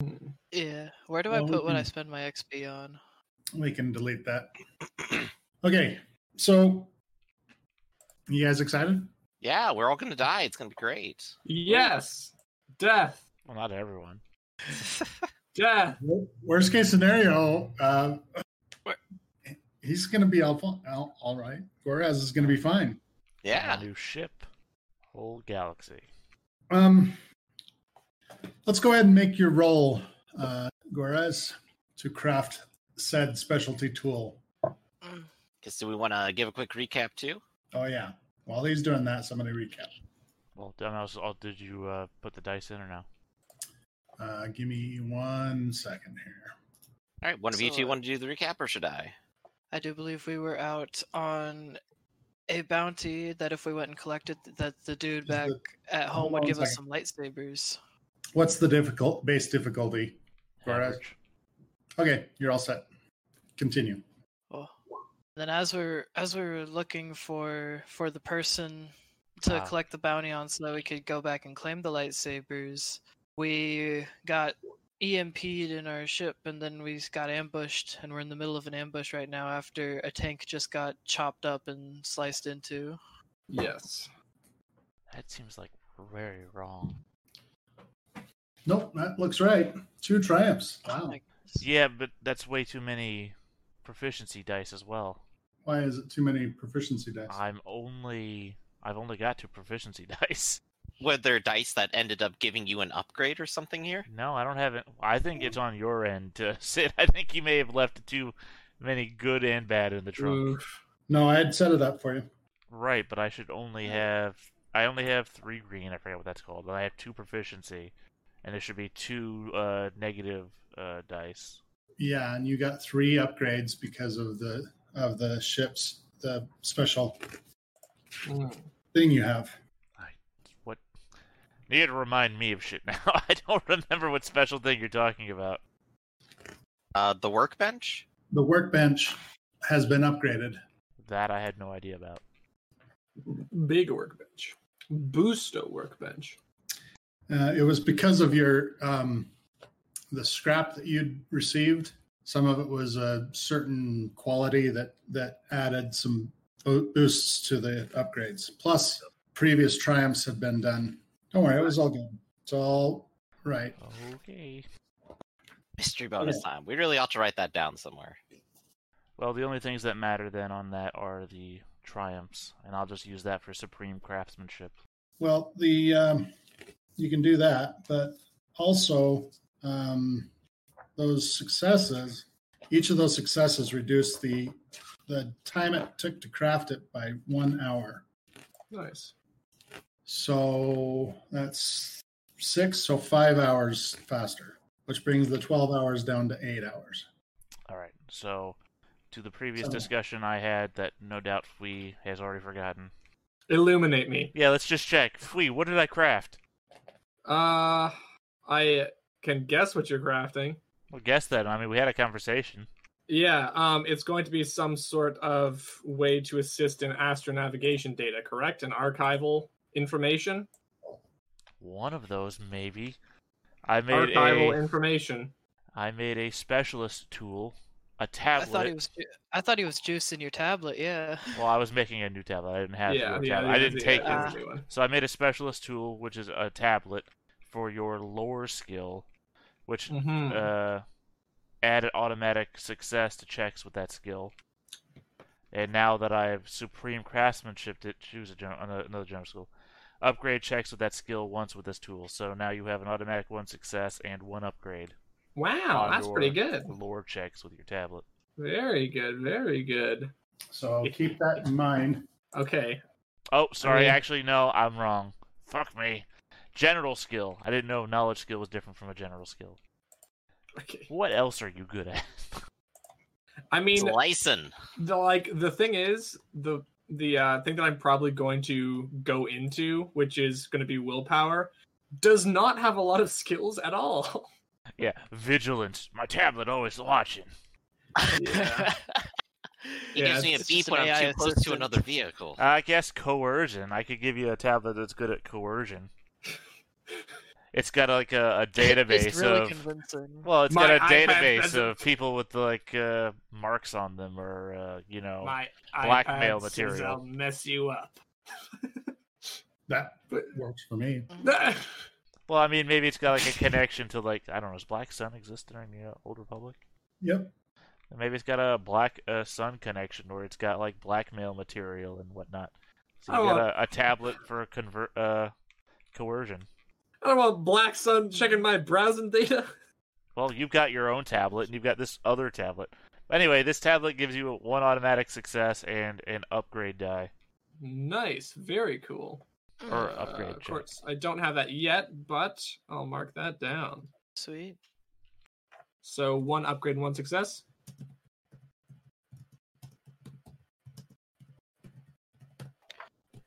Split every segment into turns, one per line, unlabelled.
Hmm.
Yeah. Where do I
Well, mm. we
put what I
can-
spend my XP on?
We can delete that. Okay, so you guys excited?
Yeah, we're all gonna die. It's gonna be great.
Yes, death,
Well, not everyone.
death.
Worst case scenario, uh,
What?
he's going to be all, fi- all, all right. Whereas is going to be fine.
Yeah.
A new ship, whole galaxy.
Um, let's go ahead and make your roll, uh, Gorez, to craft said specialty tool.
Mm.
Guess do we want to give a quick recap too?
Oh yeah. While he's doing that, somebody recap.
Well, I don't know, so- oh, did you uh, put the dice in or no?
Uh, give me one second here.
All right, one of you
So,
two
uh,
want to do the recap, or should I?
I do believe we were out on a bounty that if we went and collected, th- that the dude
Just
back
the-
at home
hold
would
on a
give us some lightsabers.
What's the difficult base difficulty? Whereas-
Average.
Okay, you're all set. Continue.
Well, then as we're as we were looking for for the person to
Ah.
collect the bounty on, so that we could go back and claim the lightsabers, we got EMP'd in our ship, and then we got ambushed, and we're in the middle of an ambush right now after a tank just got chopped up and sliced into.
Yes.
That seems like very wrong.
Nope, that looks right. Two triumphs. Wow.
Like,
Yeah, but that's way too many proficiency dice as well.
Why is it too many proficiency dice?
I'm only I've only got two proficiency dice.
Were there dice that ended up giving you an upgrade or something here?
No, I don't have it. I think it's on your end, to Sid. I think you may have left too many good and bad in the trunk.
Oof.
No, I had set it up for you.
Right, but I should only have I only have three green. I forget what that's called, but I have two proficiency, and there should be two uh, negative uh, dice.
Yeah, and you got three upgrades because of the of the ships, the special
Mm.
thing you have.
What? You had to remind me of shit now. I don't remember what special thing you're talking about.
Uh, the workbench.
The workbench has been upgraded.
That I had no idea about.
Mm. Big workbench. Boosto workbench.
Uh, it was because of your um, the scrap that you'd received. Some of it was a certain quality that that added some bo- boosts to the upgrades. Plus, previous triumphs had been done. Don't worry, it was all good. It's all right.
Okay.
Mystery bonus time. We really ought to write that down somewhere.
Well, the only things that matter then on that are the triumphs, and I'll just use that for supreme craftsmanship.
Well, the um, you can do that, but also um, those successes. Each of those successes reduced the the time it took to craft it by one hour.
Nice.
So that's six, so five hours faster, which brings the twelve hours down to eight hours.
All right. So, to the previous
So-
discussion I had that no doubt Fwee has already forgotten.
Illuminate me.
Yeah, let's just check. Fwee, what did I craft?
Uh, I can guess what you're crafting.
Well, guess that. I mean, we had a conversation.
Yeah, um, it's going to be some sort of way to assist in astronavigation data, correct? And archival information,
One of those, maybe. I made
archival
a
information.
I made a specialist tool, a
I
tablet.
thought he was ju- I thought he was juicing your tablet. Yeah.
Well, I was making a new tablet. I didn't have
Yeah,
your
yeah,
tablet. I
yeah,
didn't
yeah,
take
yeah,
yours.
yeah, yeah.
So I made a specialist tool, which is a tablet for your lore skill, which
Mhm.
uh, added automatic success to checks with that skill. And now that I've supreme craftsmanship, it choose a general, ano- another general skill. Upgrade checks with that skill once with this tool. So now you have an automatic one success and one upgrade.
wow,
on
that's
your
pretty good.
Lore checks with your tablet.
Very good, very good.
So keep that in mind.
Okay,
Oh, sorry.
mean-
Actually, no, I'm wrong. Fuck me. General skill. I didn't know knowledge skill was different from a general skill.
okay.
What else are you good at?
I mean,
Lyson.
the like the thing is the the uh, thing that I'm probably going to go into, which is going to be willpower, does not have a lot of skills at all.
yeah, vigilance. My tablet always watching.
yeah.
He
Yeah,
gives me a
it's
beep
just an
when I'm
AI
too close to
assistant.
another vehicle.
Uh, I guess coercion. I could give you a tablet that's good at coercion. It's got like a, a database
It's really
of
convincing.
well, it's
My
got a
iPad
database
doesn't-
of people with like uh, marks on them or uh, you know.
My
Blackmail
iPad says
material.
I'll mess you up.
That
But-
works for me.
Well, I mean, maybe it's got like a connection to like I don't know. Does Black Sun exist during the uh, Old Republic?
Yep. Uh,
Maybe it's got a Black uh, Sun connection, where it's got like blackmail material and whatnot. So you
Oh,
got
well.
a, a tablet for convert uh, coercion.
I don't want Black Sun checking my browsing data.
Well, you've got your own tablet, and you've got this other tablet. Anyway, this tablet gives you one automatic success and an upgrade die
Nice, very cool.
or
Uh,
upgrade
of
check.
course, I don't have that yet, but I'll mark that down.
Sweet.
So one upgrade, and one success.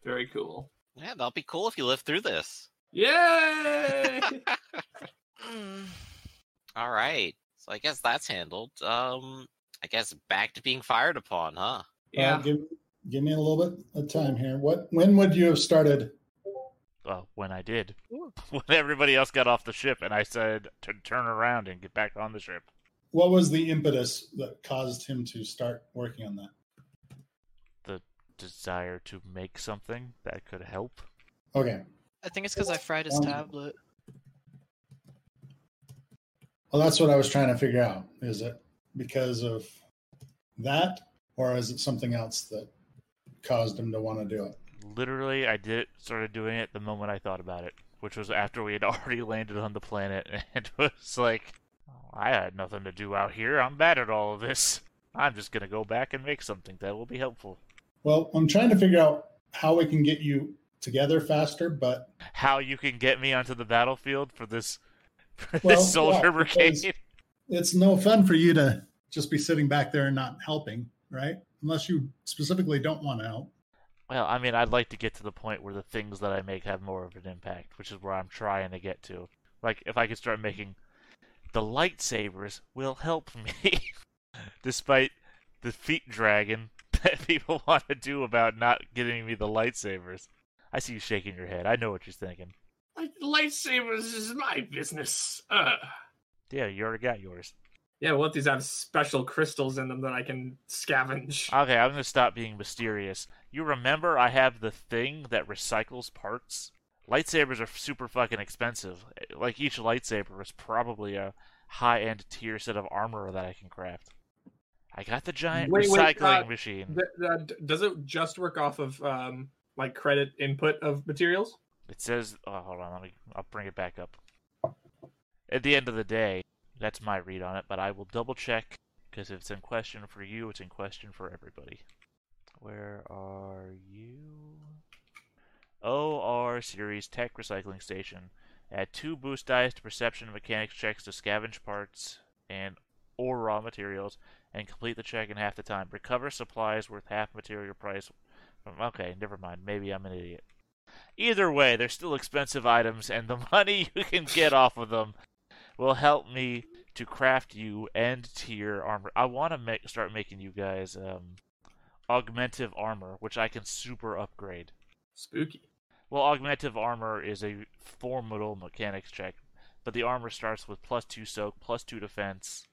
Very cool.
Yeah, that'll be cool if you live through this.
Yay!
All right. So I guess that's handled. Um, I guess back to being fired upon, huh?
yeah.
Uh,
Um,
give, give me a little bit of time here. What? When would you have started?
Well, when I did,
Ooh.
when everybody else got off the ship, and I said to turn around and get back on the ship.
What was the impetus that caused him to start working on that?
desire to make something that could help.
Okay.
I think it's because I fried his
Um,
tablet.
Well, that's what I was trying to figure out. Is it because of that, or is it something else that caused him to want to do it?
Literally, I did started doing it the moment I thought about it, which was after we had already landed on the planet, and it was like, "Oh, I had nothing to do out here. I'm bad at all of this. I'm just gonna go back and make something that will be helpful.
Well, I'm trying to figure out how we can get you together faster, but
How you can get me onto the battlefield for this, for
Well,
this soldier
yeah,
brigade?
because- it's no fun for you to just be sitting back there and not helping, right? Unless you specifically don't want to help.
Well, I mean, I'd like to get to the point where the things that I make have more of an impact, which is where I'm trying to get to. Like, if I could start making the lightsabers will help me, despite the feet dragging that people want to do about not getting me the lightsabers. I see you shaking your head. I know what you're thinking.
Like, Lightsabers is my business. Ugh.
Yeah, you already got yours.
Yeah, well, these have special crystals in them that I can scavenge.
Okay, I'm gonna stop being mysterious. You remember I have the thing that recycles parts? Lightsabers are super fucking expensive. Eh, Like each lightsaber is probably a high end tier set of armor that I can craft. I got the giant
Wait, wait,
recycling
uh,
machine.
Th- that- does it just work off of um, like credit input of materials?
It says oh hold on, let me I'll bring it back up. At the end of the day, that's my read on it, but I will double check because if it's in question for you, it's in question for everybody. Where are you? OR series tech recycling station. Add two boost dice to perception and mechanics checks to scavenge parts and or raw materials and complete the check in half the time. Recover supplies worth half material price. Okay, never mind. Maybe I'm an idiot. Either way, they're still expensive items, and the money you can get off of them will help me to craft you end tier armor. I want to make, start making you guys um, augmentive armor, which I can super upgrade.
Spooky.
Well, augmentive armor is a formidable mechanics check, but the armor starts with plus two soak, plus two defense,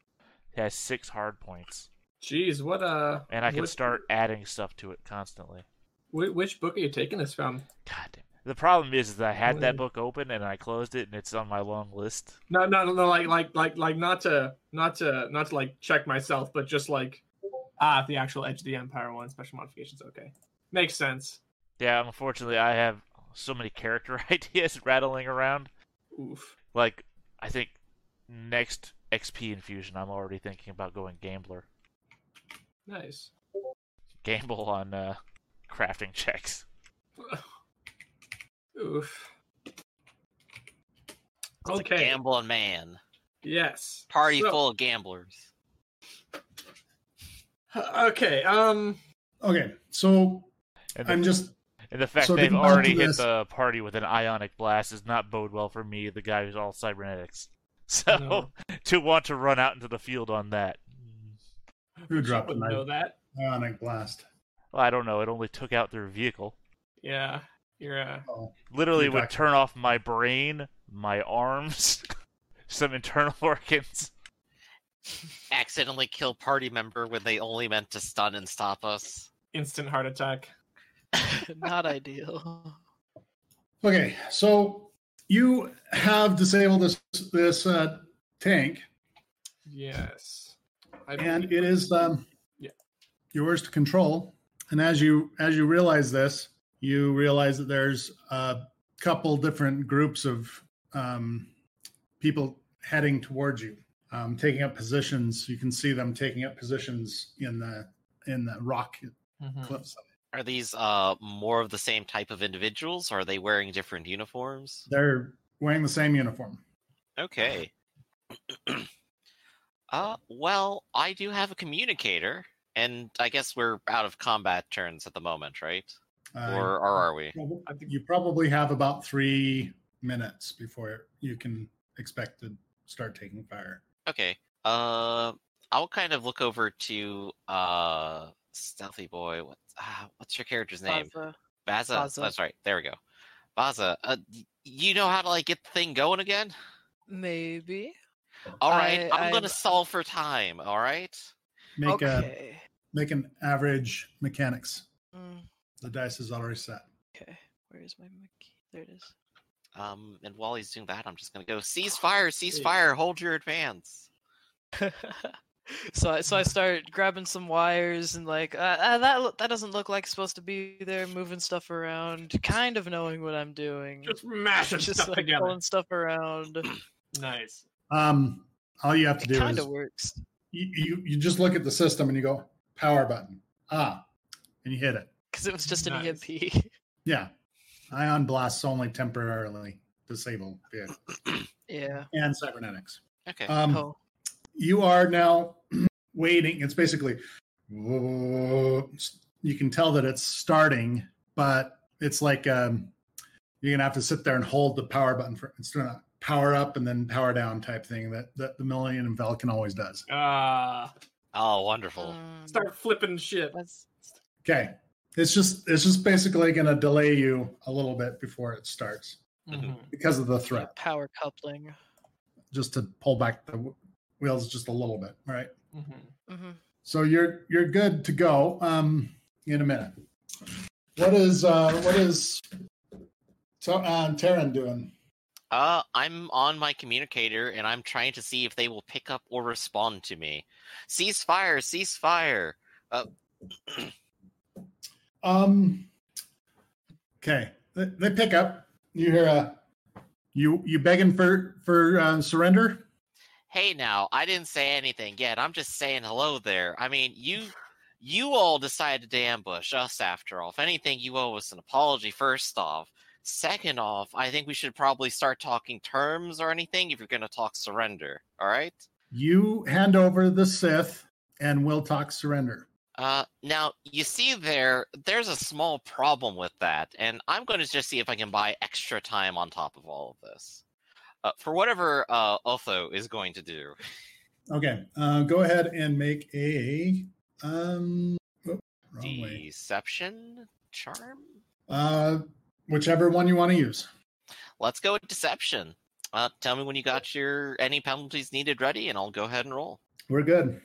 has six hard points,
Jeez, what uh?
and I can
which-
start adding stuff to it constantly.
Wh- which book are you taking this from?
God damn. The problem is, is that I had that book open and I closed it, and it's on my long list.
No, no, no, no, like, like, like, like, not to, not to, not to like check myself, but just like, ah, the actual Edge of the Empire one, special modifications. Okay, makes sense.
Yeah, unfortunately, I have so many character ideas rattling around.
Oof.
Like, I think next XP infusion, I'm already thinking about going gambler,
Nice.
gamble on uh, crafting checks.
Oof.
It's
Okay.
A gambling man.
Yes.
Party
So-
full of gamblers.
Okay. Um.
Okay, so
And the,
I'm just
and the fact
so
they've
getting back
already
to
hit
this-
the party with an ionic blast does not bode well for me, the guy who's all cybernetics. So,
No.
to want to run out into the field on that.
who dropped the
wouldn't know
knife?
that.
Ionic blast.
Well, I don't know. It only took out their vehicle.
Yeah. You're. Uh,
Oh,
Literally
You're
would
back.
turn off my brain my arms, some internal organs.
Accidentally kill party member when they only meant to stun and stop us.
Instant heart attack.
Not ideal.
Okay, so you have disabled this this uh, tank,
Yes. I
and
believe-
it is um,
Yeah.
yours to control. And as you as you realize this, you realize that there's a couple different groups of um, people heading towards you, um, taking up positions. You can see them taking up positions in the in the rock
Mhm.
cliffs.
Are these uh more of the same type of individuals? Are they wearing different uniforms?
They're wearing the same uniform.
Okay. uh well, I do have a communicator, and I guess we're out of combat turns at the moment, right?
Uh,
or or are we?
Well,
I think-
you probably have about three minutes before you can expect to start taking fire.
Okay. Uh, I'll kind of look over to uh Stealthy Boy. What, uh, what's your character's name?
Alpha.
Baza.
Baza.
That's right. There we go. Baza. Uh, y- you know how to like get the thing going again?
Maybe.
All
I-
right. I, am gonna
I'm-
solve for time. All right.
Make a
okay.
make an average mechanics.
Mm,
The dice is already set.
okay. Where is my Mickey? There it is.
Um, and while he's doing that, I'm just gonna go cease fire, cease
Yeah.
fire, hold your advance.
so I so
Mm.
I start grabbing some wires and like uh, uh, that lo- that doesn't look like it's supposed to be there. Moving stuff around, kind of knowing what I'm doing.
Just mashing
Just,
stuff
like
together.
pulling stuff around.
Nice.
Um, all you have to
It
do
kind
is
of works.
you, you you just look at the system and you go power button ah, and you hit it.
Because it was just an E
Nice.
EMP.
Yeah, ion blasts only temporarily disable yeah.
yeah.
and cybernetics.
Okay.
Um,
oh.
you are now waiting. It's basically you can tell that it's starting, but it's like um, you're gonna have to sit there and hold the power button for it's doing a power up and then power down type thing that, that the Millennium Falcon always does.
Ah,
oh, wonderful.
Mm,
start flipping shit.
that's-
Okay. It's just it's just basically gonna delay you a little bit before it starts
Mm-hmm.
Mhm.
because of the
yeah,
threat.
power coupling.
Just to pull back the w- wheels just a little bit, all right?
Mhm.
hmm
So you're you're good to go um, in a minute. What is uh, what is so, uh, Taryn doing?
Uh, I'm on my communicator and I'm trying to see if they will pick up or respond to me. Cease fire, cease fire.
Um, okay, they, they pick up. You hear a you you begging for for um, surrender.
hey now i didn't say anything yet i'm just saying hello there i mean you you all decided to ambush us after all if anything you owe us an apology first off second off i think we should probably start talking terms or anything if you're going to talk surrender all right
You hand over the Sith, and we'll talk surrender.
uh now you see there there's a small problem with that and i'm going to just see if i can buy extra time on top of all of this uh, for whatever uh otho is going to do
Okay, uh, go ahead and make a um oh, wrong way.
deception charm
Uh, whichever one you want to use.
Let's go with deception. Uh, tell me when you got your any penalties needed ready, and I'll go ahead and roll.
We're good.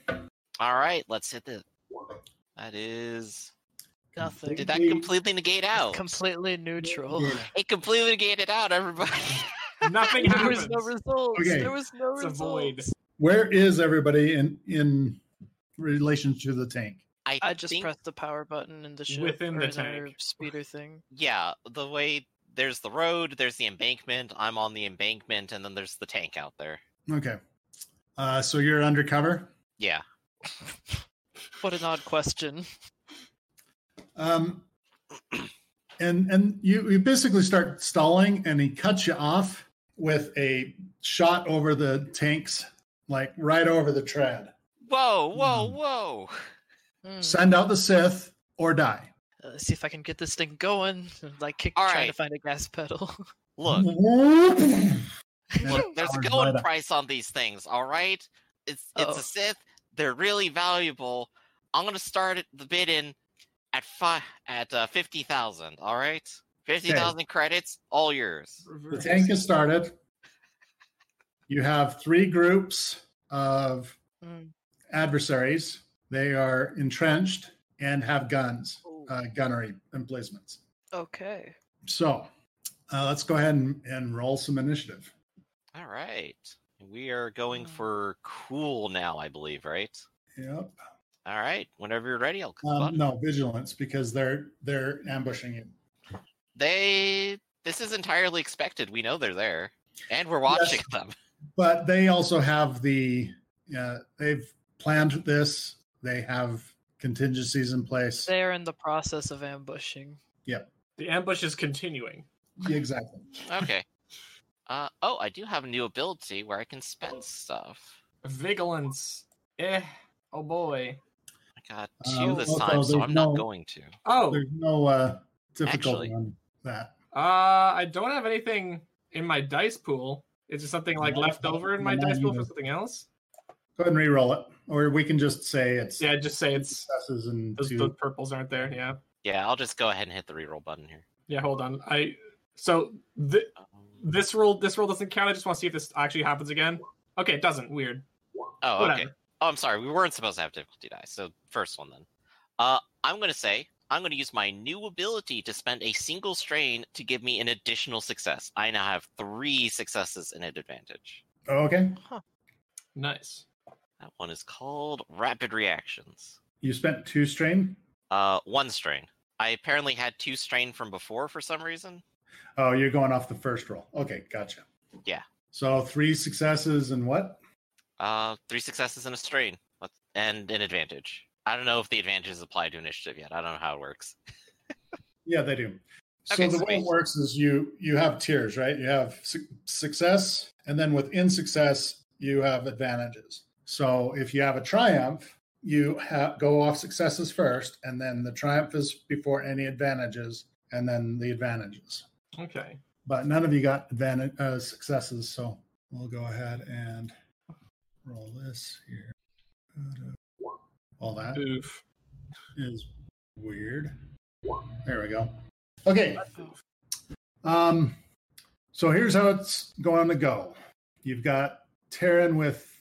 All right, let's hit the. That is.
Nothing.
Did that
Complete-
completely negate out?
Completely neutral.
Yeah.
It completely negated out, everybody.
Nothing
There was
happens.
no results.
Okay.
There was no
It's a
results.
void.
Where is everybody in in relation to the tank?
I,
I just
think,
pressed the power button in the ship
Within
or
the
in our
tank.
speeder thing.
Yeah, the way there's the road, there's the embankment. I'm on the embankment, and then there's the tank out there.
Okay. Uh, so you're undercover.
Yeah.
What an odd question.
Um, and and you you basically start stalling, and he cuts you off with a shot over the tanks, like right over the tread.
Whoa! Whoa!
Hmm.
Whoa!
Hmm.
Send out the Sith or die.
Uh, let's see if I can get this thing going. Like kick,
All
trying to
right.
find a gas pedal.
Look,
Whoop. And
Look, there's a
powers
going
light up.
price on these things, all right? It's it's
Uh-oh.
a Sith. They're really valuable. I'm gonna start at the bid in at five at uh, fifty thousand. All right, fifty thousand credits, all yours.
The tank is started. You have three groups of
Mm.
adversaries. They are entrenched and have guns,
Ooh.
uh, gunnery emplacements.
Okay.
So uh, let's go ahead and, and roll some initiative.
All right. We are going
Mm.
for cool now, I believe, right?
Yep.
All right. Whenever you're ready, I'll click
Um,
button.
no vigilance because they're they're ambushing you.
They. This is entirely expected. We know they're there, and we're watching them.
but they also have the uh, they've planned this they have contingencies in place
They're in the process of ambushing.
The ambush is continuing.
exactly
Okay. Uh, oh, I do have a new ability where I can spend stuff.
Vigilance. Eh. Oh boy.
I got
Uh,
two this
also,
time, so
there's
I'm
no-
not going to.
Oh.
there's no uh difficulty
Actually-
on that
Uh, I don't have anything in my dice pool. Is there something like
No,
left over in my
no,
dice pool for
neither.
something else?
go ahead and re-roll it or we can just say it's
Yeah, just say it's
successes and
those,
two
those purples aren't there. Yeah.
Yeah, I'll just go ahead and hit the reroll button here.
Yeah. Hold on. I. So th-
Um,
this roll this roll doesn't count. I just want to see if this actually happens again. Okay, it doesn't. Weird.
Oh,
Whatever.
okay. Oh, I'm sorry. We weren't supposed to have difficulty dice. So first one then. Uh, I'm gonna say I'm gonna use my new ability to spend a single strain to give me an additional success. I now have three successes and an advantage.
Oh, okay
Nice.
That one is called rapid reactions.
you spent two strain
Uh, one strain. I apparently had two strain from before for some reason.
oh you're going off the first roll okay gotcha
Yeah.
so three successes and what
Uh, three successes and a strain, Let's- and an advantage. I don't know if the advantages apply to initiative yet. I don't know how it works.
yeah they do
Okay,
so the way it
sweet.
works is you you have tiers right you have su- success and then within success you have advantages so if you have a triumph you ha- go off successes first and then the triumph is before any advantages and then the advantages
Okay.
but none of you got advantage uh, successes so we'll go ahead and roll this here all that
Oof.
is weird there we go okay um, so here's how it's going to go. You've got Taryn with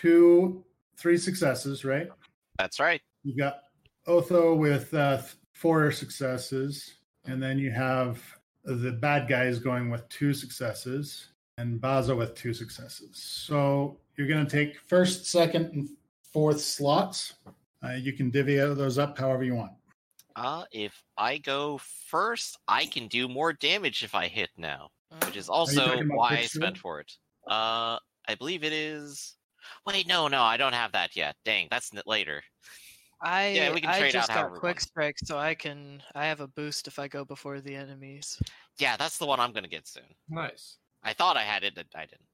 two, three successes, right?
That's right.
You've got Otho with uh, th- four successes, and then you have the bad guys going with two successes, and Baza with two successes. So you're going to take first, second, and fourth slots. Uh, you can divvy those up however you want.
Uh, if I go first, I can do more damage if I hit now, which is also
talking about
why I
fixed
spent
shield?
for it. Uh, I believe it is. Wait, no, no, I don't have that yet. Dang, that's n- later.
I
Yeah, we can
I
trade out
just got
however we
quick
want.
strike, so I can I have a boost if I go before the enemies.
Yeah, that's the one I'm gonna get soon.
Nice.
I thought I had it, but I didn't.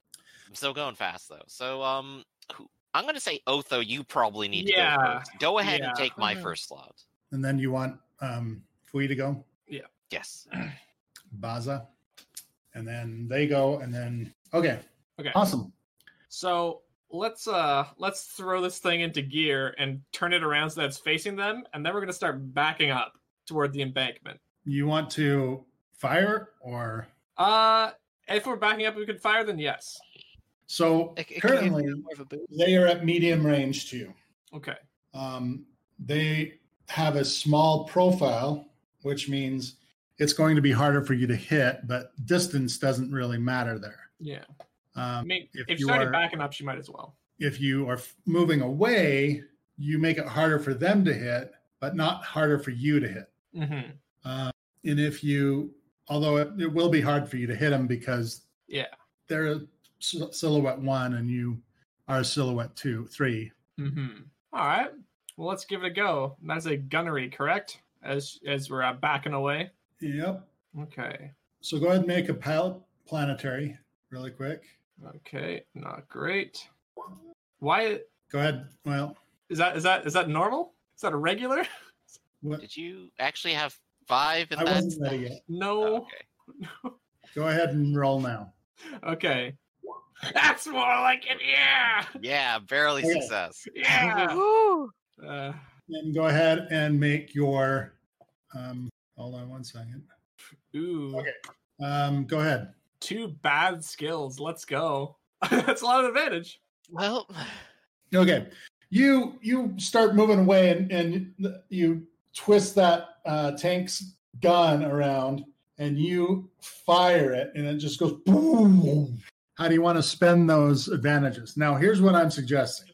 I'm still going fast though. So, um, who- I'm gonna say Otho. You probably need to go
Yeah,
first. Go ahead
yeah.
and take my
Mhm.
first slot.
And then you want um, Fui to go?
Yes.
Baza, and then they go, and then okay,
Okay.
awesome.
So let's uh let's throw this thing into gear and turn it around so that it's facing them, and then we're gonna start backing up toward the embankment.
You want to fire or
Uh if we're backing up we can fire, then yes.
so?
It- it can give me
currently,
more of a boost.
they are at medium range to you.
Okay.
Um, they have a small profile, which means it's going to be harder for you to hit, but distance doesn't really matter there.
Yeah. I
Um,
mean
if
if, she
you
started
are-
backing up, she might as well.
if you are f- moving away, you make it harder for them to hit, but not harder for you to hit.
Mm-hmm.
Uh, and if you, although it, it will be hard for you to hit them because
Yeah.
they're a sil- silhouette one and you are a silhouette two, three.
Mm-hmm. All right. Well let's give it a go. And That's a gunnery, correct? As as we're uh, backing away.
Yep.
Okay.
So go ahead and make a pilot planetary really quick.
Okay. Not great. Why
Go ahead. Well,
is that is that is that normal? Is that a regular?
what,
Did you actually have five in
I
that?
wasn't ready yet.
No.
Oh, okay.
Go ahead and roll now.
Okay. That's more like it. Yeah.
Yeah, barely
Okay.
success.
Yeah.
Woohoo!
Uh,
And go ahead and make your. Um, hold on one second.
ooh.
Okay. Um, go ahead.
Two bad skills. Let's go. That's a lot of advantage.
Well,
Okay, you you start moving away and and you twist that uh, tank's gun around and you fire it and it just goes boom. How do you want to spend those advantages? Now here's what I'm suggesting: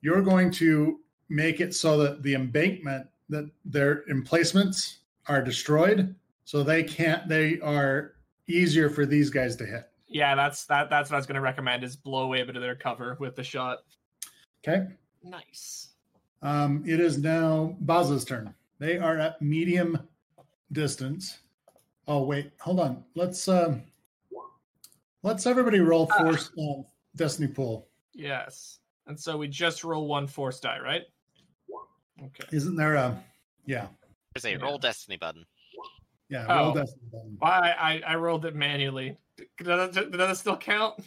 you're going to make it so that the embankment that their emplacements are destroyed, so they can't. They are easier for these guys to hit.
Yeah, that's that. That's what I was going to recommend is blow away a bit of their cover with the shot.
Okay.
Nice.
Um, it is now Baza's turn. They are at medium distance. Oh wait, hold on. Let's um, let's everybody roll force uh, destiny pool.
Yes. And so we just roll one force die, right? Okay.
Isn't there a yeah
There's a
Yeah.
roll destiny button.
yeah roll
Oh.
destiny button.
Well, I, I I rolled it manually. Does that, does that still count?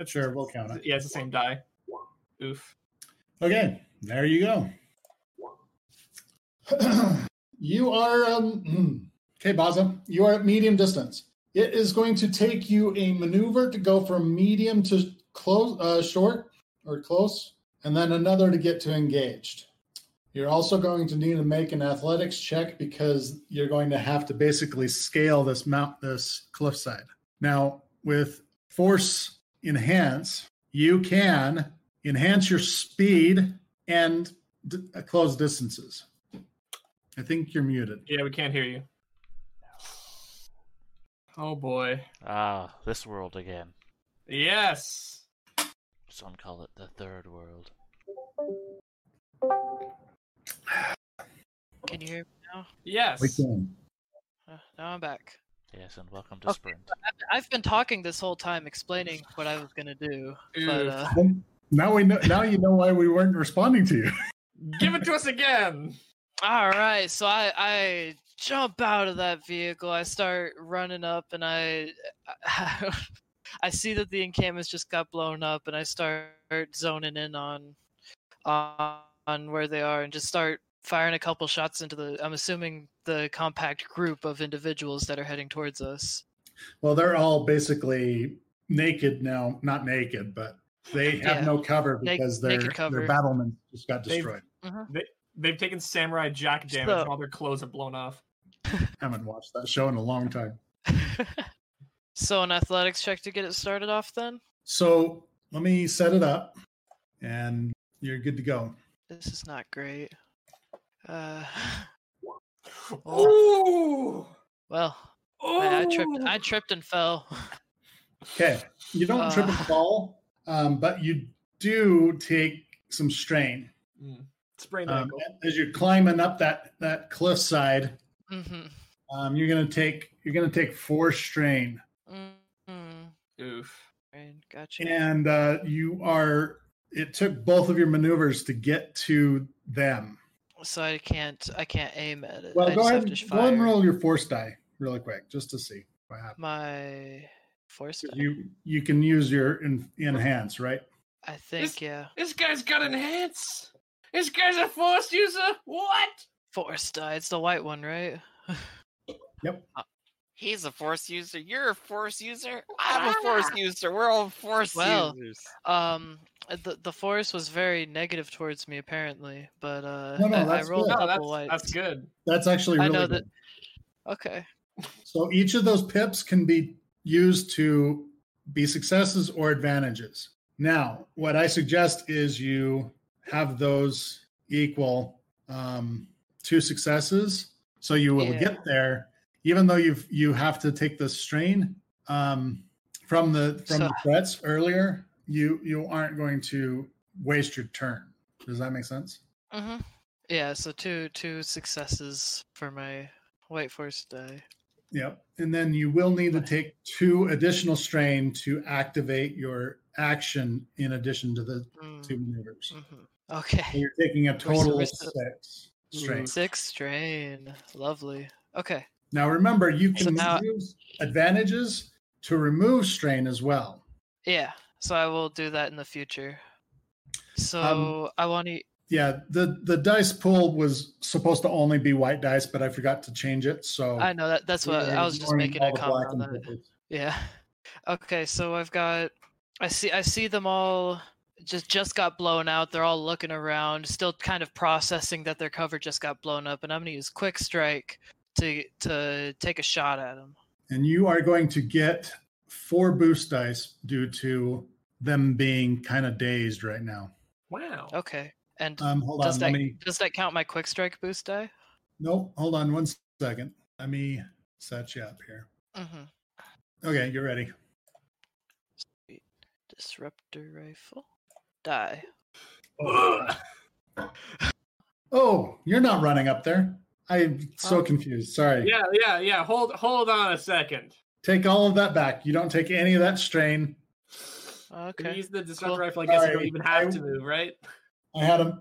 It's,
Sure, we'll count it.
Yeah, it's the same die. Oof.
Okay, there you go. you are um, okay, Baza. You are at medium distance. It is going to take you a maneuver to go from medium to close, uh, short or close, and then another to get to engaged. You're also going to need to make an athletics check because you're going to have to basically scale this mount, this cliffside. Now, with force enhance, you can enhance your speed and d- uh, close distances. I think you're muted.
Yeah, we can't hear you. Oh boy.
Ah, this world again.
Yes.
Some call it the third world.
can you hear? Me?
Yes.
We can.
Uh, now I'm back.
Yes, and welcome to
Okay.
Sprint.
I've been talking this whole time, explaining what I was gonna do, but
Oof.
uh,
Now we know. Now you know why we weren't responding to you.
Give it to us again.
All right, so I I jump out of that vehicle. I start running up, and I uh, I, see that the encampment's just got blown up, and I start zoning in on on on where they are, and just start firing a couple shots into the. I'm assuming the compact group of individuals that are heading towards us.
Well, they're all basically naked now. Not naked, but they have
Yeah.
no cover
Na-
because their
naked cover.
their battlements just got
They've-
destroyed.
They've taken samurai jack damage
Mm-hmm. So-
and all their clothes have blown off.
haven't watched that show in a long time.
so an athletics check to get it started off. Then
So let me set it up, and you're good to go.
this is not great. Uh,
Ooh.
well,
Oh.
I, I tripped. I tripped and fell.
Okay, you don't trip and
Uh.
fall, um, but you do take some strain.
Mm. Sprained
Um,
ankle.
as you're climbing up that that cliffside,
hmm
um, you're gonna take you're gonna take four strain,
Mm-hmm.
Oof.
Right, gotcha.
and uh, you are. It took both of your maneuvers to get to them.
So I can't, I can't aim at it.
Well,
I
go
just
ahead,
have to
go ahead and
fire
roll your force die really quick, just to see what happens.
my force. die.
You you can use your in, enhance, right?
I think, yeah,
This guy's got enhance. This guy's a force user. What?
force die. It's the white one, right?
He's a force user. You're a force user. I'm a force user. We're all force
Well,
users.
Um, uh, the the force was very negative towards me apparently, but uh,
No, no,
I- I,
that's
rolled
good.
a
No,
couple
Oh,
whites.
that's that's good.
That's actually
I
really
know
good.
that- Okay,
So each of those pips can be used to be successes or advantages. Now, what I suggest is you have those equal um, two successes, so you will
Yeah.
get there, even though you've you have to take the strain um, from the from
So-
the threats earlier. You you aren't going to waste your turn. Does that make sense?
mm-hmm. yeah. So two two successes for my white force die.
Yep. And then you will need to take two additional strain to activate your action in addition to the two
Mm.
maneuvers.
mhm.
So
Okay,
you're taking a total of
risk-
six
Mm.
strain.
six strain, lovely. Okay,
Now remember, you
So
can
now-
use advantages to remove strain as well.
Yeah, so I will do that in the future.
Um,
So I want to.
Yeah, the the dice pool was supposed to only be white dice, but I forgot to change it. So
I know that Uh, that's
we
what
are
I was just
ignoring
making
all
a
the black
comment on
and
that.
purples.
Yeah. Okay, so I've got I see I see them all just just got blown out. They're all looking around, still kind of processing that their cover just got blown up, and I'm gonna use quick strike to to take a shot at them.
And you are going to get four boost dice due to them being kind of dazed right now.
Wow.
Okay. And
Um, hold on.
does
Let
that
me.
does that count my quick strike boost die?
Nope. Hold on one second. Let me set you up here.
Mm-hmm.
Okay, you're ready.
Disruptor rifle. Die.
Ugh.
Oh, you're not running up there. I'm so
Oh.
confused. Sorry.
Yeah, yeah, yeah. Hold hold on a second.
Take all of that back. You don't take any of that strain.
Okay.
Use the disruptor
Cool.
rifle. I guess I don't
Sorry,
even have
I-
to move, right?
I had a
I was,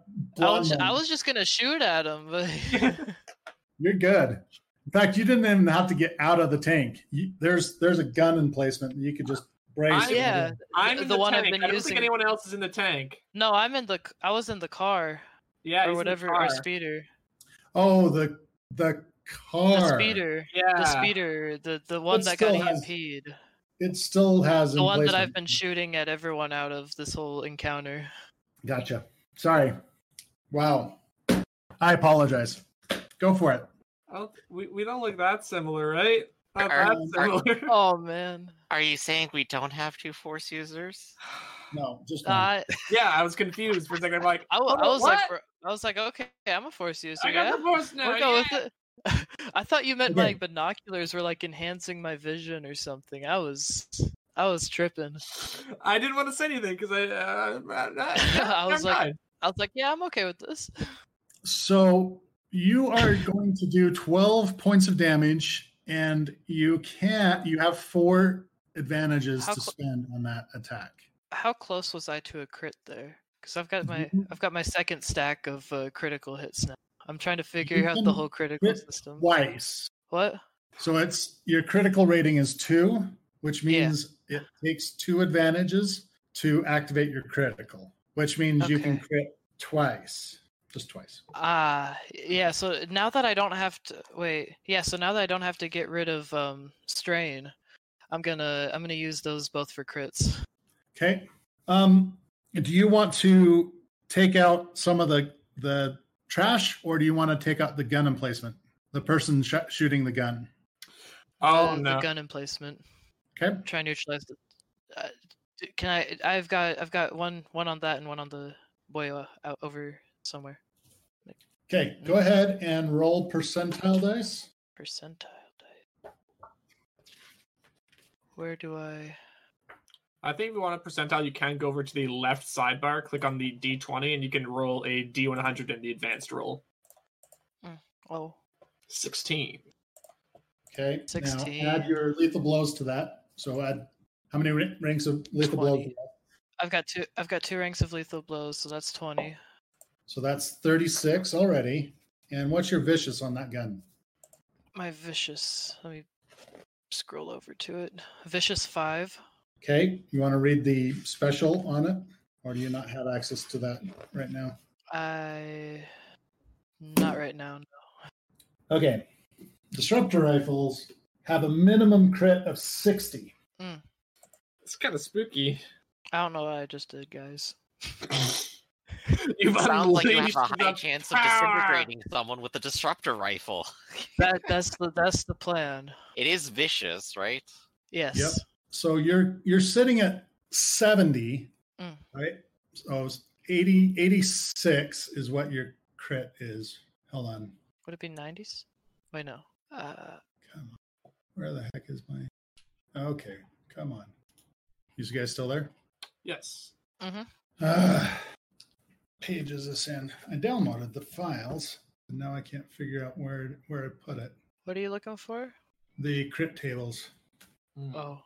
blonde.
I
one.
was just gonna shoot at him, but
You're good. In fact, you didn't even have to get out of the tank. You, there's there's a gun emplacement. You could just brace. it.
I-
Ah, yeah,
I'm in
the
the,
one I've
tank.
been
I don't
using-
think anyone else is in the tank.
no, I'm in the c- I was in the car or
Yeah, he's in the
whatever
car.
or speeder,
Oh, the the car.
the speeder,
Yeah.
the speeder, the the one that got
still has
EMP'd,
It still has
the one that I've
emplacement.
been shooting at everyone out of this whole encounter.
Gotcha. Sorry. Wow. I apologize. Go for it.
Oh, we, we don't look that similar, right? Not
Are-
that
are-
similar.
Oh man,
Are you saying we don't have two force users?
No, just one.
I
yeah, I was confused for a second. I'm like,
I,
Hold
w- I
on,
was like
what?
bro- I was like okay, I'm a force user.
I
yeah?
got the force now.
We're going
yeah.
with it. I thought you meant
Okay.
like binoculars were like enhancing my vision or something. I was I was tripping.
I didn't want to say anything because I, uh, I,
I was like- I was like, yeah, I'm okay with this.
So you are going to do 12 points of damage, and you can't, you have four advantages
How
to
cl-
spend on that attack.
How close was I to a crit there? Because I've got my
Mm-hmm.
You-
I've got my second stack of uh, critical hits now. I'm trying to
You
figure out the
can
whole critical
crit
system.
Twice.
What?
So it's your critical rating is two, which
Yeah.
means it takes two advantages to activate your critical, which means you can
Okay.
crit twice, just twice.
Ah, yeah. So now that I don't have to wait, yeah. So now that I don't have to get rid of um strain, I'm gonna I'm gonna use those both for crits.
Okay. Um, do you want to take out some of the the trash, or do you want to take out the gun emplacement? The person sh- shooting the gun.
oh
uh, the,
no.
the gun emplacement.
Okay.
try and neutralize the. Uh, d- can I? I've got I've got one one on that and one on the boy uh, out over somewhere.
Okay. Go ahead and roll percentile dice.
Percentile dice. Where do I?
I think if you want a percentile, you can go over to the left sidebar, click on the D20, and you can roll a D100 in the advanced roll.
Oh,
16.
Okay. now
16.
add your lethal blows to that. So add how many ra- ranks of lethal blows?
Twenty.
you have?
I've got two. I've got two ranks of lethal blows, so that's twenty.
So that's thirty-six already. And what's your vicious on that gun?
My vicious. Let me scroll over to it. Vicious five.
Okay. You want to read the special on it, or do you not have access to that right now?
I. Not right now. no.
Okay. Disruptor rifles have a minimum crit of 60.
It's kind of spooky.
I don't know what I just did, guys.
You've
Sounds like you have
unleashed
a high
the
chance of
power.
disintegrating someone with a disruptor rifle.
That that's the that's the plan.
It is vicious, right?
Yes.
So you're you're sitting at 70,
Mm.
right? So it's 80 86 is what your crit is. Hold on.
Would it be 90s? Wait, no. Uh,
Come on. Where the heck is my Okay, come on. You guys still there?
Yes.
Uh, pages this in. I downloaded the files, and now I can't figure out where where I put it.
what are you looking for?
The crit tables.
Hmm.
Oh,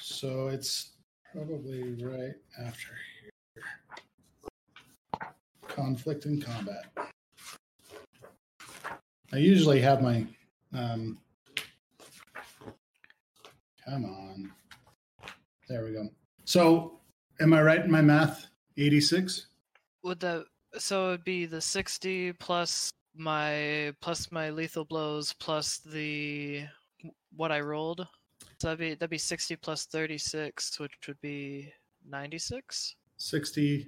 So it's probably right after here. Conflict and combat. I usually have my. Um, come on. There we go. So, am I right in my math? 86?
would that so it'd be the 60 plus my plus my lethal blows plus the what I rolled. So that'd be that'd be 60 plus 36, which would be 96?
60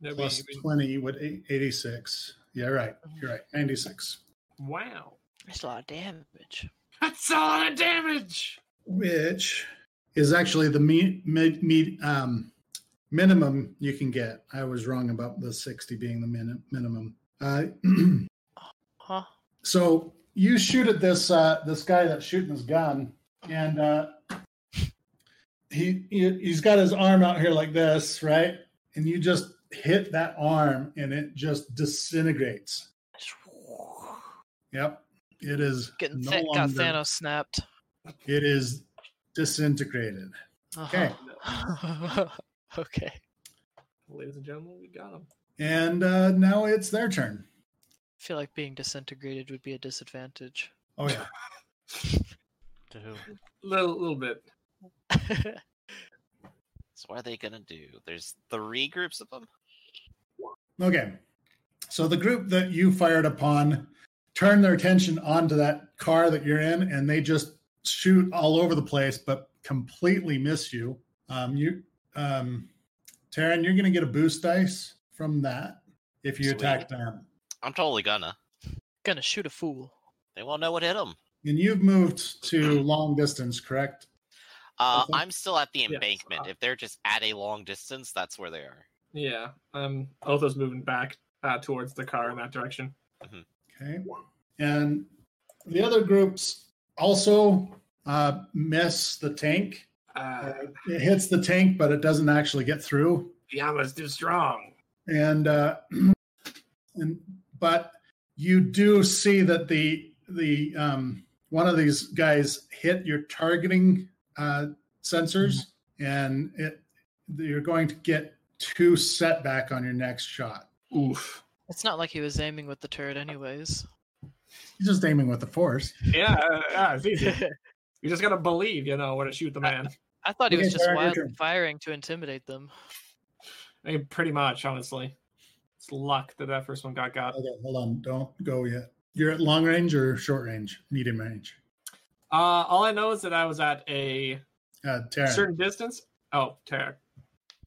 No,
plus
we- we-
20 would eight- 86. Yeah, right. You're right. 96.
wow.
That's a lot of damage.
That's a lot of damage.
which is actually the me, me, me, um, minimum you can get. I was wrong about the 60 being the min, minimum. Uh,
Huh?
so you shoot at this uh, this guy that's shooting his gun, and uh, he, he he's got his arm out here like this, right? And you just hit that arm, and it just disintegrates.
Just
Yep, it is
Getting
no
Tha- got
longer-
Thanos snapped.
It is disintegrated. Okay.
Uh-huh. okay.
Ladies and gentlemen, we got him.
And uh, now it's their turn.
I feel like being disintegrated would be a disadvantage.
Oh yeah.
To who?
Little, little bit.
So what are they gonna do? There's three groups of them.
Okay. So the group that you fired upon turn their attention onto that car that you're in, and they just shoot all over the place, but completely miss you. Um, you, um, Taryn, you're going to get a boost dice from that if you attack them.
I'm totally gonna.
Gonna shoot a fool.
They won't know what hit them.
And you've moved to long distance, correct?
Uh,
Okay.
I'm still at the
Yes,
embankment.
uh,
If they're just at a long distance, that's where they are.
Yeah. Um, Otho's moving back uh, towards the car in that direction.
Okay. And the other groups also uh, miss the tank.
Uh,
Uh, it hits the tank, but it doesn't actually get through.
Yama's too strong.
and uh, and but you do see that the the um, one of these guys hit your targeting uh, sensors, and it you're going to get two setback on your next shot.
Oof.
It's not like he was aiming with the turret, anyways.
He's just aiming with the force.
Yeah, uh, yeah, it's easy.
I
You just gotta believe, you know, when to shoot the man.
thought he was
Okay,
just
Baron, your
wildly
turn.
firing to intimidate them.
I mean, pretty much, honestly. It's luck that that first one got got. Uh,
Okay, hold on, don't go yet. You're at long range or short range, medium range.
Uh, all I know is that I was at a
Uh, Terran.
certain distance. Oh, Tarek.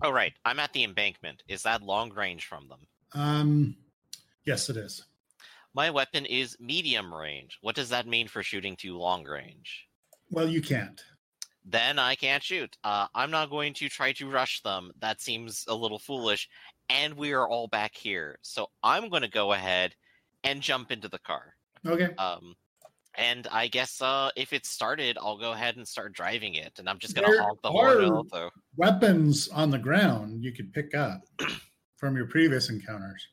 Oh right, I'm at the embankment. Is that long range from them?
Um, yes, it is.
My weapon is medium range. What does that mean for shooting to long range?
Well, you can't.
Then I can't shoot. Uh, I'm not going to try to rush them. That seems a little foolish. And we are all back here, so I'm going to go ahead and jump into the car.
Okay.
Um, and I guess uh, if it started, I'll go ahead and start driving it. And I'm just going
There
to honk the horn.
are-
out, though.
weapons on the ground you could pick up from your previous encounters.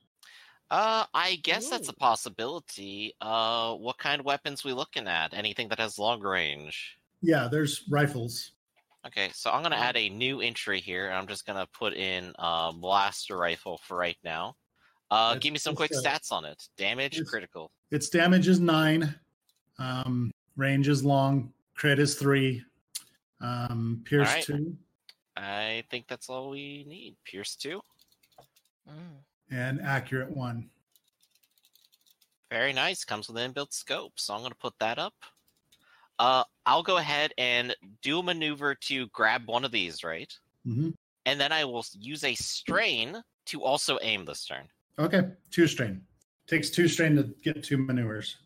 Uh, I guess that's a possibility. Uh, what kind of weapons we looking at? Anything that has long range?
Yeah, there's rifles.
Okay, so I'm gonna add a new entry here, and I'm just gonna put in uh, blaster rifle for right now. Uh,
It's-
give me some
it's,
quick
uh,
stats on it. Damage,
it's-
critical.
Its damage is nine, um, range is long, crit is three, um, pierce
Alright.
two,
I think that's all we need. Pierce two.
Mm.
and accurate one.
Very nice. Comes with an inbuilt scope, so I'm gonna put that up. Uh, I'll go ahead and do a maneuver to grab one of these, right?
hmm
And then I will s- use a strain to also aim this turn.
Okay, two strain. Takes two strain to get two maneuvers.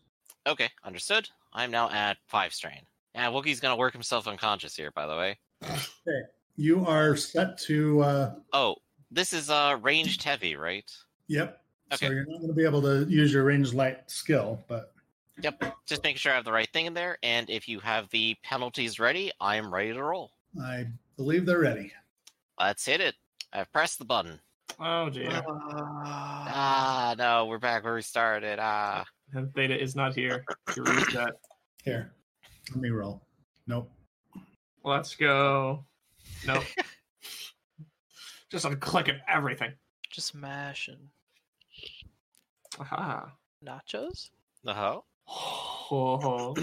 Okay, understood. I'm now at five strain. Yeah, Wookiee's gonna work himself unconscious here, by the way.
You are set to. Uh,
Oh, this is uh ranged heavy, right?
yep. So
Okay.
you're not going to be able to use your range light skill, but
Yep. Just making sure I have the right thing in there, and if you have the penalties ready, I am ready to roll.
I believe they're ready.
Let's hit it. I've pressed the button.
Oh, dear.
Ah.
Ah, no, we're back where we started. Ah,
And Theta is not here to reset.
Here, let me roll. Nope.
Let's go. Nope. Just unclicking everything.
just mashing
Aha.
nachos.
uh huh.
Oh.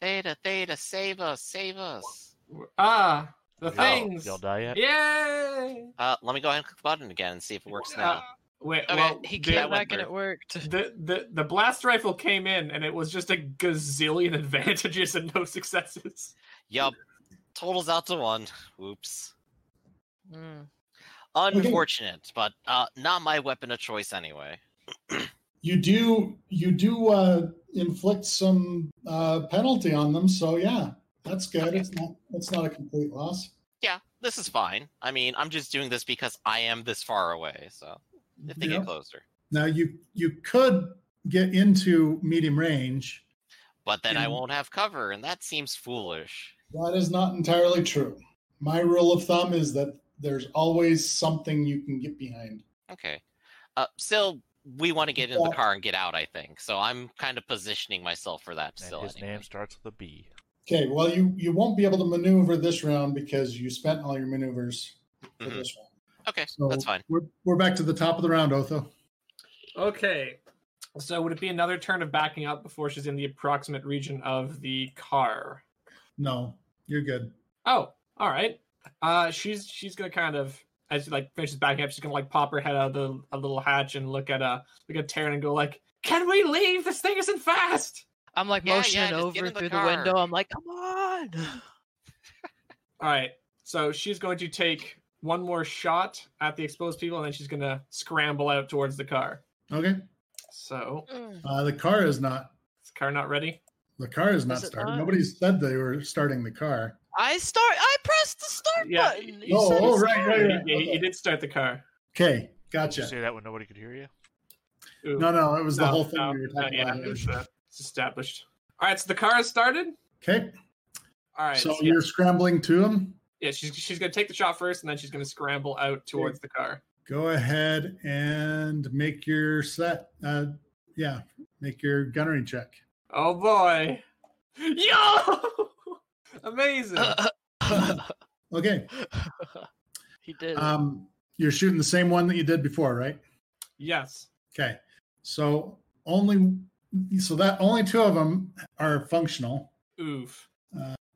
Theta, Theta, save us, save us.
Ah,
Oh,
the
Y'all-
things.
Y'all die yet?
Yay!
Uh, let me go ahead and click the button again and see if it works
Uh,
now.
wait,
Okay,
well,
He
the-
came
went
back and
through.
it worked.
The, the the blast rifle came in and it was just a gazillion advantages and no successes.
Yup. Totals out to one. Whoops.
Mm.
Unfortunate, but uh, not my weapon of choice anyway.
You do you do uh, inflict some uh, penalty on them, so yeah, that's good.
Okay.
It's not it's not a complete loss.
Yeah, this is fine. I mean, I'm just doing this because I am this far away, so if they
Yeah.
get closer.
Now you you could get into medium range.
But then I
Yeah.
won't have cover, and that seems foolish.
That is not entirely true. My rule of thumb is that there's always something you can get behind.
Okay. Uh, still, we want to get in the
Yeah.
car and get out, I think. So I'm kind of positioning myself for that
And
still.
his
anyway.
name starts with a B.
Okay, well you you won't be able to maneuver this round because you spent all your maneuvers for
Mhm.
this round.
Okay,
So
that's fine.
We're we're back to the top of the round, Otho.
Okay. So would it be another turn of backing up before she's in the approximate region of the car?
No, you're good.
Oh, all right. Uh, she's she's gonna kind of as she like finishes backing up, she's gonna like pop her head out of the a little hatch and look at uh look at Taryn and go like, "Can we leave? This thing isn't fast."
I'm like
Yeah, yeah,
motioning
just get
over
in the
through
car.
the window. I'm like, come on.
All right. So she's going to take one more shot at the exposed people, and then she's gonna scramble out towards the car.
Okay.
So
Mm.
Uh, the car is not
is the car not ready?
the car is not
Is it
started.
not?
Nobody said they were starting the car.
I start. I pressed the start
Yeah.
button. You
Oh,
said
oh,
it's
right,
not.
Yeah,
right,
he,
right.
he- he
Okay.
did start the car.
Okay,
Did you
gotcha.
say that when nobody could hear you?
Ooh.
No, no, it was the
No,
whole thing
no,
we were
no,
talking
yeah,
about.
it was, uh, it's established. All right, so the car has started.
Okay,
All right,
so
so yeah,
you're scrambling to them.
yeah, she's she's gonna take the shot first, and then she's gonna scramble out towards the car.
Go ahead and make your set. Uh, yeah, make your gunnery check.
Oh boy, yo, amazing!
Uh,
Okay,
he did. it.
um, you're shooting the same one that you did before, right?
yes,
Okay, so only so that only two of them are functional.
oof.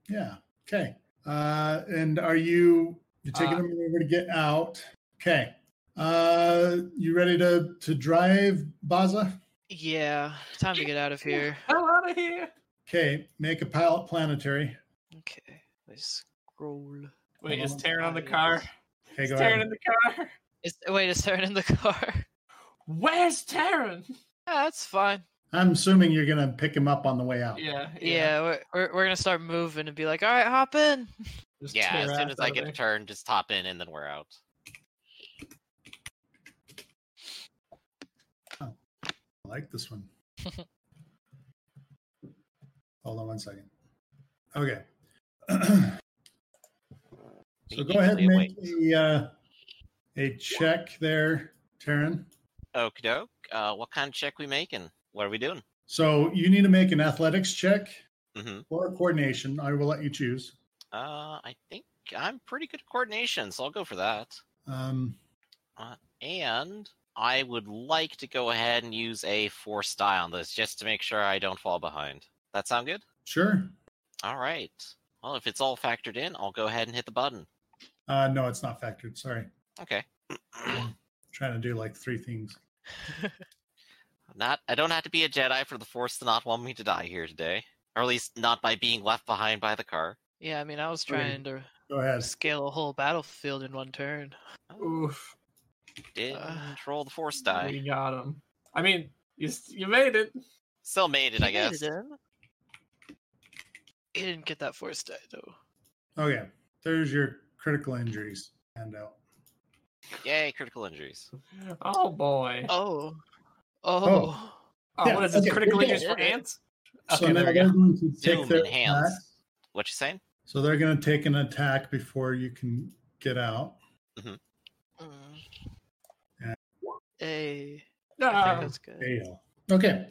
Yeah. Okay. Uh, and are you you're taking
Uh,
a maneuver to get out? Okay. Uh, you ready to to drive, Baza?
yeah, time to get out of here.
Hell out of here!
Okay. Make a pilot planetary.
Okay, let's scroll.
Wait,
Hold
is
on.
Taryn on the car?
Okay.
Is
Go
Taryn
ahead.
in the car?
Is wait, is Taryn in the car?
Where's Taryn?
Yeah, that's fine.
I'm assuming you're gonna pick him up on the way out.
Yeah,
Yeah, we're, we're we're gonna start moving and be like, all right, hop in.
Just
Yeah,
tear
as soon
ass
as I
out of
get a
there.
turn, just hop in and then we're out.
I like this one. Hold on one second. Okay. so go ahead and make a uh, a check there, Taryn.
Okie doke. Uh, what kind of check we making? What are we doing?
So you need to make an athletics check
hmm
or coordination. I will let you choose.
Uh, I think I'm pretty good at coordination, so I'll go for that.
Um,
And I would like to go ahead and use a force die on this just to make sure I don't fall behind. That sound good?
sure.
All right. Well, if it's all factored in, I'll go ahead and hit the button.
Uh, no, it's not factored. Sorry.
Okay.
trying to do like three things.
not I don't have to be a Jedi for the Force to not want me to die here today, or at least not by being left behind by the car.
Yeah, I mean, I was
Okay.
trying to
Go ahead.
scale a whole battlefield in one turn.
Oof,
Didn't
Uh,
roll the Force
we
die.
got him. I mean, you s- you made it.
Still made it, I guess.
He didn't get that force die though.
Okay. Oh, There's your critical injuries handout.
Yay, critical injuries.
Oh boy.
Oh, oh,
Oh,
Yeah,
what is this?
okay,
Critical
we
injuries
did
for
it.
ants?
so
Okay,
now
there we
they're
go.
going to take
Zoom
their
enhance.
attack.
What you saying?
So they're going to take an attack before you can get out.
Mm.
Yeah.
Hey, I think
Ah,
that's good.
Fail. Okay.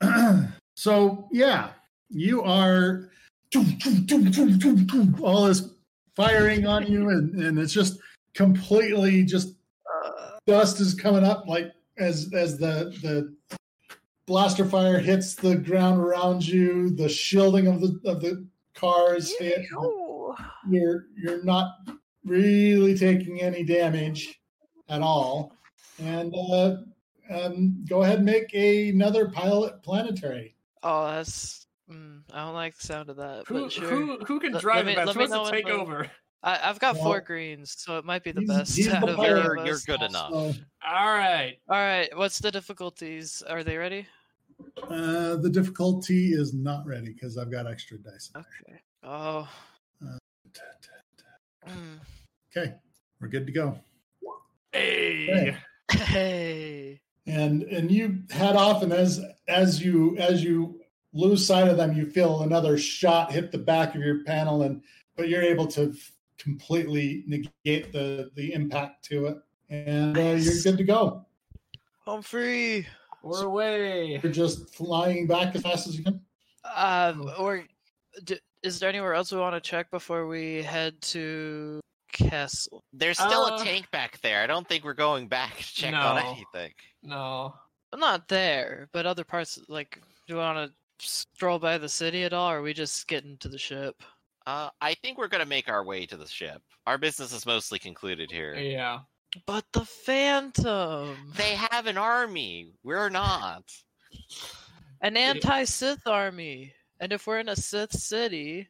so yeah, you are all this firing on you, and, and it's just completely just
Uh,
dust is coming up like as as the the blaster fire hits the ground around you the shielding of the of the cars hit.
yo.
you're you're not really taking any damage at all and uh um go ahead and make a, another pilot planetary
Oh, that's. Mm, I don't like the sound of that.
who,
but sure.
who who can
Let- let
drive it?
me-
That's
let me
supposed to
know when
take
the-
over.
I, I've got
Well,
four greens, so it might be the
he's-
best
he's the
out of any
player,
of
you're
us.
good enough.
So,
All right.
All right, what's the difficulties? Are they ready?
uh, the difficulty is not ready because I've got extra dice. in
Okay. Oh.
there.
mm.
Okay, we're good to go.
Hey.
Hey.
and and you head off and as as you as you lose sight of them you feel another shot hit the back of your panel and but you're able to f- completely negate the the impact to it and uh, you're
Nice.
good to go
I'm free.
We're away.
you're just flying back as fast as you can
Um,
Oh.
or d- is there anywhere else we want to check before we head to Castle?
There's still
Uh,
a tank back there. I don't think we're going back to check on
No.
anything.
No.
Well, Not there, but other parts. Like, do we want to stroll by the city at all, or are we just getting to the ship?
Uh, I think we're gonna make our way to the ship. Our business is mostly concluded here.
Yeah.
But the Phantom,
They have an army. We're not.
an anti-Sith army, and if we're in a Sith city,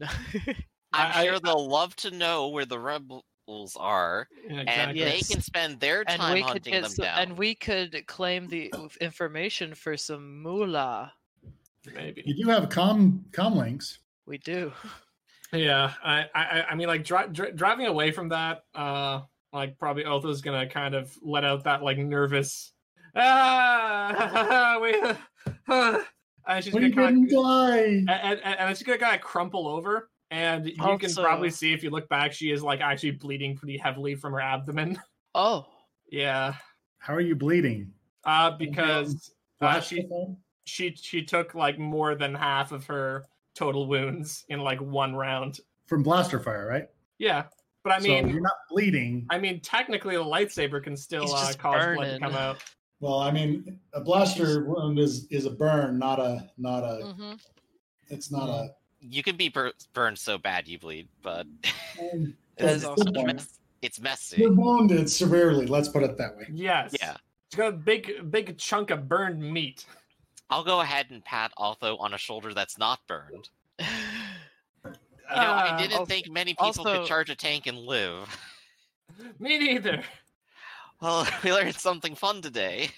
I'm
I- I-
sure they'll love to know where the rebels are,
Yeah,
and
exactly.
they
Yes.
can spend their
and
time
we could
hunting
get
them
some-
down.
and we could claim the information for some moolah.
Maybe.
you do have com com links
We do.
Yeah. I. I. I- I mean, like dri- dri- driving away from that. Uh. Like probably Otho's gonna kind of let out that like nervous. Ah. we. Uh, and she's
we
gonna kind
didn't
of.
die
And, and, and she's gonna kind of crumple over. And you can
Also-
probably see if you look back, she is like actually bleeding pretty heavily from her abdomen.
Oh,
Yeah.
how are you bleeding
Uh, because uh,
Flash
she
before?
she she took like more than half of her total wounds in like one round.
from blaster fire right
Yeah, but I mean,
so you're not bleeding
I mean, technically, the lightsaber can still
He's
uh,
just
cause blood to
burning.
come out.
well i mean a blaster wound is is a burn not a not a
Mm.
mm-hmm.
it's not a
You can be bur- burned so bad you bleed, but
Um,
That
it's,
is
also
it's
true.
mess- it's messy.
You're wounded severely. Let's put it that way.
Yes.
Yeah,
It's got a big big chunk of burned meat.
I'll go ahead and pat Altho on a shoulder that's not burned. You know,
Uh,
I didn't
also-
think many people
also-
could charge a tank and live.
Me neither.
Well, we learned something fun today.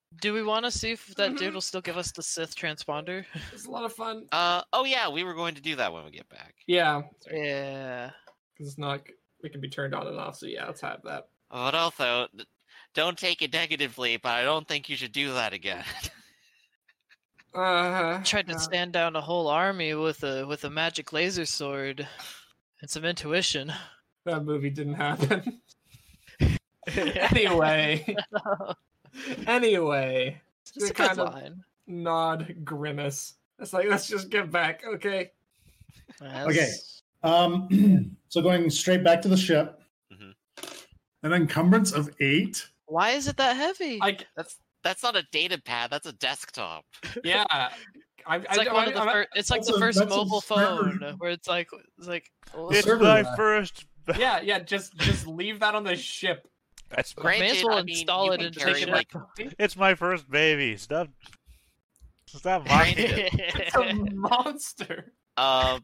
Do we want to see if that dude will still give us the Sith transponder?
It's a lot of fun.
Uh, oh yeah, we were going to do that when we get back.
Yeah,
Yeah.
because it's not. It can be turned on and off. So yeah, let's have that.
But also, th- don't take it negatively, but I don't think you should do that again.
Uh,
Tried to
uh,
stand down a whole army with a with a magic laser sword and some intuition.
that movie didn't happen. anyway, anyway.
It's a
kind
good
of-
line.
nod grimace. It's like let's just get back, okay?
Yes.
Um, so going straight back to the ship.
Mhm.
Mm-hmm.
An encumbrance of eight.
Why is it that heavy?
Like
that's that's not a data pad. That's a desktop.
yeah, I, I,
it's like
I,
one of the
I-
first. It's like
that's
the
a-
first
that's a
mobile
server.
phone where it's like it's like. well,
The
It's
server
my
lag.
first.
yeah, yeah. Just just leave that on the ship.
That's
may as
Granted,
well
I mean,
install
you
it
can
into the
carry,
ship.
like,
it's my first baby. Stop. Stop mocking it.
It's a monster.
Uh,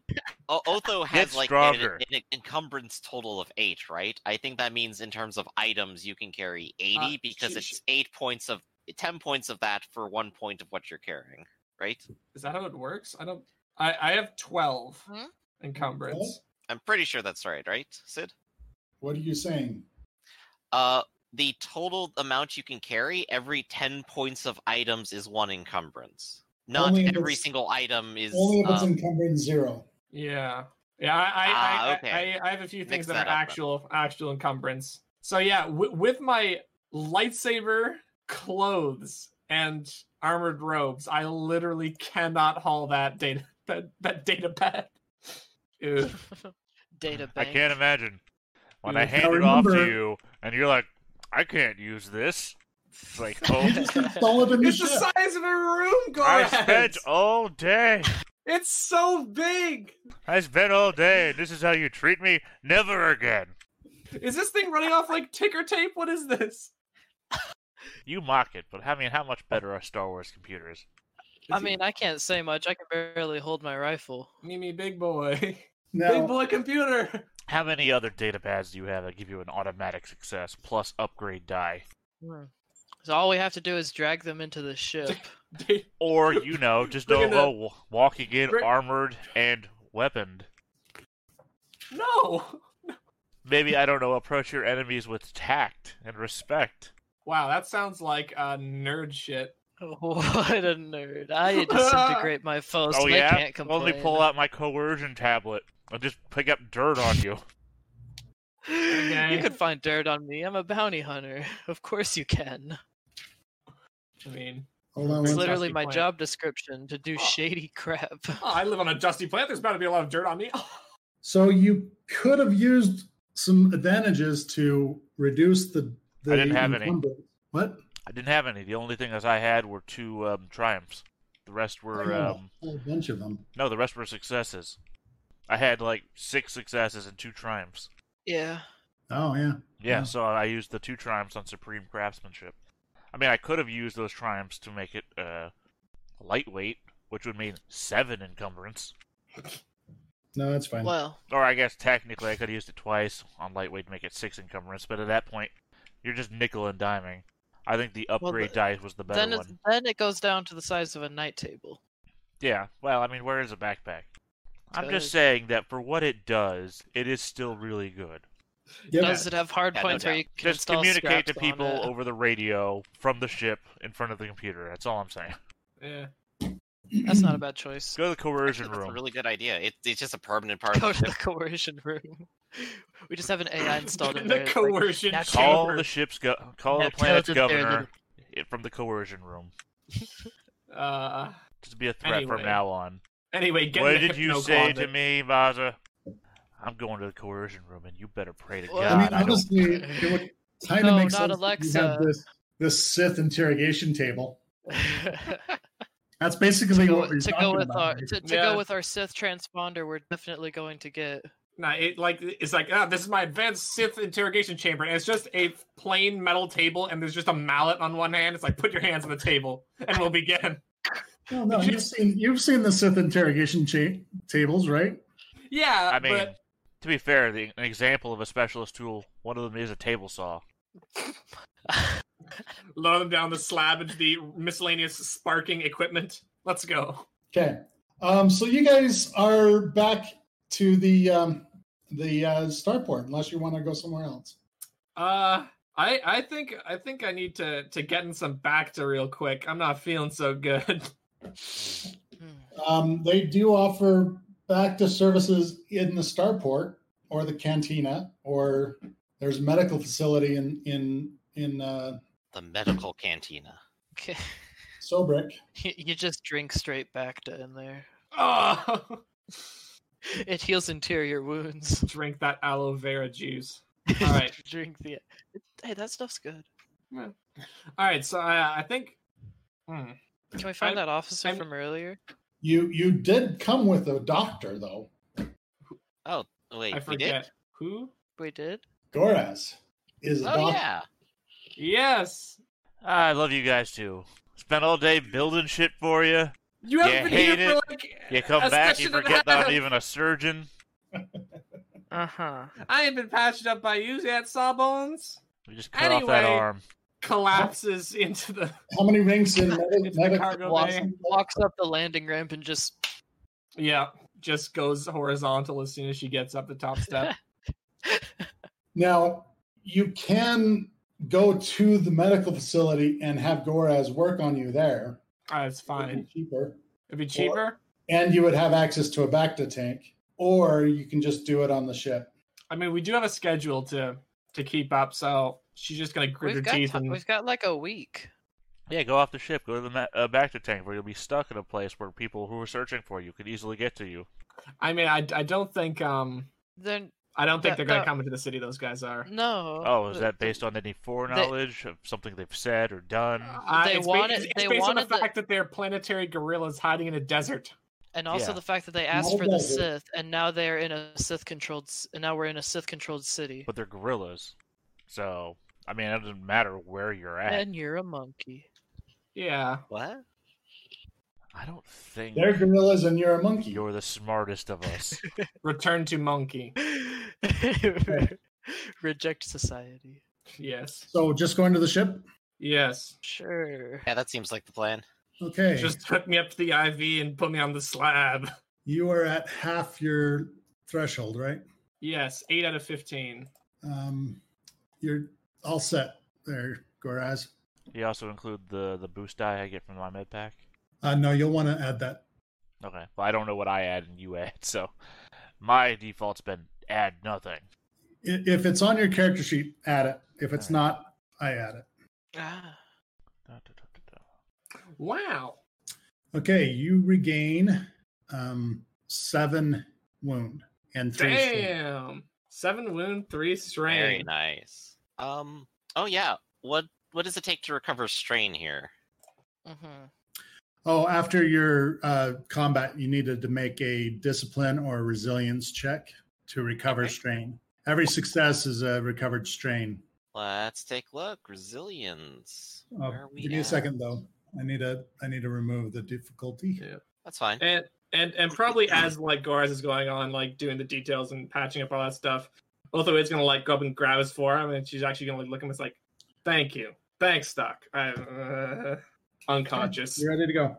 O- Otho has
Get
like an,
stronger.
an encumbrance total of eight, right? I think that means in terms of items, you can carry
Uh,
eighty because
she-
it's eight points of ten points of that for one point of what you're carrying, right?
Is that how it works? I don't. I I have twelve
Hmm?
encumbrance.
I'm pretty sure that's right, right, Sid?
What are you saying?
Uh, the total amount you can carry every ten points of items is one encumbrance. Not
Only if
every
it's-
single item is.
Only if it's
um,
encumbrance zero.
Yeah, yeah. I I,
Ah,
I,
okay.
I I have a few
Mix
things that,
that
are
up then.
actual actual encumbrance. So yeah, w- with my lightsaber, clothes, and armored robes, I literally cannot haul that data that, that data pad. Ew.
Data
I
bank.
can't imagine when
Yeah.
I
Now
hand it off to
remember-
you and you're like, I can't use this. It's like, oh,
Just install it in the
It's the
ship.
size of a room,
I
Gorax.
spent all day.
It's so big.
I spent all day. This is how you treat me. Never again.
Is this thing running off like ticker tape? What is this?
You mock it, but I mean, how much better are Star Wars computers?
I mean, I can't say much. I can barely hold my rifle.
Mimi, big boy, big
Now,
boy computer.
How many other data pads do you have that give you an automatic success plus upgrade die?
Hmm. So all we have to do is drag them into the ship.
Da-
Or, you know, just
Bring
oh,
in the-
oh, w- walking in
Bring-
armored and weaponed.
no.
Maybe, I don't know, approach your enemies with tact and respect.
Wow, that sounds like uh, nerd shit.
what a nerd! I disintegrate my foes.
oh,
and
yeah?
I can't complain.
Only pull out my coercion tablet. I'll just pick up dirt on you.
Okay.
You could find dirt on me. I'm a bounty hunter. Of course you can.
I mean,
Hold on.
It's
One,
Fantastic
literally my
plan.
job description to do
Oh.
shady crap.
oh, I live on a dusty planet. There's bound to be a lot of dirt on me.
so you could have used some advantages to reduce the. the
I didn't have any.
encumbrance. What?
I didn't have any. The only thing that I had were two um, triumphs. The rest
I
were
had
um,
a whole bunch of them.
no, the rest were successes. I had like six successes and two triumphs.
Yeah.
Oh yeah.
Yeah,
Yeah.
so I used the two triumphs on supreme craftsmanship. I mean, I could have used those triumphs to make it uh, lightweight, which would mean seven encumbrance.
No, that's fine.
Well,
Or I guess technically I could have used it twice on lightweight to make it six encumbrance. But at that point, you're just nickel and diming. I think the
the-
upgrade die was the better
then
one.
it, then it goes down to the size of a night table.
Yeah, well, I mean, where is a backpack? I'm just
Totally.
saying that for what it does, it is still really good.
Yeah,
Does it have hard
Yeah, no
points where
doubt.
you can
Just
install
communicate to
scraps on
people
it?
over the radio from the ship in front of the computer. That's all I'm saying.
yeah.
That's not a bad choice.
Go to the coercion
Actually, that's a
room.
really good idea. It, it's just a permanent part
Go
of
to the coercion room. We just have an AI installed in
the
there. It's like,
coercion.
that's
Call
chamber.
the ship's go- call
Yeah,
the planet's
tell them they're
governor i- from the coercion room.
Uh,
Just be a threat
Anyway.
from now on.
anyway, get
What
in the
did you
hypno
say to
closet.
me, Vaza? I'm going to the coercion room, and you better pray to
Well,
God.
I mean,
I don't-
honestly, it would kind
No,
of
not
make sense. that You have
Alexa.
this, this Sith interrogation table. That's
to
basically
go,
what we're
to go
talking
with uh,
about.
our
here.
to, to
Yeah.
go with our Sith transponder, we're definitely going to get.
No, it like it's like ah, this is my advanced Sith interrogation chamber, and it's just a plain metal table, and there's just a mallet on one hand. It's like put your hands on the table, and we'll begin.
No, no, you've seen you've seen the Sith interrogation cha- tables, right?
Yeah,
I mean,
but
to be fair, the, an example of a specialist tool. One of them is a table saw.
lower them down the slab into the miscellaneous sparking equipment. Let's go.
Okay. Um, so you guys are back to the um, the uh, starport, unless you want to go somewhere else.
Uh, I I think I think I need to to get in some Bacta real quick. I'm not feeling so good.
Hmm.
Um, they do offer back to services in the starport or the cantina, or there's a medical facility in in in uh,
the medical cantina.
Okay.
Sobrick.
You you just drink straight Bacta in there.
Oh,
It heals interior wounds.
drink that aloe vera juice. All right.
drink the. Hey, that stuff's good.
All right, so I I think. Hmm.
Can we find
I'm-
that officer
I'm-
from earlier?
You you did come with a doctor though,
Oh wait,
I
we did.
forget who.
We did.
Goraz is a
Oh
doctor.
yeah.
Yes,
I love you guys too. Spent all day building shit for you.
you
You
haven't been here
hate it,
for like.
You come
a
back, you
session and a
forget that
half.
I'm even a surgeon.
Uh huh.
I ain't been patched up by you yet, Sawbones.
We just cut off that
Anyway.
arm.
Collapses into the.
How many ranks in
It's
medic-
the
medical?
cargo
class?
bay.
Walks up the landing ramp and just.
Yeah, just goes horizontal as soon as she gets up the top step.
Now you can go to the medical facility and have Goraz work on you there.
Ah, it's
It'd
fine.
be cheaper,
It'd be cheaper.
and you would have access to a Bacta tank, or you can just do it on the ship.
I mean, we do have a schedule to to keep up, so she's just gonna grit her
We've got,
teeth
ti-
and
we've got like a week.
Yeah, go off the ship. Go to the ma- uh, back to tank where you'll be stuck in a place where people who are searching for you could easily get to you.
I mean, I, I don't think um
Then
I don't think
That-
they're gonna
that-
come into the city. Those guys are.
no.
Oh, is
the-
that
the- Ah.
based on any foreknowledge of something they've said or done?
Mm.
Uh,
They
it's
wanted-
Based, it's
they
based on
wanted
the
the-
fact that they're planetary gorillas hiding in a desert.
And also
Yeah.
the fact that they asked
Not
for the
that good.
Sith, and now they're in a Sith-controlled, s- and now we're in a Sith-controlled city.
But they're gorillas, so I mean, it doesn't matter where you're at.
And you're a monkey.
Yeah.
What?
I don't think
They're gorillas and you're a monkey.
you're the smartest of us.
Return to monkey.
Reject society.
Yes.
so just going to the ship.
Yes.
Sure.
Yeah, that seems like the plan.
Okay.
Just hook me up to the IV and put me on the slab.
You are at half your threshold, right?
Yes. Eight out of fifteen.
Um, you're all set there, Goraz.
you also include the the boost die I get from my med pack.
Uh, no, you'll want to add that.
Okay, well I don't know what I add and you add, so my default's been add nothing.
I- If it's on your character sheet, add it. If it's not, I add it.
Ah.
Da, da, da, da, da.
Wow.
Okay, you regain um, seven wound and three. strain.
Damn. Seven wound, three
Very
strain.
nice. Um. Oh yeah. What What does it take to recover strain here?
mhm.
Oh, after your uh, combat, you needed to make a discipline or resilience check to recover
Okay.
strain. Every success is a recovered strain.
Let's take a look. Resilience.
Uh,
Where are we
give me a
at?
second, though. I need to I need to remove the difficulty.
Yeah.
That's fine.
And and and probably as like Goraz is going on, like doing the details and patching up all that stuff, Otho is gonna like go up and grab his forearm, and she's actually gonna like look at him. It's like, thank you, thanks, Doc. I, uh, unconscious.
You're ready to go.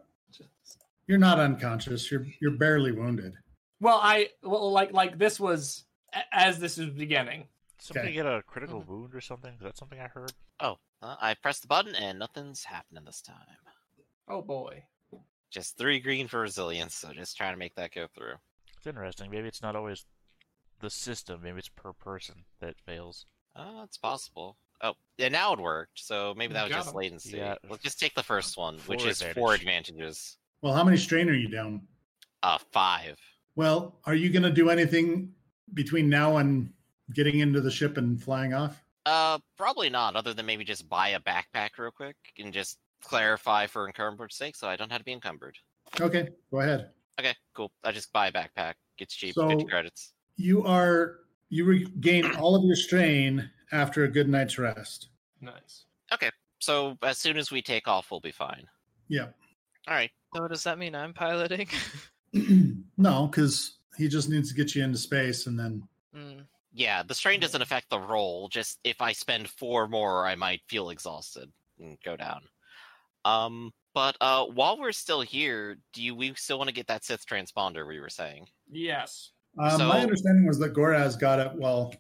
You're not unconscious. You're you're barely wounded.
Well, I well like like this was a- as this was beginning.
Somebody
Okay.
get a critical
Mm-hmm.
Mhm.
wound or something? Is that something I heard?
Oh, uh, I pressed the button and nothing's happening this time.
Oh boy.
Just three green for resilience. So just trying to make that go through.
It's interesting. Maybe it's not always the system. Maybe it's per person that fails.
Oh, it's possible. Oh, yeah, now it worked. So maybe
You
that was
got
just
him.
latency.
Yeah.
Let's just take the first one, which
Four
is four
advantage.
advantages.
Well, how many strain are you down?
Uh, five.
Well, are you going to do anything between now and getting into the ship and flying off?
Uh, probably not, other than maybe just buy a backpack real quick and just clarify for encumbrance sake so I don't have to be encumbered.
Okay, go ahead.
Okay, cool. I just buy a backpack. It's cheap,
So-
50 credits.
You are you regain all of your strain after a good night's rest.
Nice.
So as soon as we take off, we'll be fine.
Yeah.
All right.
So does that mean I'm piloting?
no, because he just needs to get you into space, and then
Mm,
Yeah, the strain doesn't affect the roll. Just if I spend four more, I might feel exhausted and go down. Um, but uh, while we're still here, do you, we still want to get that Sith transponder we were saying?
Yes.
um,
So-
my understanding was that Goraz got it while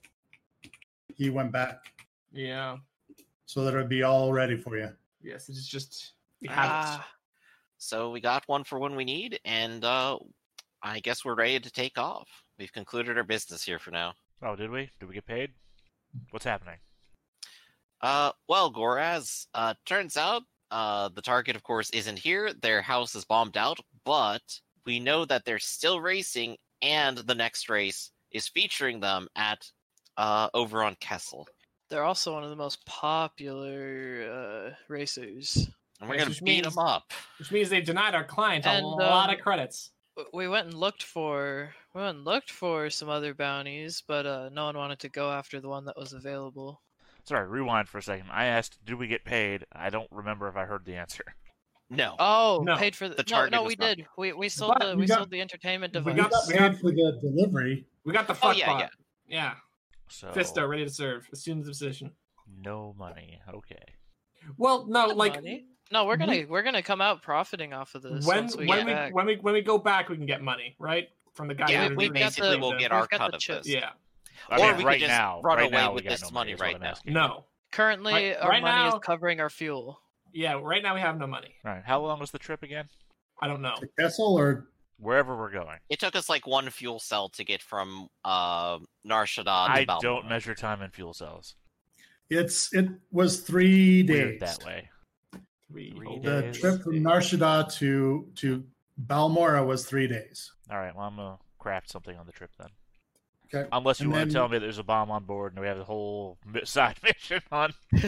he went back,
Yeah.
so that it would be all ready for you.
Yes. It's just we have
ah,
So we got one for when we need, and uh, I guess we're ready to take off. We've concluded our business here for now.
Oh, did we? Did we get paid? What's happening?
Uh, well, Goraz, uh, turns out, uh, the target, of course, isn't here. Their house is bombed out, but we know that they're still racing, and the next race is featuring them at, uh, over on Kessel.
they're also one of the most popular uh, racers.
And we're
Yes,
gonna
which
beat
means-
them up.
it, which means they denied our client a
And,
lot
um,
of credits.
W- We went and looked for we went and looked for some other bounties, but uh, no one wanted to go after the one that was available.
Sorry, rewind for a second. I asked, did we get paid? I don't remember if I heard the answer.
No.
Oh,
No,
paid for the,
the
no,
target
no,
was
we
not-
did. We we sold
But
the
we
we
got-
sold the entertainment
We
device.
got that- we
paid for the delivery.
We got the
Oh,
fuck
yeah,
bot.
yeah.
Yeah.
So
Fisto ready to serve. Assumes the position.
no money. Okay.
Well, no,
Good
like
money. no, we're gonna we're gonna come out profiting off of this
when
once we
when
get
we
back.
when we when we go back, we can get money, right? From the guy.
Yeah,
who
we
did
we've got
basically
the-
will
we've
get our
got
cut
the
of
chip.
this.
Yeah.
I
Or
mean,
we could
right
just
now,
run
right
away
now we
with
got
this
no
money
is what
right
I'm
now.
asking.
No.
Currently,
Right-
our
right
money
now-
is covering our fuel.
Yeah. Right now we have no money.
All right. How long was the trip again?
I don't know.
To Kessel or
Wherever we're going.
It took us like one fuel cell to get from uh, Narshada.
I don't measure time in fuel cells.
it's it was three days.
Weird that way.
Three.
Three
whole
The
days.
trip from Narshada to to Balmora was three days.
All right. Well, I'm gonna craft something on the trip then.
Okay.
Unless you
And
want
then-
to tell me there's a bomb on board and we have the whole mi- side mission on.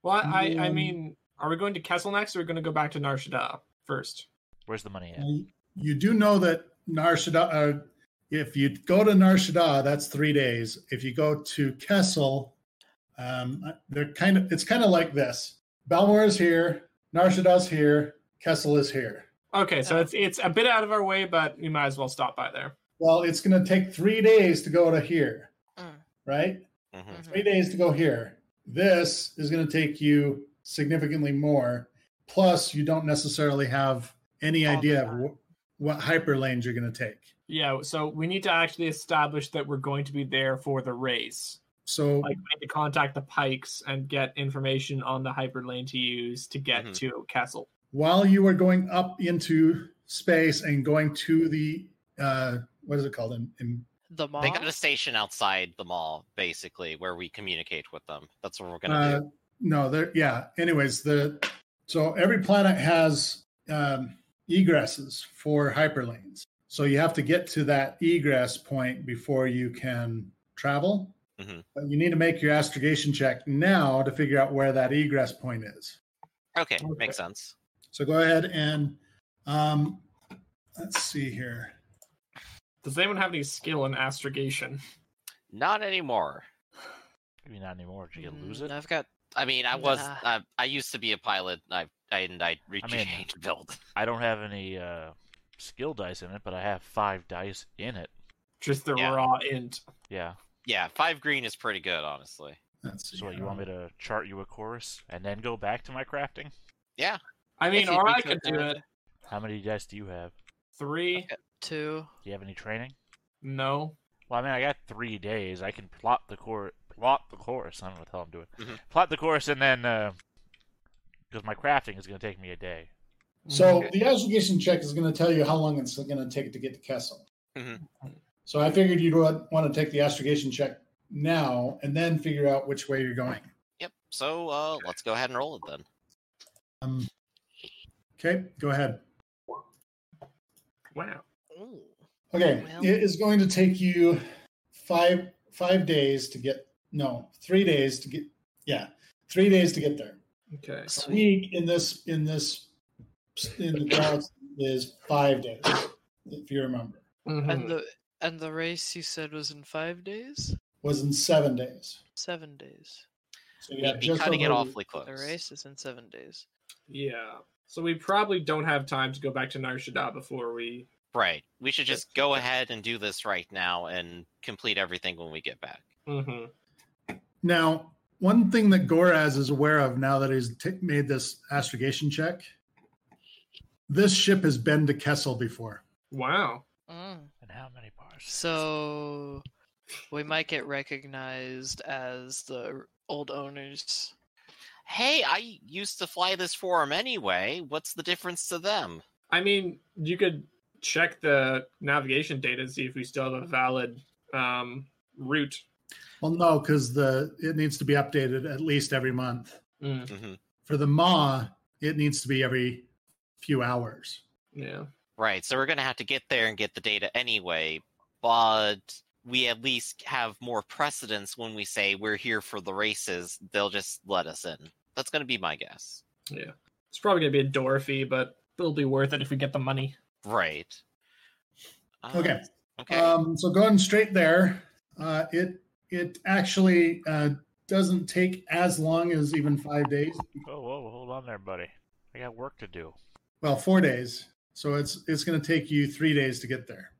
Well, I I
Um,
mean, are we going to Kessel next, or are we going to go back to Narshada first?
Where's the money at?
Now, You do know that Narshada. Uh, if you go to Narshada, that's three days. If you go to Kessel, um, they're kind of. It's kind of like this. Balmora is here. Narshada's here. Kessel is here.
Okay, so
Yeah.
it's it's a bit out of our way, but you might as well stop by there.
Well, it's going to take three days to go to here,
Mm,
right?
Mhm.
mhm.
Three days to go here. This is going to take you significantly more. Plus, you don't necessarily have any
All the
idea of
time.
wh- what hyperlanes you're going to take.
Yeah, so we need to actually establish that we're going to be there for the race.
So,
Like, we need to contact the Pikes and get information on the hyperlane to use to get
Mhm.
to Castle.
while you are going up into space and going to the uh, what is it called? Im- im-
The mall.
They got a station outside the mall, basically, where we communicate with them. That's what we're gonna
Uh,
do.
no, there. Yeah. Anyways, the so every planet has um, egresses for hyperlanes. So you have to get to that egress point before you can travel.
Mhm.
But you need to make your astrogation check now to figure out where that egress point is.
Uh,
Okay,
okay.
makes sense.
So go ahead and um, let's see here.
Does anyone have any skill in astrogation?
Not anymore.
Maybe not anymore. Did you
Mm,
lose it?
I've got.
I mean, I was.
Nah.
I, I used to be a pilot. I I and I
I
reached
mean-
changed build.
I don't have any uh, skill dice in it, but I have five dice in it.
Just the
Yeah.
raw int.
Yeah.
Yeah, five green is pretty good, honestly.
Let's see.
So what, you want me to chart you a course and then go back to my crafting?
I mean,
if you
or
beat
I
the
could do
other
it.
How many dice do you have?
Three?
Two.
Do you have any training?
No.
Well, I mean, I got three days. I can plot the course. Plot the course. I don't know what the hell I'm doing.
Mhm.
Plot the course and then, because my crafting is going to take me a day.
So
Okay.
the astrogation check is going to tell you how long it's going to take to get to Kessel.
Mhm.
So I figured you'd want to take the astrogation check now and then figure out which way you're going.
Yep. So uh, let's go ahead and roll it then.
Um, okay, go ahead.
Mm-hmm. Wow.
Ooh.
Okay,
Well-
it is going to take you five five days to get no three days to get yeah three days to get there.
Okay.
A
Sweet.
week in this in this in the galaxy is five days if you remember
And
Mhm.
the and the race you said was in five days,
was in seven days.
seven days.
So you
We'd
got
be
just
cutting it
over a week.
awfully close.
The race is in seven days.
Yeah. So we probably don't have time to go back to Nar Shaddaa before we.
Right. We should just go ahead and do this right now and complete everything when we get back.
hmm
Now, one thing that Goraz is aware of now that he's t- made this astrogation check, this ship has been to Kessel before.
Wow.
Mm.
And how many bars?
So we might get recognized as the r- old owners.
Hey, I used to fly this for 'em anyway. What's the difference to them?
I mean, you could check the navigation data and see if we still have a valid um, route.
Well, no, because the it needs to be updated at least every month.
Mm,
hmm
For the Ma, it needs to be every few hours.
yeah.
Right. So we're going to have to get there and get the data anyway, but we at least have more precedence when we say we're here for the races. They'll just let us in. That's going to be my guess.
It's probably going to be a door fee, but it'll be worth it if we get the money.
Right. Uh,
Okay.
Okay.
Um, so going straight there, uh, it it actually uh, doesn't take as long as even five days.
Oh, Whoa, whoa, hold on there, buddy. I got work to do.
Well, four days. So it's it's going to take you three days to get there.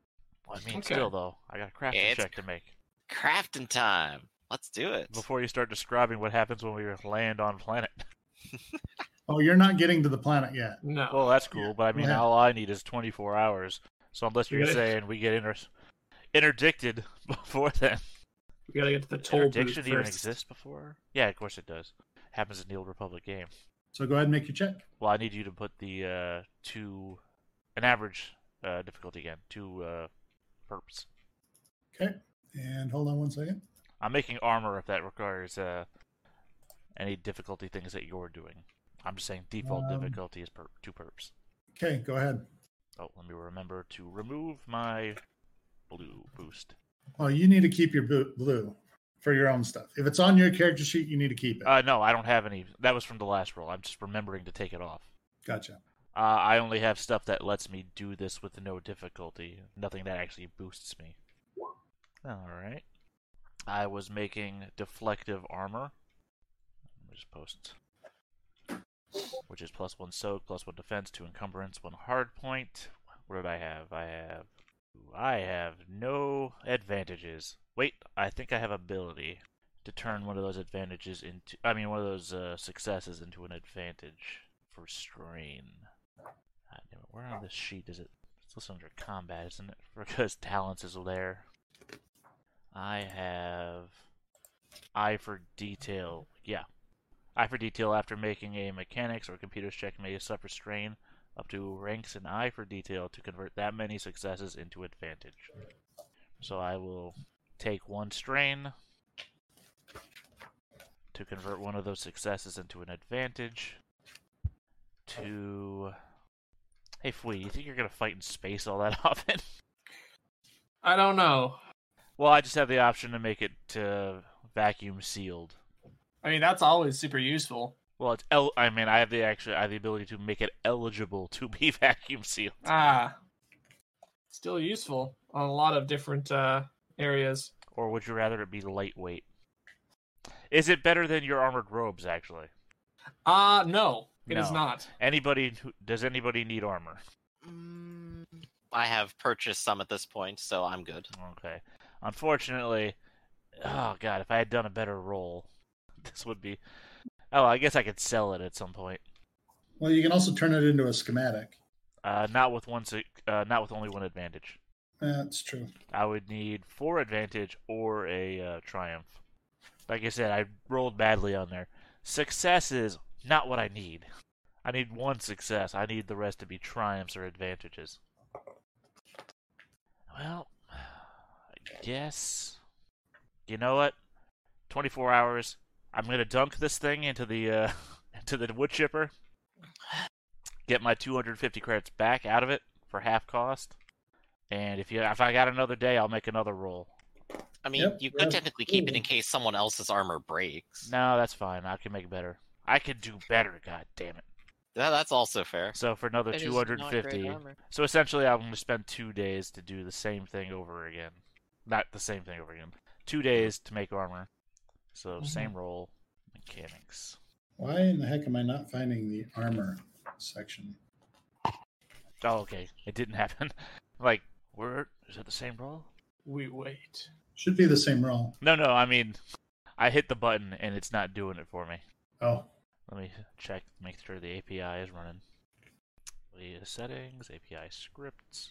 Well, I mean,
Okay.
still though, I got a crafting
It's-
check to make.
Crafting time. Let's do it.
Before you start describing what happens when we land on planet.
Oh, you're not getting to the planet yet.
No.
Well, that's cool, but I mean,
Yeah.
all I need is 24 hours. So unless you're
Yeah.
saying we get inter- interdicted before then,
we got to get to the toll booth
interdiction
first.
even exists before? Yeah, of course it does. Happens in the old Republic game.
So go ahead and make your check.
Well, I need you to put the uh, two, an average uh, difficulty again, two uh, perps.
Okay. And hold on one second.
I'm making armor if that requires uh, any difficulty things that you're doing. I'm just saying default
Um,
difficulty is perp, two perps.
Okay, go ahead.
Oh, let me remember to remove my blue boost.
Well, Oh, you need to keep your boot blue for your own stuff. If it's on your character sheet, you need to keep it.
Uh, no, I don't have any. That was from the last roll. I'm just remembering to take it off.
gotcha.
Uh, I only have stuff that lets me do this with no difficulty. Nothing that actually boosts me. Alright. I was making deflective armor. Let me just post. which is plus one soak, plus one defense, two encumbrance, one hard point. What did I have? I have. I have no advantages. Wait, I think I have ability to turn one of those advantages into. I mean, one of those uh, successes into an advantage for strain. God damn it, where on this sheet is it? It's listed under combat, isn't it? Because talents is there. I have eye for detail. Yeah, eye for detail. After making a mechanics or computer's check, may suffer strain up to ranks an eye for detail to convert that many successes into advantage. So I will take one strain to convert one of those successes into an advantage. To hey, Fui, you think you're gonna fight in space all that often?
I don't know.
Well, I just have the option to make it uh, vacuum sealed.
I mean, that's always super useful.
Well, it's el- I mean, I have the actually I have the ability to make it eligible to be vacuum sealed.
Ah, still useful on a lot of different uh, areas.
Or would you rather it be lightweight? Is it better than your armored robes? Actually,
Ah, no, it is
No.
not.
anybody who, does anybody need armor?
Mm,
I have purchased some at this point, so I'm good.
Okay. Unfortunately, oh god, if I had done a better roll, this would be. Oh, I guess I could sell it at some point.
Well, you can also turn it into a schematic.
Uh, not with one, su- uh, not with only one advantage.
That's true.
I would need four advantage or a uh, triumph. Like I said, I rolled badly on there. Success is not what I need. I need one success. I need the rest to be triumphs or advantages. Well, I guess. You know what? 24 hours. I'm gonna dunk this thing into the uh, into the wood chipper. Get my 250 credits back out of it for half cost. And if you if I got another day, I'll make another roll.
I mean,
Yep,
you could
yeah,
technically keep it in
absolutely.
case someone else's armor breaks.
No, that's fine. I can make better. I can do better. God damn it!
Yeah, that's also fair.
So for another
it is not great
250.
armor.
So essentially, I'm going to spend two days to do the same thing over again. Not the same thing over again.
Mm-hmm.
Two days to make armor. So same roll, mechanics.
Why in the heck am I not finding the armor section?
Oh, okay. It didn't happen. like, where is it the same roll?
We wait.
Should be the same roll.
No, no. I mean, I hit the button and it's not doing it for me.
Oh,
Let me check, make sure the API is running. The settings, API scripts.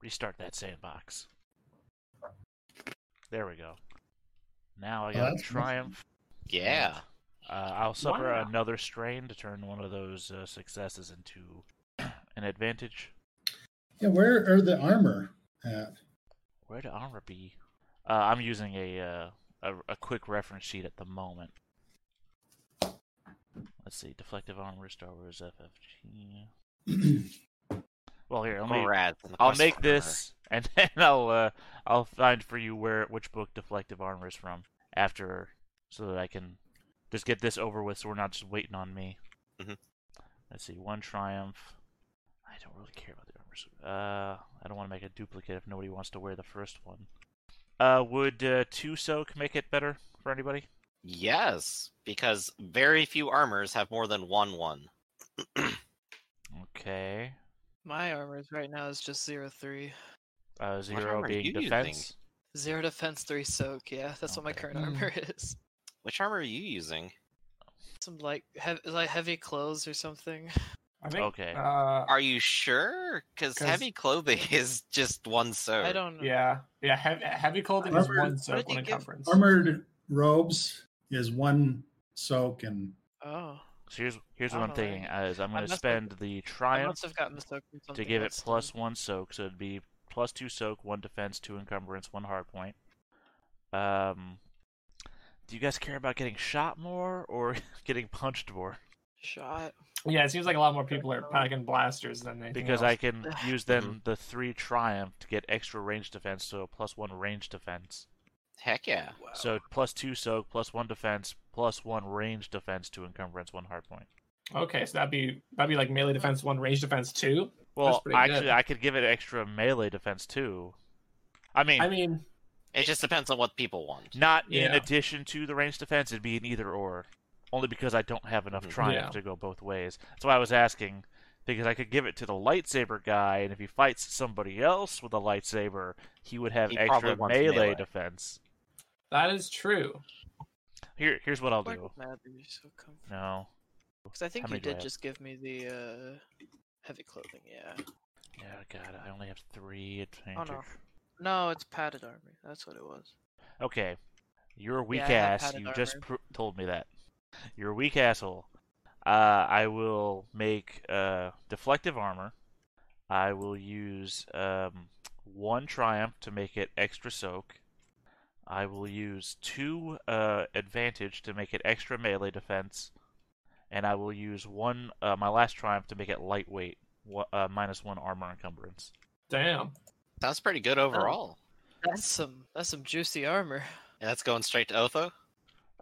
Restart that sandbox. There we go. Now I got a
that's
triumph.
Yeah.
Uh, I'll suffer
Wow.
another strain to turn one of those uh, successes into an advantage.
yeah. Where are the armor at?
Where would armor be? Uh, I'm using a, uh, a a quick reference sheet at the moment. Let's see, deflective armor, Star Wars FFG. well, here, let me.
Congrats on the
I'll
quest
make
for
this, and then I'll uh, I'll find for you where which book deflective armor is from after, so that I can just get this over with, so we're not just waiting on me.
Mm-hmm.
Mhm.
Let's see, one triumph. I don't really care about the armors. Uh, I don't want to make a duplicate if nobody wants to wear the first one. Uh, would uh, two soak make it better for anybody?
armor. Yes, because very few armors have more than one one.
Okay.
My armor is right now is just zero three.
Uh, zero
armor are
being
you using?
defense.
Zero defense, three soak. Yeah, that's what my
Okay.
current
Hmm.
armor is.
Which armor are you using?
Some like hev- like heavy clothes or something.
I think.
Okay.
Uh,
Are you sure? Because
'Cause-
heavy clothing is just one soak.
I don't know.
yeah, yeah. Heavy, heavy clothing is
Armor-
one
What
soak,
did
one
you give-
encumbrance.
Armored robes is one soak and
Oh,
So here's here's
I
what I'm
don't know.
thinking is I'm
I
going
must
to
have-
spend the
I
triumph.
must have gotten the soak from something.
to give it
else then.
plus one soak, so it'd be plus two soak, one defense, two encumbrance, one hard point. Um, do you guys care about getting shot more or getting punched more?
shot.
Yeah, it seems like a lot more people are packing blasters than they.
Because I can use then
Mm-hmm.
Mhm.
the three triumph to get extra range defense, so a plus one range defense.
Heck yeah.
Wow.
Oh.
So plus two soak, plus one defense, plus one range defense, two encumbrance, one hard point.
Okay, so that'd be that'd be like melee defense one, range defense two.
Well,
pretty
actually,
good.
I could give it extra melee defense too. I mean,
I mean,
It just depends on what people want.
not in
Yeah.
addition to the range defense; it'd be an either or. only because I don't have
Mm-hmm.
enough triumph
Yeah.
to go both ways. That's why I was asking because I could give it to the lightsaber guy, and if he fights somebody else with a lightsaber, he would have
He probably
extra
wants
melee,
melee.
defense.
That is true.
Here, here's what I'll
Why
do.
mad are you so comfortable?
No,
Because I think
How
you
many do I
did
have?
just give me the uh, heavy clothing. Yeah.
yeah, God, I only have three
Oh,
advantage.
no. No, it's padded armor. That's what it was.
Okay, you're a weak
I have
ass.
padded
You just
armor.
pr- told me that. You're a weak asshole. Uh, I will make uh, deflective armor. I will use um, one triumph to make it extra soak. I will use two uh, advantage to make it extra melee defense, and I will use one uh, my last triumph to make it lightweight, wa- uh, minus one armor encumbrance.
Damn.
Sounds pretty good overall.
That's some that's some juicy armor.
And that's going straight to Otho.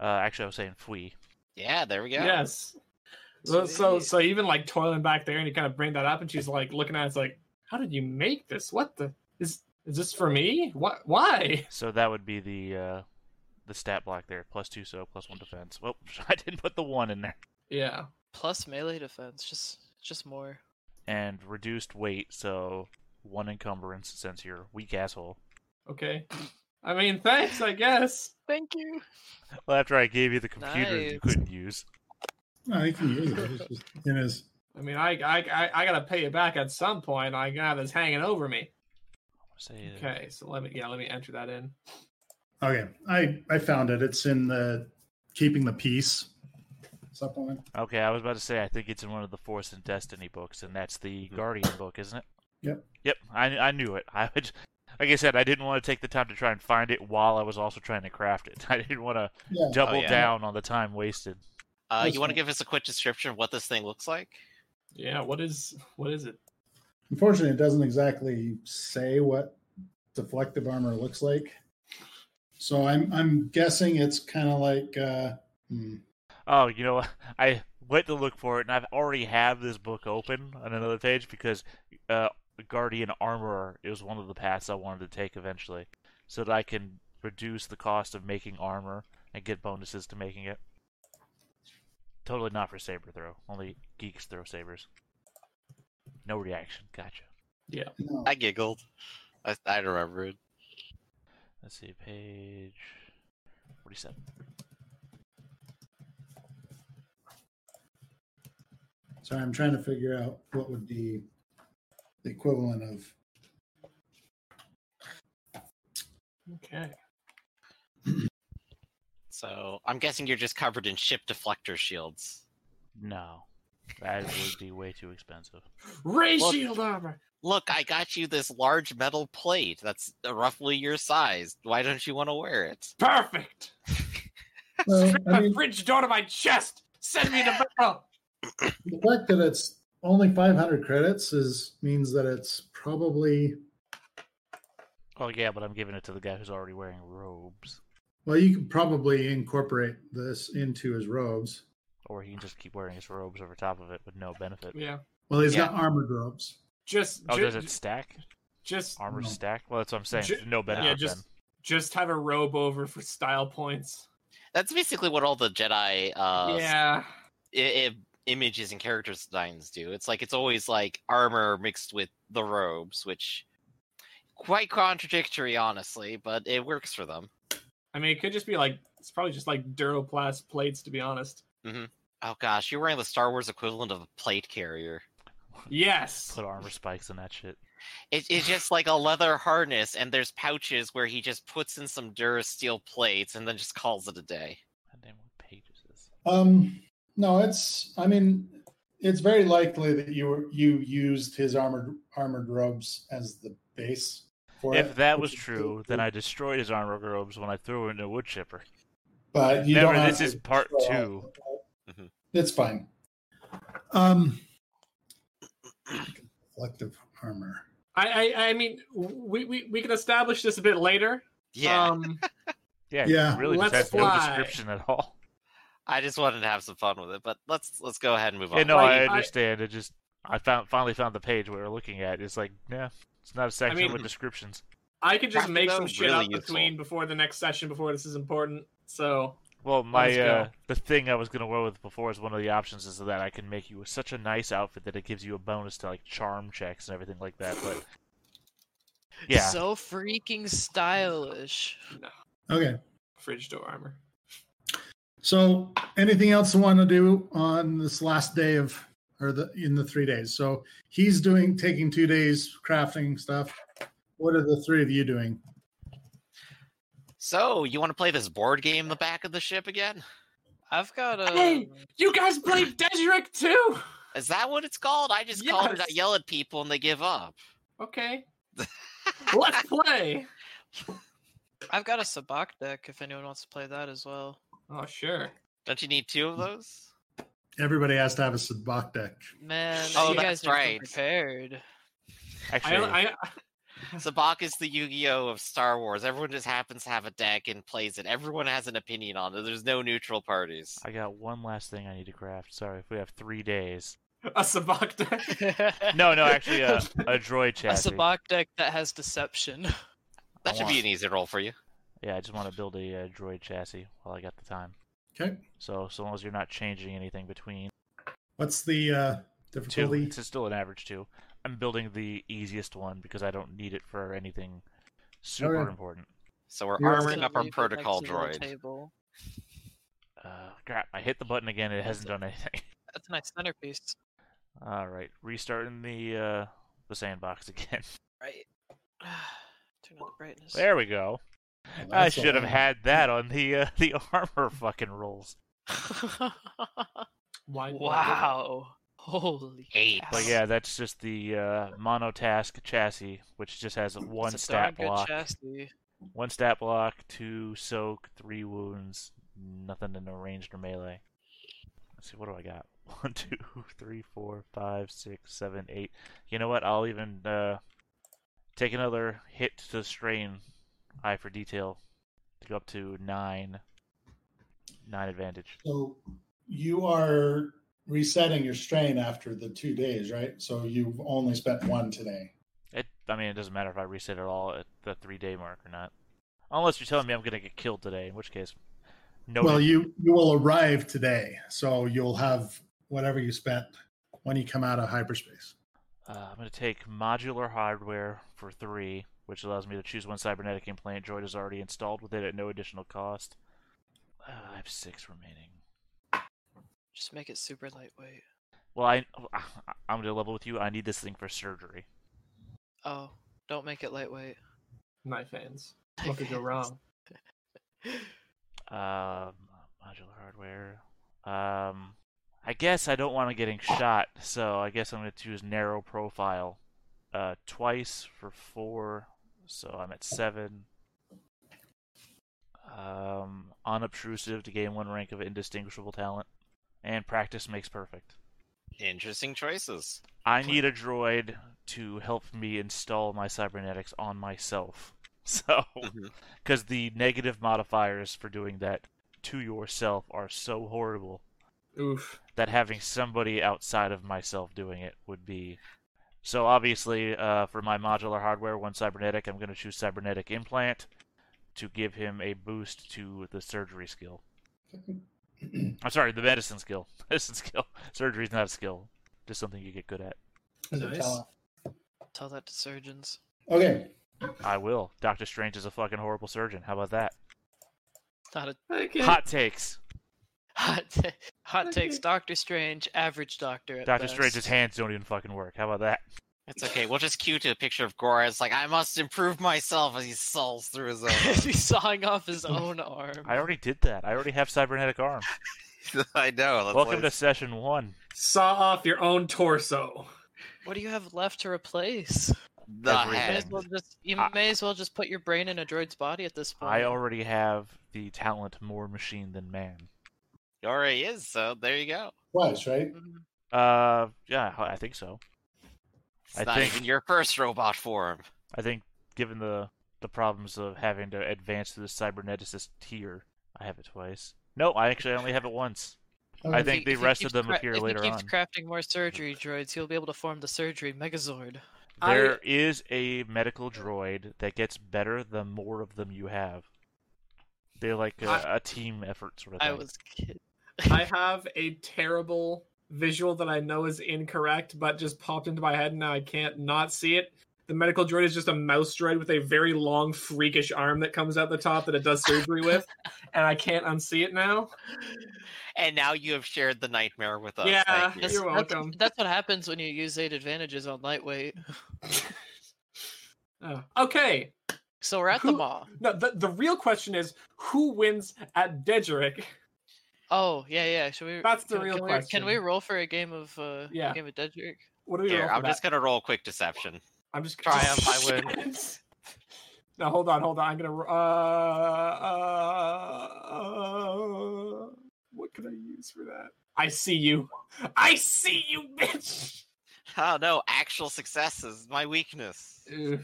Uh, actually, I was saying fui.
Yeah, there we go.
Yes. So, so
Sweet.
so even like toiling back there, and you kind of bring that up, and she's like looking at it, it's like, how did you make this? What the is is this for me? What why?
So that would be the uh, the stat block there, plus two so, plus one defense. Well, I didn't put the one in there.
Yeah.
Plus melee defense, just just more.
And reduced weight, so one encumbrance since you're a weak asshole.
Okay. I mean, thanks, I guess.
Thank you.
Well, after I gave you the computer you
Nice.
couldn't use.
No, you can use it. It's just in his
I mean, I I I, I gotta pay you back at some point. I got this hanging over me.
Say that-
Okay, so let me yeah, let me enter that in.
Okay, I I found it. It's in the keeping the peace supplement.
Okay, I was about to say I think it's in one of the Force and Destiny books, and that's the Guardian book, isn't it?
Yep.
Yep. I I knew it. I would, like I said, I didn't want to take the time to try and find it while I was also trying to craft it. I didn't want to
Yeah.
double
yeah.
down on the time wasted.
Uh,
That's
you want to
fine.
give us a quick description of what this thing looks like?
Yeah, what is what is it?
Unfortunately, it doesn't exactly say what deflective armor looks like. So I'm I'm guessing it's kind of like uh, hmm,
Oh, you know, what? I went to look for it, and I've already have this book open on another page because uh, Guardian Armor is one of the paths I wanted to take eventually, so that I can reduce the cost of making armor and get bonuses to making it. Totally not for saber throw. Only geeks throw sabers. No reaction. Gotcha.
no.
I giggled. I, I remember it.
Let's see, page forty-seven.
sorry, I'm trying to figure out what would be the equivalent of
Okay.
So I'm guessing you're just covered in ship deflector shields.
No, that would be way too expensive.
Ray
Well-
shield armor.
Look, I got you this large metal plate that's uh, roughly your size. Why don't you want to wear it?
Perfect.
Well,
Strip
I
my
mean,
fridge door to my chest. Send me the barrel.
the fact that it's only 500 credits is means that it's probably
Oh yeah, but I'm giving it to the guy who's already wearing robes.
well, you could probably incorporate this into his robes.
Or he can just keep wearing his robes over top of it with no benefit.
Yeah.
Well, he's
Yeah.
got armored robes.
Just
Oh,
ju-
does it stack?
just
Armor
No.
stack? Well, that's what I'm saying.
Ju-
no benefit
yeah, just just have a robe over for style points.
That's basically what all the Jedi uh,
yeah.
i- i- images and character designs do. It's like it's always like armor mixed with the robes, which quite contradictory, honestly, but it works for them.
I mean, it could just be like it's probably just like Duroplast plates, to be honest.
Oh gosh, you're wearing the Star Wars equivalent of a plate carrier.
then.
Yes.
Put armor spikes in that shit.
It, it's just like a leather harness, and there's pouches where he just puts in some Durasteel plates and then just calls it a day.
God damn, what page is this?
Um, no, it's. I mean, it's very likely that you were, you used his armored armored robes as the base for
If
it,
that was
which is
true,
cool,
then I destroyed his armor robes when I threw it in a wood chipper.
But you
Remember,
don't have
this
to
is part
throw out
two.
the-
Mhm.
It's fine. Um, collective armor.
I, I I mean, we, we we can establish this a bit later.
Yeah,
Um,
Yeah,
Yeah.
it really just
Let's
has no
fly.
description at all.
I just wanted to have some fun with it, but let's let's go ahead and move on.
Yeah, no,
Like,
I
I-
understand. It just I found finally found the page we were looking at. It's like, yeah, it's not a section
mean-
with descriptions.
I could just
Practical,
make some shit
really
up
useful.
between before the next session before this is important. So
Well, my
Let's go.
uh, the thing I was gonna wear with before is one of the options is that I can make you such a nice outfit that it gives you a bonus to like charm checks and everything like that. But yeah,
So freaking stylish.
Okay.
Fridge door armor.
So, anything else you want to do on this last day of, or the in the three days? So he's doing taking two days crafting stuff. What are the three of you doing?
So, you want to play this board game in the back of the ship again?
I've got um, a.
Hey, you guys played Desirec too.
Is that what it's called? I just called it. I
Yes.
yell at people and they give up.
Okay, let's play.
I've got a Sabak deck. If anyone wants to play that as well.
Oh sure.
Don't you need two of those?
Everybody has to have a sabak deck.
Man,
Oh,
you
that's
guys are
right.
prepared.
actually,
I, I
Sabak is the Yu-Gi-Oh of Star Wars. Everyone just happens to have a deck and plays it. Everyone has an opinion on it. There's no neutral parties.
I got one last thing I need to craft. Sorry, if we have three days.
a sabacc deck.
a
No, no, actually, a, a droid chassis.
Sabak deck that has deception.
That should
want-
be an easy roll for you.
Yeah, I just want to build a uh, droid chassis while I got the time.
Okay.
So, so long as you're not changing anything between
What's the uh,
two,
difficulty?
it's still an average two. I'm building the easiest one because I don't need it for anything super
Okay.
important.
So we're
You're also
armoring
Gonna
up our
leave it next
protocol
to the little
droid.
Table.
Uh, crap! I hit the button again. It hasn't done anything.
That's a nice centerpiece.
All right, restarting the uh, the sandbox again.
Right. Turn on the brightness.
There we go.
Well,
I
that's a
should have
lot.
had that on the uh, the armor fucking rolls.
Why?
wow. Holy.
Eight.
cow.
But yeah, that's just the uh, monotask chassis, which just has one
It's a darn
stat
good
block.
chassis.
One stat block, two soak, three wounds, nothing in the ranged or melee. Let's see, what do I got? One, two, three, four, five, six, seven, eight. You know what? I'll even uh, take another hit to the strain eye for detail to go up to nine. Nine advantage.
So you are resetting your strain after the two days, right? So you've only spent one today.
It. I mean, it doesn't matter if I reset it all at the three day mark or not. Unless you're telling me I'm gonna get killed today, in which case, no.
Well, you you will arrive today, so you'll have whatever you spent when you come out of hyperspace.
Uh, I'm going to take modular hardware for three, which allows me to choose one cybernetic implant droid is already installed with it at no additional cost. Uh, I have six remaining.
Just make it super lightweight.
Well, I, I I'm going to level with you. I need this thing for surgery.
Oh, don't make it lightweight.
Knife hands. What could go wrong?
Um, modular hardware. Um, I guess I don't want to getting shot, so I guess I'm going to choose narrow profile. Uh, twice for four, so I'm at seven. Um, unobtrusive to gain one rank of indistinguishable talent, and practice makes perfect.
Interesting choices.
I need a droid to help me install my cybernetics on myself. So,
Mhm.
because the negative modifiers for doing that to yourself are so horrible
Oof.
that having somebody outside of myself doing it would be. So obviously, uh, for my modular hardware, one cybernetic, I'm going to choose cybernetic implant to give him a boost to the surgery skill. I'm sorry, the medicine skill. Medicine skill. Surgery's not a skill. Just something you get good at.
Nice.
Tell that to surgeons.
Okay.
I will. Doctor Strange is a fucking horrible surgeon. How about that?
Not a
Okay.
Hot takes.
hot. ta- hot takes.
Okay.
Doctor Strange. Average doctor. At
Doctor
best.
Strange's hands don't even fucking work. How about that?
It's okay. We'll just cue to a picture of Gora. It's like I must improve myself as he sulls through his own. arm.
He's sawing off his own arm.
I already did that. I already have cybernetic arm.
I know. That's
Welcome
why
to session one.
Saw off your own torso.
What do you have left to replace?
the
every-
You may
head.
as well just, you
I-
may as well just put your brain in a droid's body at this point.
I already have the talent more machine than man.
He already is. So there you go.
Twice, right?
Mhm.
Uh, yeah, I think so.
It's
I
not
think-
even your first robot form.
I think given the the problems of having to advance to the cyberneticist tier, I have it twice. No, I actually only have it once. I
Okay.
If
think
he-
the
if he
rest
keeps
of them
cra-
appear
if he
later
keeps
on.
crafting more surgery droids, he'll be able to form the surgery Megazord.
I-
There is a medical droid that gets better the more of them you have. They're like a,
I-
a team effort sort of thing.
I was kidding.
I have a terrible visual that I know is incorrect, but just popped into my head and now I can't not see it. The medical droid is just a mouse droid with a very long, freakish arm that comes out the top that it does surgery with, and I can't unsee it now.
And now you have shared the nightmare with us.
Yeah.
Thank you.
That's-
You're
that's-
welcome.
That's, what happens when you use eight advantages on lightweight.
Oh. Okay,
So we're at the
Who-
mall.
no, the, the real question is who wins at Dedrick?
Oh yeah, yeah. Should we?
That's the
can-
real
can
question.
We, can we roll for a game of uh,
Yeah.
a game of Dedrick?
What do we
Here,
roll for
I'm
that?
just gonna roll quick deception.
I'm just
Triumph, I win.
No, hold on, hold on. I'm gonna. ro- Uh, uh, uh, what can I use for that? I see you. I see you, bitch.
Oh no, actual success is my weakness.
Ugh,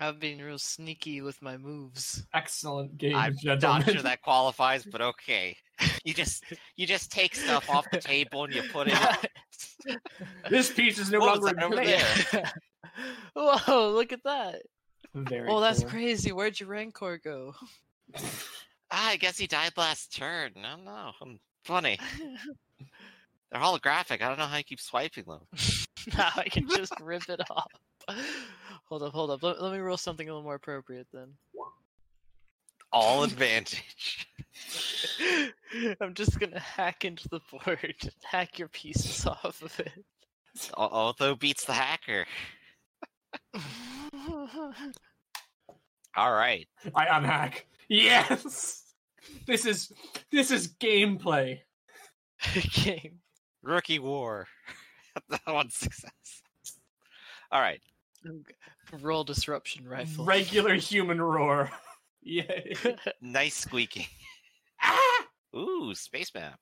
I've been real sneaky with my moves.
excellent game,
I'm not
gentlemen.
sure that qualifies, but okay. You just you just take stuff off the table and you put it.
This piece is no
What was
longer
that over
good.
there?
Whoa! Look at that.
Very
oh, that's
cool.
crazy. Where'd your Rancor go?
Ah, I guess he died last turn. No, no, i Hmm, funny. They're holographic. I don't know how you keep swiping them.
now I can just rip it off. Hold up, hold up. Let, let me roll something a little more appropriate then.
All advantage.
I'm just gonna hack into the board, hack your pieces off of it.
Al- Although beats the hacker. All right.
I unhack. Yes. This is this is gameplay.
Game.
Rookie war. that one's success. All right.
I'm g- Roll disruption rifle.
Regular human roar. Yay.
Uh,
Nice squeaking.
ah!
Ooh, space map.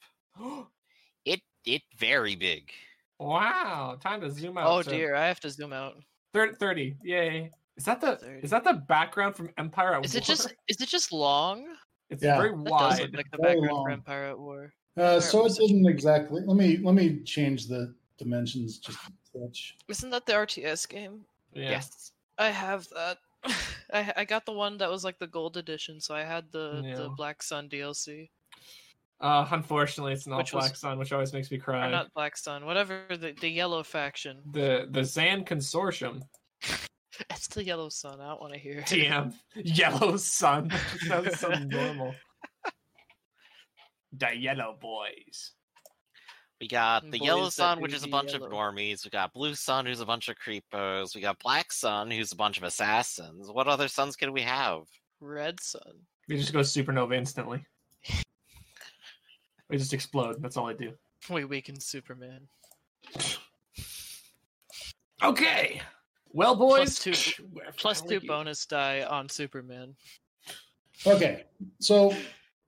It it very big.
wow. Time to zoom out.
oh
to-
dear, I have to zoom out.
Thir- 30. Yay. Is that the
30.
is that the background from Empire at
Is
War?
it just is it just long?
it's
Yeah.
very
That does look
wide.
like the
Very
background for
long.
Empire at War.
Uh, so it
Alright,
didn't exactly. Let me let me change the dimensions just a touch.
Isn't that the RTS game?
Yeah.
Yes.
I have that. I ha- I got the one that was like the gold edition, so I had the the
Yeah.
Black Sun DLC.
Uh, unfortunately, it's not
Which was-
Black Sun, which always makes me cry.
Or not Black Sun, whatever the, the yellow faction.
The the Zan Consortium.
It's the yellow sun. I don't want to hear it.
TM. Yellow Sun. That sounds so normal. The Yellow Boys.
We got
And
the
boys
yellow
that
sun,
do
which is a
the
bunch of
yellow.
normies. We got blue sun, who's a bunch of creepos. We got black sun, who's a bunch of assassins. What other suns can we have?
Red sun.
They just go supernova instantly. They just explode. That's all I do.
We weaken Superman.
Okay. Well, boys.
Plus
we're
Plus
finally
two
here.
bonus die on Superman.
Okay, so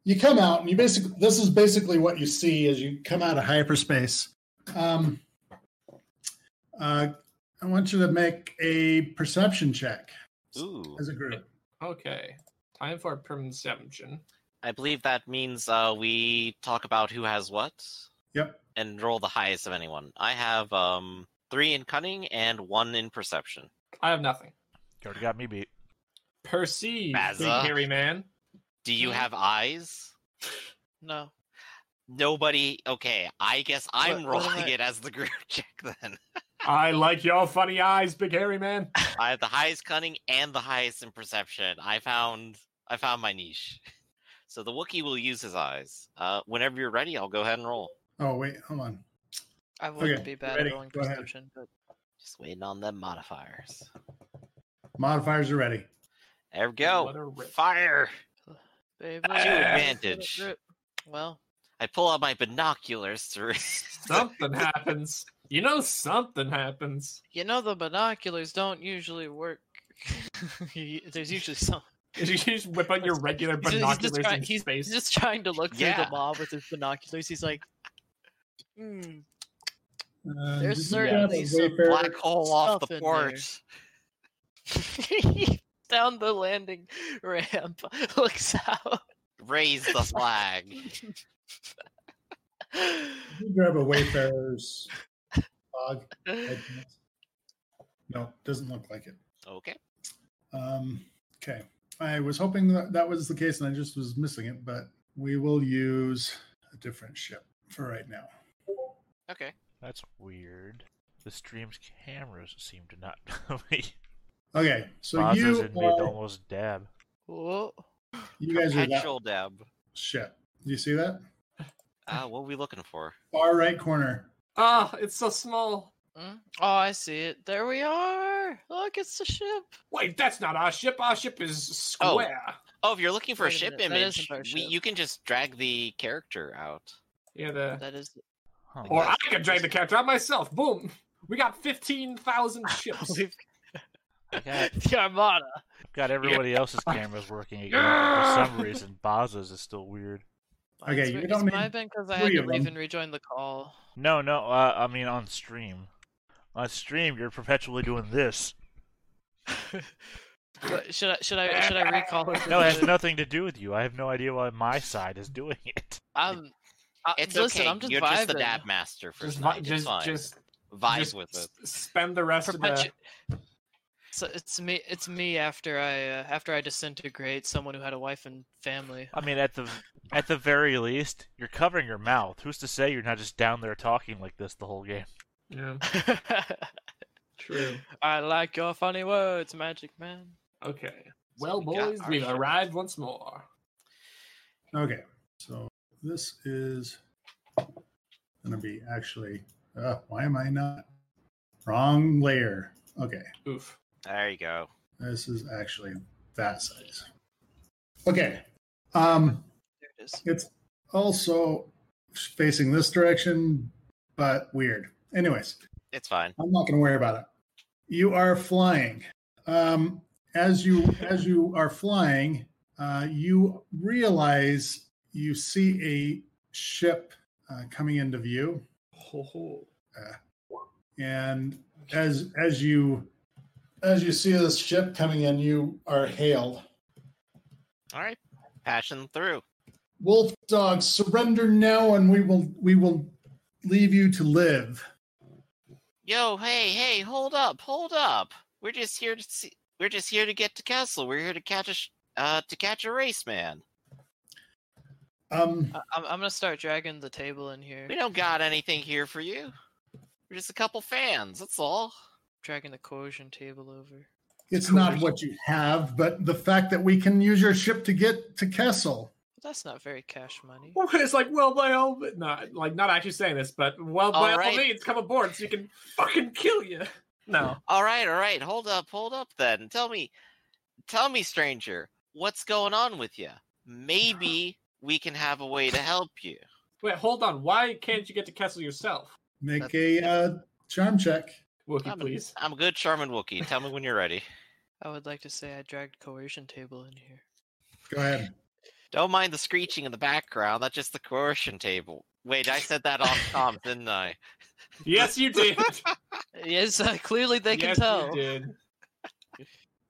you come out and you basically this is basically what you see as you come out of hyperspace. Um, uh, I want you to make a perception check
Ooh.
as a group.
Okay. Time for perception.
I believe that means uh, we talk about who has what
Yep.
and roll the highest of anyone. I have um, three in cunning and one in perception.
I have nothing.
You already got me beat.
Perceive, big
Bazza.
hairy man.
Do you
Mhm.
have eyes?
No.
Nobody. Okay, I guess I'm
What- what am
rolling
I-
it as the group check then.
I like your funny eyes, big hairy man.
I have the highest cunning and the highest in perception. I found I found my niche. So the Wookiee will use his eyes. Uh, whenever you're ready, I'll go ahead and roll.
Oh wait, hold on.
I wouldn't
Okay,
be bad
ready,
at rolling
go ahead.
perception, but
Just waiting on them modifiers.
Modifiers are ready.
There we go.
What a rip.
Fire!
baby.
Two
advantage.
Well,
I pull out my binoculars to.
Something happens. You know, something happens.
you know the binoculars don't usually work. You- There's usually some.
You just whip out your regular
He's just- he's
binoculars
just, trying,
in
he's
space.
just trying to look through
Yeah.
the mob with his binoculars. He's like, "Hmm,
Uh,
There's
did you
certainly
have a
some
Wayfarer?
black hole off
Stuff
the
in
porch.
down the landing ramp, looks out.
Raise the flag.
Did you grab a Wayfarer's log? No, doesn't look like it.
Okay.
Um, okay, I was hoping that that was the case, and I just was missing it. But we will use a different ship for right now.
Okay.
That's weird. The stream's cameras seem to not be.
Okay, so
Monsters
you
in mid
are,
almost dab.
Whoa.
you guys are that
Perpetual dab.
ship. Do you see that
Ah, what are we looking for?
far right corner?
Ah, it's so small.
Mm. Oh, I see it. There we are. Look, it's the ship.
Wait, that's not our ship. Our ship is square.
Oh, if you're looking for a
Wait a
ship
minute, that
image,
isn't our
we,
ship.
you can just drag the character out.
Yeah, the
That is.
Huh.
or I could drag the character out myself. Boom. We got fifteen thousand ships.
We've
I got,
the Armada.
I've got everybody else's cameras working again.
Yeah.
For some reason, Baza's is still weird.
Okay,
That's
you
weird.
don't
This might
need
have been because I had
three
to
of
leave
them.
and rejoin the call.
No, no, uh, I mean on stream. On stream, you're perpetually doing this.
But should I should I should I recall it?
No, it has nothing to do with you. I have no idea why my side is doing it.
I'm. I,
It's
Uh, listen,
okay.
I'm just
you're
vibing.
just the dab master for
Just, vi-
tonight.
just,
it's fine.
just,
Vibe
just
with it.
s- spend the rest of the.
Perpetu- so it's me. It's me after I uh, after I disintegrate someone who had a wife and family.
I mean, at the at the very least, you're covering your mouth. Who's to say you're not just down there talking like this the whole game?
Yeah,
I
true.
like your funny words, Magic Man.
Okay.
So
Well,
we got
boys,
our
we've
ship.
arrived once more.
Okay, so this is gonna be actually. Uh, why am I not wrong layer? Okay,
Oof.
There you go.
this is actually that size. Okay, um,
There it is.
it's also facing this direction, but weird. Anyways,
It's fine.
I'm not going to worry about it. You are flying. Um, as you as you are flying, uh, you realize you see a ship uh, coming into view,
Ho, ho.
and as as you as you see this ship coming in, you are hailed.
All right. Passion through.
Wolf dog, surrender now, and we will we will leave you to live.
Yo, hey, hey, hold up, hold up. We're just here to see. We're just here to get to Castle. We're here to catch a sh- uh to catch a race, man.
Um,
I, I'm, I'm gonna start dragging the table in here,
We don't got anything here for you. We're just a couple fans. That's all.
dragging the coercion table over.
it's not what you have, but the fact that we can use your ship to get to Kessel.
That's not very cash money.
It's like, well, by all, but not like not actually saying this, but well, by all,
Alright.
means, come aboard so you can fucking kill you. No,
All right, all right. Hold up, hold up. Then tell me, tell me, stranger, what's going on with you? Maybe we can have a way to help you.
wait, hold on. Why can't you get to Kessel yourself,
Make
That's-
a uh, charm check.
Wookie?
I'm-
Please.
I'm good, Charmin Wookie. Tell me when you're ready.
I would like to say I dragged coercion table in here.
Go ahead.
Don't mind the screeching in the background. That's just the coercion table. Wait, I said that on comms, didn't I?
Yes, you did.
Yes, uh, clearly they can
yes,
tell.
You did.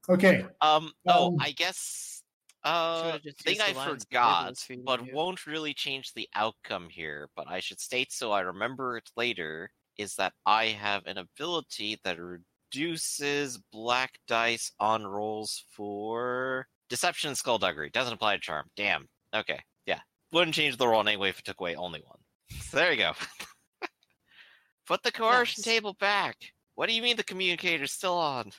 Okay.
Um. Oh,
Um,
I guess. Uh,
Should've Oh, just
thing
used
I
the lines the
forgot,
tables feed
but
you.
won't really change the outcome here. But I should state so I remember it later. Is that I have an ability that reduces black dice on rolls for deception and skullduggery. Doesn't apply to charm. Damn. Okay. Yeah. Wouldn't change the roll in any way if it took away only one. So there you go. Put the coercion
Nice.
table back. What do you mean the communicator's still on?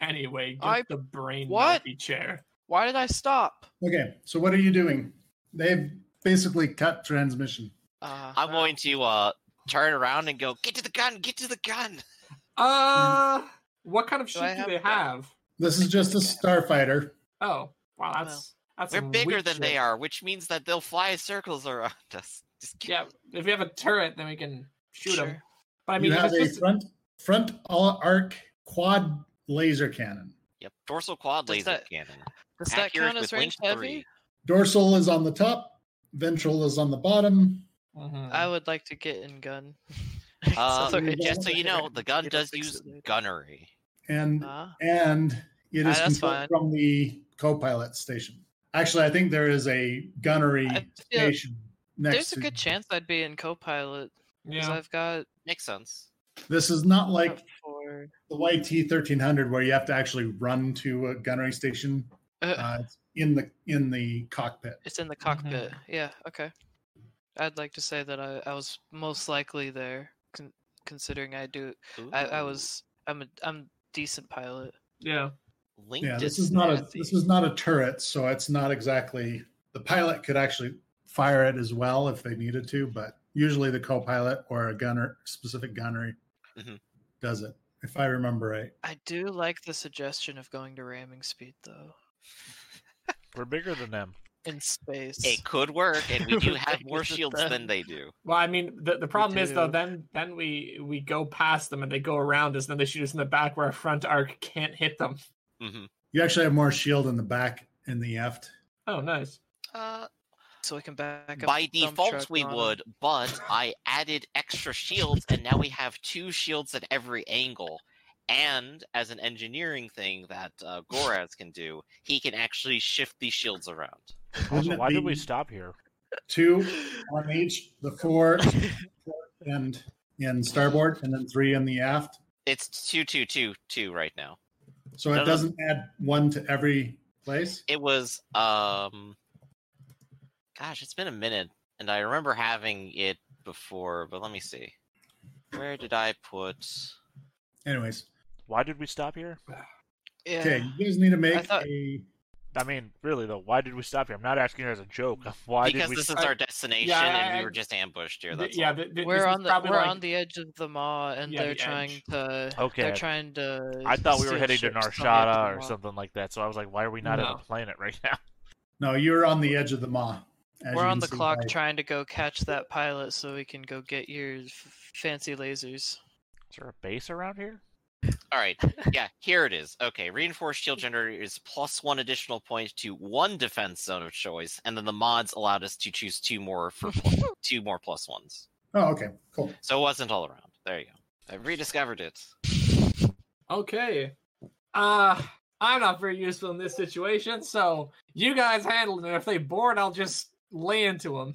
Anyway, get
I-
the brain
What?
melty chair.
Why did I stop?
Okay. So what are you doing? They've basically cut transmission.
Uh,
I'm going to uh turn around and go, get to the gun, get to the gun.
Uh, what kind of
Do
ship
I
do
have
they
that?
have?
This is just a starfighter.
Oh, wow, that's that's.
They're
some
bigger
weak
than they
shit.
are, which means that they'll fly circles around us. Just get-
Yeah, if you have a turret, then we can shoot them.
Sure.
But I
I
mean,
mean, you
if
have
it's
a
just
front front arc quad laser cannon.
Yep. Dorsal quad
Does
laser
that-
cannon.
Does that
Accurate
count as
with
range
link
heavy?
three.
Dorsal is on the top. Ventral is on the bottom.
Mhm.
I would like to get in gun.
Uh,
Sorry.
Mm. just so you know, the gun
It'll
does
fix
use
it later.
gunnery.
And
Ah,
and it
Ah,
is
that's
controlled
fine.
from the co-pilot station. Actually, I think there is a gunnery
I feel-
station next.
there's a
to-
good chance I'd be in co-pilot because
yeah.
I've got
Makes sense.
This is not like
for
the YT thirteen hundred where you have to actually run to a gunnery station.
uh,
Uh, it's in the in the cockpit.
it's in the cockpit. Yeah, okay. I'd like to say that I, I was most likely there, con- considering I do. I, I
Ooh,
was. I'm a. I'm decent pilot.
Yeah.
Link
Yeah, this
is
is not a
nasty.
this is not a turret, so it's not exactly the pilot could actually fire it as well if they needed to, but usually the co-pilot or a gunner specific gunnery
Mm-hmm.
Mhm.
does it, if I remember right.
I do like the suggestion of going to ramming speed though
We're bigger than them.
in space.
It could work, and we do have
Like,
more
is it
shields
that-
than they do.
Well, I mean, the, the problem is though.
do.
Then then we we go past them and they go around us. Then they shoot us in the back where our front arc can't hit them.
hmm
You actually have more shield in the back in the aft.
Oh, nice.
Uh,
so we can back up.
by
the dump
default,
truck
we
on 'em.
would, but I added extra shields, and now we have two shields at every angle. And as an engineering thing that uh, Goraz can do, he can actually shift these shields around.
Also,
Wouldn't it
why did we
be
stop here?
Two on each, the four and in starboard, and then three in the aft.
It's two, two, two, two right now.
So
No,
it
no.
doesn't add one to every place.
It was, um, gosh, it's been a minute, and I remember having it before, but let me see. Where did I put?
Anyways,
Why did we stop here?
Yeah.
okay, you guys need to make
thought-
a
I mean, really though, why did we stop here? I'm not asking it as a joke. Why
because
did we?
this is
stop-
our destination, and
I-
we were just ambushed here.
Th-
That's
yeah,
all.
th- th- this
We're
is
on the
probably
we're
like-
on the edge of the maw, and
Yeah,
they're
the
trying
edge.
to.
Okay.
They're trying to.
I thought we were
steal
heading to
ships on the edge of
Narshada
the
or
maw.
something like that. So I was like, why are we not on
No.
a planet right now?
no, you're on the edge of the maw. as
We're
you
on
can
the
see
clock
by-
trying to go catch that pilot so we can go get your f- fancy lasers.
Is there a base around here?
All right. Yeah, here it is. Okay, reinforced shield generator is plus one additional point to one defense zone of choice, and then the mods allowed us to choose two more for plus, two more plus ones.
Oh, okay, cool.
So it wasn't all around. There you go. I rediscovered it.
Okay. Uh I'm not very useful in this situation, so you guys handle it. If they board, I'll just lay into them.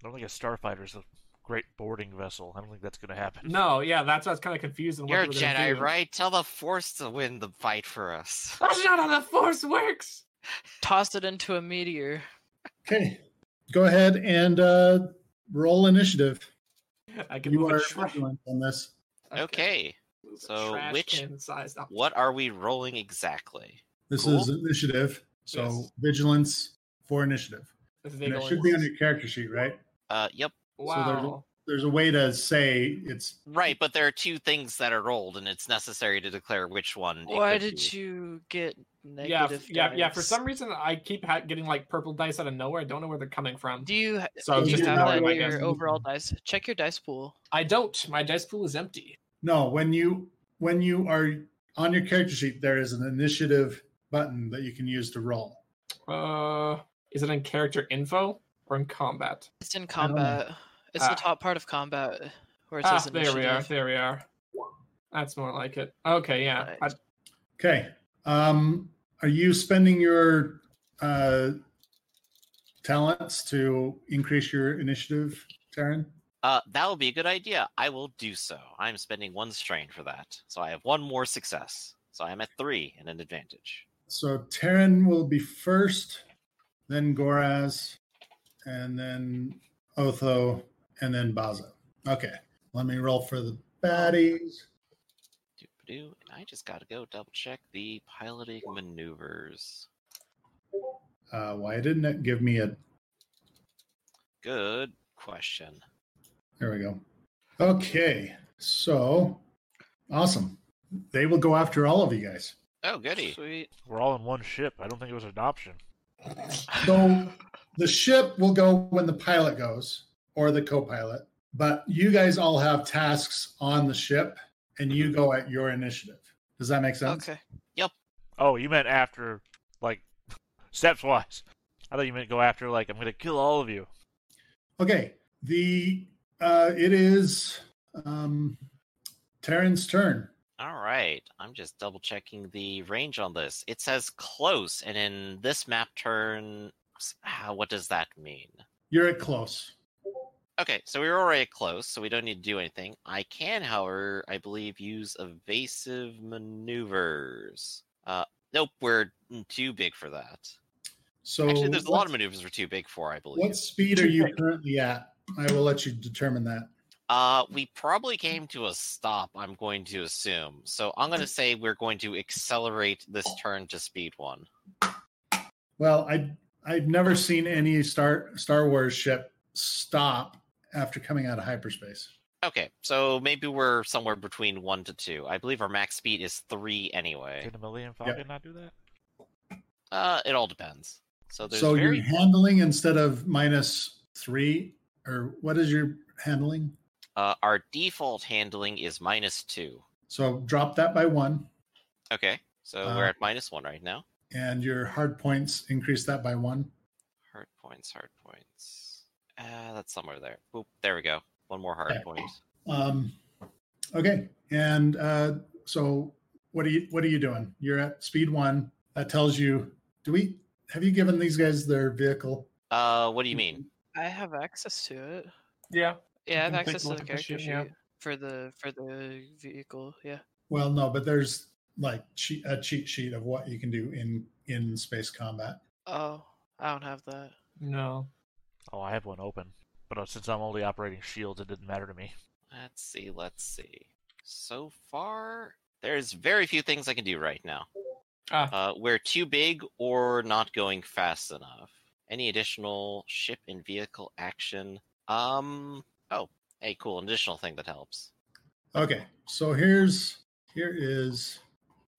I don't think a starfighter's a great boarding vessel. I don't think that's going to happen.
No, yeah, that's what's kind of confusing.
You're a
what they were gonna
Jedi,
do.
right? Tell the Force to win the fight for us.
That's not how the Force works.
Toss it into a meteor.
Okay, go ahead and uh, roll initiative.
I can
You
move
are
a tra-
vigilant on this.
Okay.
Move a
so
trash
which-
can size up.
What are we rolling exactly?
This
Cool.
is initiative, so
Yes.
vigilance for initiative.
This is
And it
going
should be on your character sheet, right?
Uh, yep.
so there's-
Wow.
There's a way to say it's
Right, but there are two things that are rolled, and it's necessary to declare which one. it
Why
could
did
be.
you get
yeah,
negative?
f- yeah, yeah. For
dice?
some reason, I keep ha- getting like purple dice out of nowhere. I don't know where they're coming from.
do you ha-
So
do you
just
you're
have
not
that
ignore
in
them, I
really
your
guess.
using
overall
them.
dice? Check your dice pool.
I don't. My dice pool is empty.
no. When you when you are on your character sheet, there is an initiative button that you can use to roll.
Uh, is it in character info or in combat?
It's in
don't know.
combat. It's the
Ah.
top part of combat where it
Ah,
says
there we are.
initiative.
There we are. That's more like it. Okay, yeah. I-
Okay, um, are you spending your uh, talents to increase your initiative, Taryn?
Uh, that would be a good idea. I will do so. I'm spending one strain for that, so I have one more success. So I'm at three and an advantage.
So Taryn will be first, then Goraz, and then Otho, and then Baza. Okay, let me roll for the baddies.
Doo-ba-doo, And I just gotta go double check the piloting maneuvers.
Uh, why didn't it give me a?
Good question.
There we go. Okay, so awesome. They will go after all of you guys.
Oh, goody.
Sweet.
We're all in one ship. I don't think it was an option.
So the ship will go when the pilot goes or the co-pilot, but you guys all have tasks on the ship, and you go at your initiative. Does that make sense?
Okay.
Oh, you meant after, like, steps wise. I thought you meant go after, like, I'm going to kill all of you.
Okay. The uh it is um Taryn's turn.
All right. I'm just double checking the range on this. It says close, and in this map turn, s- ah, what does that mean?
You're at close.
Okay, so we were already close, so we don't need to do anything. I can, however, I believe, use evasive maneuvers. Uh, nope, we're too big for that.
So
Actually, there's a lot of
what-
maneuvers we're too big for, I believe.
What speed are you currently at? I will let you determine that.
Uh, we probably came to a stop, I'm going to assume. So I'm going to say we're going to accelerate this turn to speed one.
Well, I I've never seen any Star Star Wars ship stop after coming out of hyperspace.
Okay, so maybe we're somewhere between one to two. I believe our max speed is three anyway.
Did the Millennium Falcon not do that?
Uh, it all depends. So there's
so
very
you're handling instead of minus three, or what is your handling?
uh, our default handling is minus two.
So drop that by one,
Okay, so
Uh,
we're at minus one right now.
and your hard points increase that by one.
Hard points, hard points. Uh, that's somewhere there. Boop, there we go. One more hard
Okay.
point.
Um, okay, and uh, so what are you what are you doing? You're at speed one. That tells you. Do we have you given these guys their vehicle?
Uh, what do you mean?
I have access to it.
Yeah.
Yeah, I have
can take
access to
a
the
look at the
character
ship,
sheet
yeah.
for the for the vehicle. Yeah.
Well, no, but there's like cheat, a cheat sheet of what you can do in in space combat.
Oh, I don't have that.
No.
Oh, I have one open. But uh, since I'm only operating shields, it didn't matter to me.
Let's see, let's see. So far, there's very few things I can do right now.
Ah.
Uh, we're too big or not going fast enough. Any additional ship and vehicle action? Um. Oh, hey, cool. An additional thing that helps.
Okay, so here's here is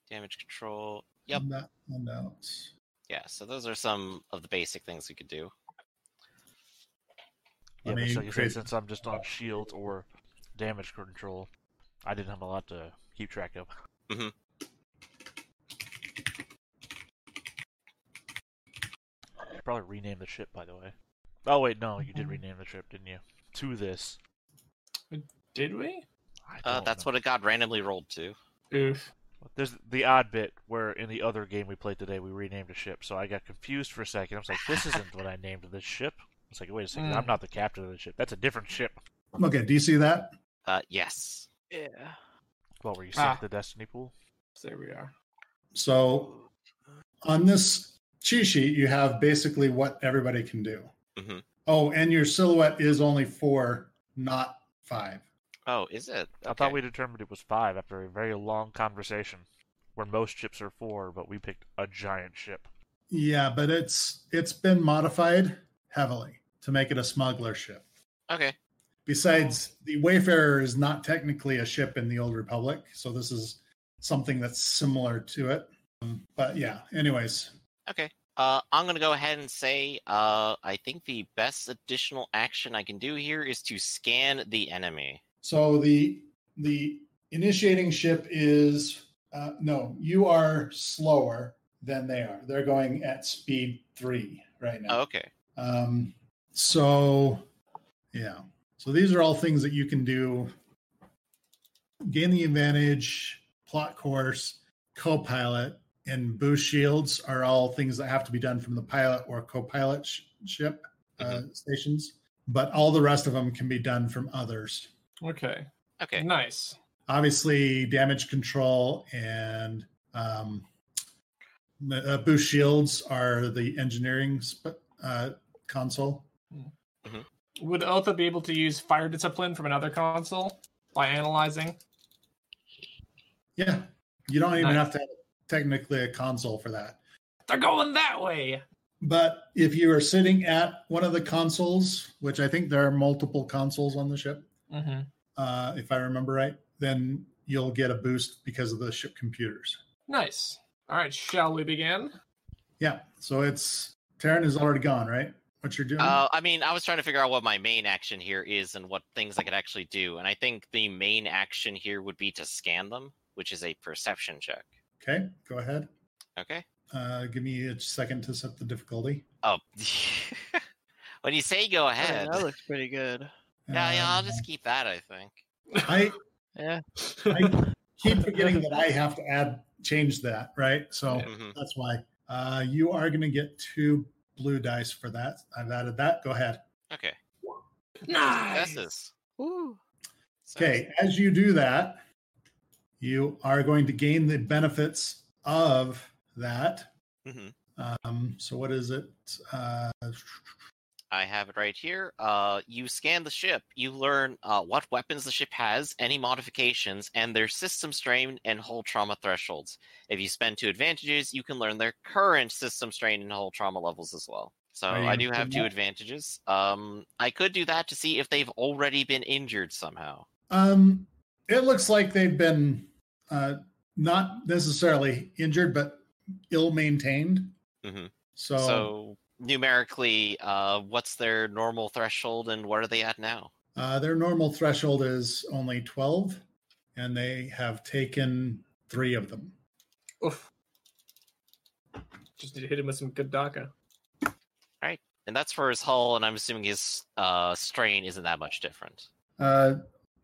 Damage control. Yep.
that one out.
Yeah. So those are some of the basic things we could do.
Yeah,
I
but
mean,
like you
crazy.
said, since I'm just on shields or damage control, I didn't have a lot to keep track of.
Mhm.
You Probably rename the ship, by the way. Oh wait, no, you did rename the ship, didn't you? To this.
Did we?
I
Uh,
don't
that's
know.
what it got randomly rolled to.
Oof.
There's the odd bit where in the other game we played today we renamed a ship, so I got confused for a second. I was like, "This isn't what I named this ship." It's like, "Wait a second,
Hmm.
I'm not the captain of the ship. That's a different ship."
Okay, do you see that?
Uh, yes.
Yeah.
What were you
Ah.
sent to the Destiny pool?
So There we are.
So on this cheat sheet, you have basically what everybody can do.
Mhm.
Oh, and your silhouette is only four, not five.
Oh, is it?
I thought we determined it was five after a very long conversation, where most ships are four, but we picked a giant ship.
Yeah, but it's it's been modified heavily to make it a smuggler ship.
Okay.
Besides, the Wayfarer is not technically a ship in the Old Republic, so this is something that's similar to it. Um, But yeah, anyways,
Okay. Uh, I'm gonna go ahead and say uh, I think the best additional action I can do here is to scan the enemy.
so the the initiating ship is uh, no, you are slower than they are. They're going at speed three right now.
Oh, Okay.
Um, so, yeah. So these are all things that you can do. Gain the advantage, plot course, co-pilot, and boost shields are all things that have to be done from the pilot or co-pilot sh- ship uh, stations. But all the rest of them can be done from others.
Okay.
Okay.
Nice.
Obviously, damage control and um, the, uh, boost shields are the engineering sp- uh, console.
Would Otha be able to use fire discipline from another console by analyzing?
Yeah. You don't even
Nice.
have to have technically a console for that.
They're going that way.
But if you are sitting at one of the consoles, which I think there are multiple consoles on the ship,
Mm-hmm.
uh, if I remember right, then you'll get a boost because of the ship computers.
Nice. All right. Shall we begin?
Yeah. So it's Taryn is already gone, right? What you're doing?
Uh, I mean, I was trying to figure out what my main action here is and what things I could actually do, and I think the main action here would be to scan them, which is a perception check.
okay. Go ahead.
Okay.
Uh, give me a second to set the difficulty.
Oh. when you say go
I mean,
ahead,
that looks pretty good.
yeah, yeah, I'll
Um,
just keep that. I think.
I
Yeah.
I keep forgetting that I have to add change that, right? So.
Mhm.
That's why. Uh, you are going to get two blue dice for that. I've added that. Go ahead.
Okay.
Nice.
Successes.
Ooh.
Okay, as you do that, you are going to gain the benefits of that.
Mhm.
Um, so, what is it? Uh,
I have it right here. Uh, you scan the ship. You learn uh, what weapons the ship has, any modifications, and their system strain and hull trauma thresholds. If you spend two advantages, you can learn their current system strain and hull trauma levels as well. So
Are you
I do
gonna
have
do
two
that?
advantages. Um, I could do that to see if they've already been injured somehow.
um, it looks like they've been uh, not necessarily injured, but ill maintained.
Mhm.
So,
So numerically, uh, what's their normal threshold and what are they at now?
uh, their normal threshold is only 12, and they have taken three of them.
Oof. Just need to hit him with some good DACA.
And that's for his hull, and I'm assuming his uh, strain isn't that much different.
Uh,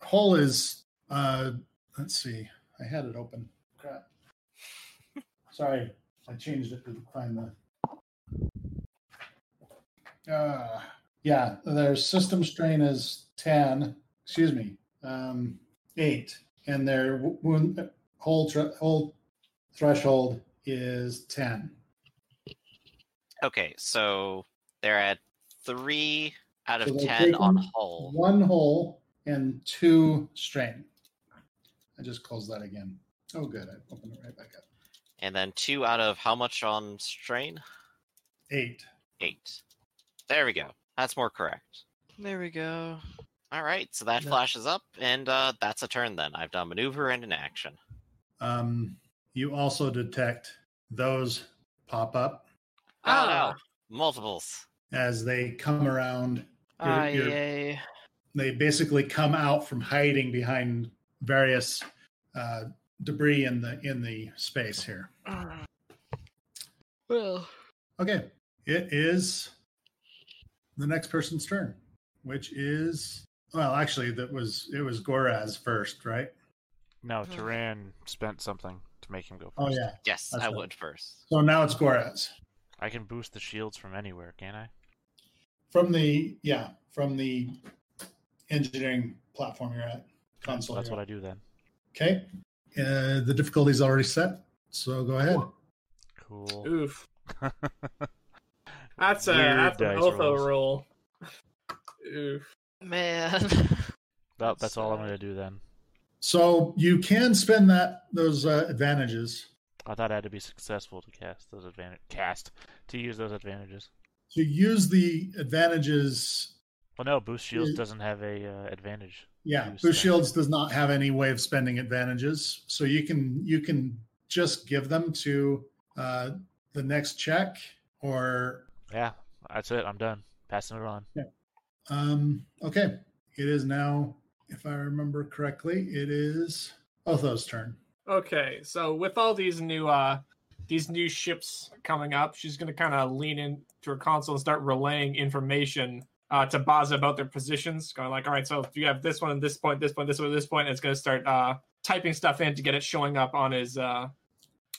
Hull is. Uh, let's see. I had it open. Crap. Sorry, I changed it to find the. Uh, yeah, their system strain is ten. Excuse me, um, eight, and their w- wound whole thr- whole threshold is ten.
Okay, so they're at three out of
So they've
ten on
taken
hull.
One hole and two strain. I just closed that again. Oh, good. I opened it right back up.
and then two out of how much on strain?
Eight.
Eight. There we go. That's more correct.
There we go.
All right, so that
Yeah.
flashes up, and uh, that's a turn. Then I've done maneuver and an action.
Um, you also detect those pop up
Oh, no. multiples.
as they come around. You're-
Ah,
you're-
yay.
They basically come out from hiding behind various uh, debris in the in the space here.
Well,
Okay. It is the next person's turn, which is well, actually, that was it was Goraz first, right?
No,
Okay.
Turan spent something to make him go first.
Oh yeah.
Yes,
That's
I
right.
would first.
So now it's Goraz
I can boost the shields from anywhere, can I?
from the yeah from the engineering platform you're at console.
That's
you're
what I
at.
do then.
Okay. Uh, the difficulty's already set, so go ahead.
Cool.
Oof. That's a
Weird
that's an
dice
Otho
rolls.
roll. Oof.
man.
That, that's all I'm
Sad.
gonna do then.
So you can spend that those uh, advantages.
I thought I had to be successful to cast those advantage cast to use those advantages.
To use the advantages,
Well, no, boost shields
Yeah.
doesn't have a uh, advantage.
yeah,
Use
Boost
that.
Shields does not have any way of spending advantages, so you can you can just give them to uh, the next check or
Yeah, that's it. I'm done. Passing it on.
Um, okay. It is now, if I remember correctly, it is Otho's turn.
Okay, so with all these new uh these new ships coming up, she's gonna kind of lean into her console and start relaying information uh to Baza about their positions, going like, all right, so if you have this one and this point, this point, this one, this point, and it's gonna start uh typing stuff in to get it showing up on his uh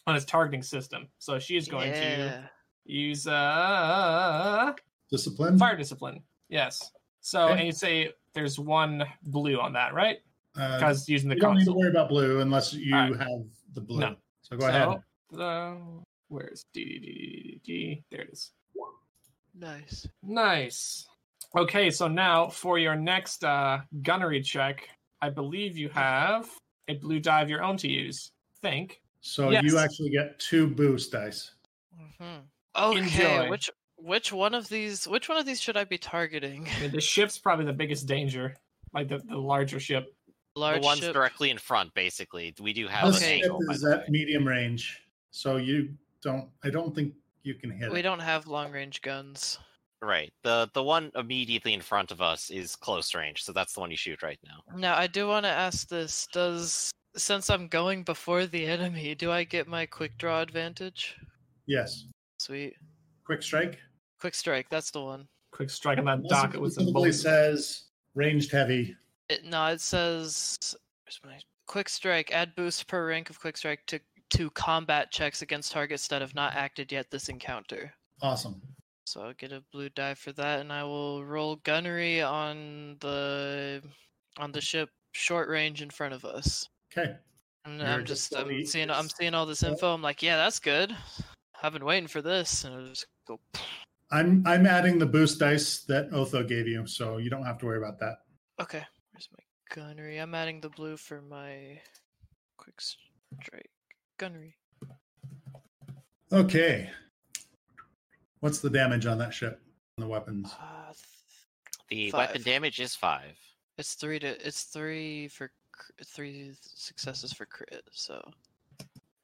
on his targeting system. So she is going to
yeah.
use uh
Discipline.
fire discipline. Yes. So
Okay.
and you say there's one blue on that, right?
Uh,
Because using the
you don't need to
console.
worry about blue unless you
All right.
have the blue.
No.
So go ahead.
So, uh, where's D D D D D D? There it is.
Nice.
Nice. Okay, so now for your next uh, gunnery check, I believe you have a blue die of your own to use. Think.
So
Yes.
you actually get two boost dice.
Mm-hmm.
hmm Okay,
Enjoy.
which which one of these which one of these should I be targeting?
I mean, the ship's probably the biggest danger, like the, the larger ship.
Large
the ones
ship.
directly in front, basically. We do have
This
an
Okay.
ship
angle. by
is
the
at
way.
medium range. So you don't, I don't think you can hit
We
it.
don't have long range guns.
Right. The the one immediately in front of us is close range, so that's the one you shoot right now.
Now I do want to ask this: Does since I'm going before the enemy, do I get my quick draw advantage?
Yes.
Sweet,
Quick strike.
quick strike. That's the one.
Quick strike on that
Unless
dock.
it
It was a
specifically
bullet.
says ranged heavy.
It, no, it says where's my quick strike. Add boost per rank of quick strike to to combat checks against targets that have not acted yet this encounter.
Awesome.
So I'll get a blue die for that, and I will roll gunnery on the on the ship short range in front of us.
Okay.
And
You're
I'm
just
just
on the-
I'm seeing I'm seeing all this info. I'm like, yeah, that's good. I've been waiting for this, and I just go.
I'm I'm adding the boost dice that Otho gave you, so you don't have to worry about that.
Okay, where's my gunnery? I'm adding the blue for my quick strike gunnery.
Okay. What's the damage on that ship? On the weapons.
Uh, th-
The
Five.
weapon damage is five.
It's three to it's three for cr- three successes for crit, so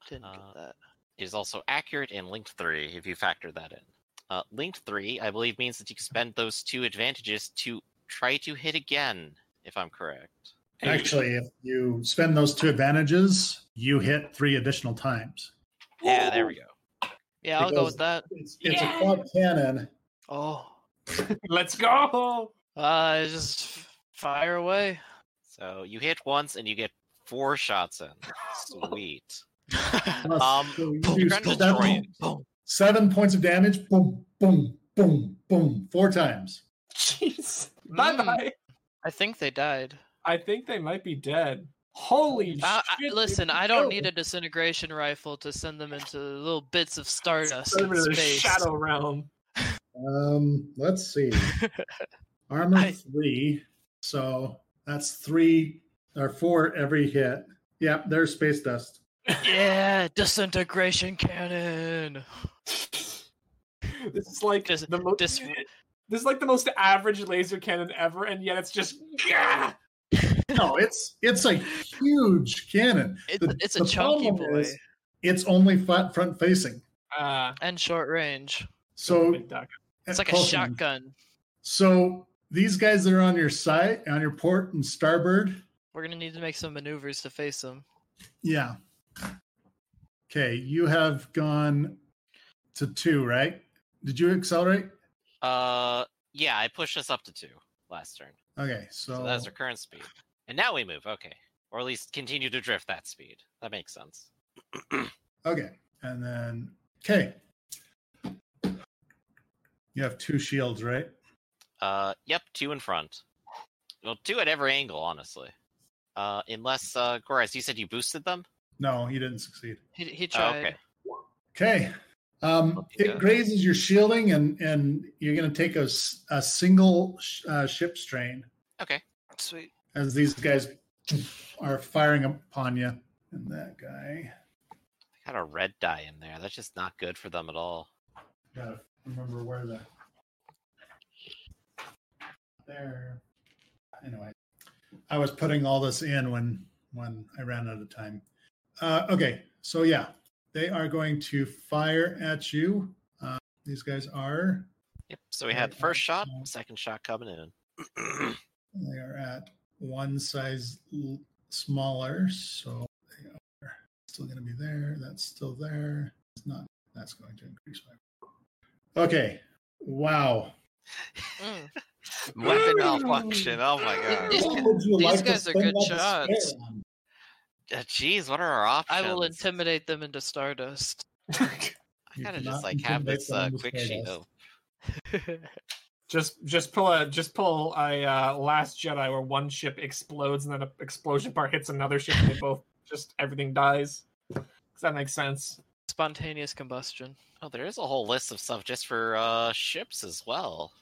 didn't
Uh,
get that.
It is also accurate and linked three if you factor that in. Uh, linked three, I believe, means that you can spend those two advantages to try to hit again, if I'm correct.
Actually, if you spend those two advantages, you hit three additional times.
Yeah, there we go.
Yeah, I'll go
because-
with that.
It's, it's a quad cannon.
Oh,
Let's go.
uh, just f- fire away.
So you hit once and you get four shots in. Sweet.
Plus,
Um,
so you
boom,
do
trying to
seven-
destroy it.
Boom.
Seven points of damage. Boom, boom, boom, boom. Four times.
Jeez.
Mm.
Bye bye.
I think they died.
I think they might be dead. Holy
I, I-
shit.
Uh, listen, I don't need a disintegration rifle to send them into little bits of stardust
Over
in
to the
space.
shadow realm.
Um, let's see. Armor
I-
three. So that's three or four every hit. Yeah, there's space dust.
Yeah, disintegration cannon.
this is like
Just-
the most.
just-
This is like the most average laser cannon ever, and yet it's just. Yeah!
No, it's it's a huge cannon.
It's
The-
it's a
the
chunky
problem
boy
is It's only front front facing.
Uh,
and short range.
So
duck.
It's like a
Close enough.
shotgun.
So these guys that are on your side, on your port and starboard.
We're gonna need to make some maneuvers to face them.
Yeah. Okay, you have gone to two, right? Did you accelerate?
Uh, yeah, I pushed us up to two last turn.
Okay, so,
So that's our current speed. And now we move, okay. Or at least continue to drift that speed. That makes sense.
okay, and then okay. You have two shields, right?
Uh, yep, two in front. Well, two at every angle, honestly. Uh, unless uh, Goraz, you said you boosted them.
No, you didn't succeed.
He he
Oh,
tried.
okay.
Okay. Um,
Yeah.
it grazes your shielding, and and you're going to take a, s- a single sh- uh, ship strain.
Sweet.
as these guys are firing upon you. And that guy,
Got a red die in there. That's just not good for them at all.
gotta remember where the there. Anyway, I was putting all this in when when I ran out of time. Uh, okay, so yeah, they are going to fire at you. Uh, these guys are
Yep. So we had the
Right,
first shot,
right.
second shot coming in.
they are at one size l- smaller, so they are still going to be there. That's still there. It's not. That's going to increase my. Okay. Wow.
Mm.
Weapon malfunction. Oh my god.
These
What would you
these
like to
guys are
spend
good
all the
shots.
spare on?
Uh, Jeez, what are our options?
I will intimidate them into stardust.
I
You
gotta
cannot
just like have
intimidate
this
someone
uh,
with
quick
spare
sheet.
dice.
Oh,
Just just pull a just pull a uh, last Jedi where one ship explodes and then an explosion part hits another ship and they both just everything dies. Does that make sense?
Spontaneous combustion.
oh, there is a whole list of stuff just for uh, ships as well.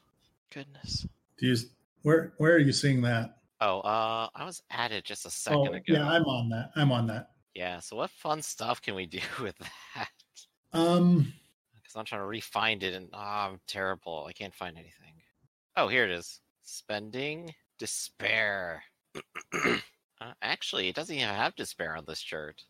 Goodness.
Do you, where Where are you seeing that?
Oh, uh, I was at it just a second
Oh,
ago.
yeah, I'm on that. I'm on that.
Yeah, so what fun stuff can we do with that?
Um.
Because I'm trying to re-find it, and ah, I'm terrible. I can't find anything. Oh, here it is. Spending despair. uh, actually, it doesn't even have despair on this chart.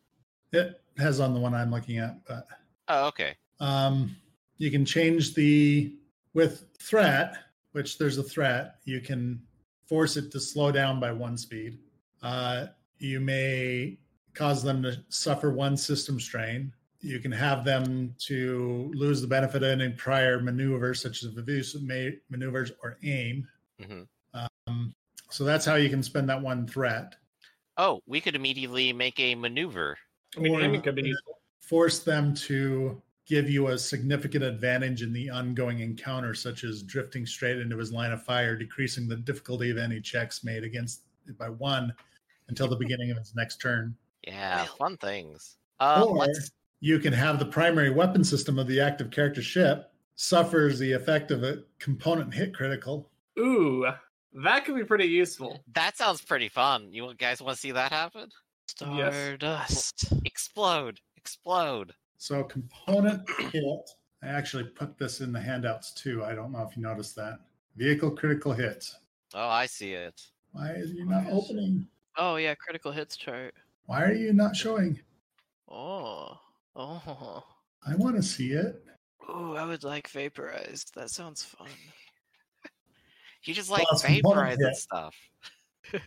It has on the one I'm looking at, but
Oh, okay.
Um, you can change the with threat, which there's a threat. You can force it to slow down by one speed. Uh, you may cause them to suffer one system strain. You can have them to lose the benefit of any prior maneuver, such as evasive ma- maneuvers or aim.
hmm
Um, so that's how you can spend that one threat.
Oh, we could immediately make a maneuver.
I mean,
Or
aiming could be
force them to give you a significant advantage in the ongoing encounter, such as drifting straight into his line of fire, decreasing the difficulty of any checks made against it by one until the beginning of his next turn.
Yeah, fun things. Um,
Or-
let's-
You can have the primary weapon system of the active character ship suffers the effect of a component hit critical.
Ooh, that could be pretty useful.
that sounds pretty fun. You guys want to see that happen?
Stardust.
Explode! Explode!
So component hit. I actually put this in the handouts too. I don't know if you noticed that. Vehicle critical hits.
Oh, I see it.
Why are you not opening?
Oh yeah, critical hits chart.
Why are you not showing?
Oh. Oh.
I want to see it.
Oh, I would like vaporized. That sounds fun.
You just like
Plus one
vaporize
hit.
and stuff.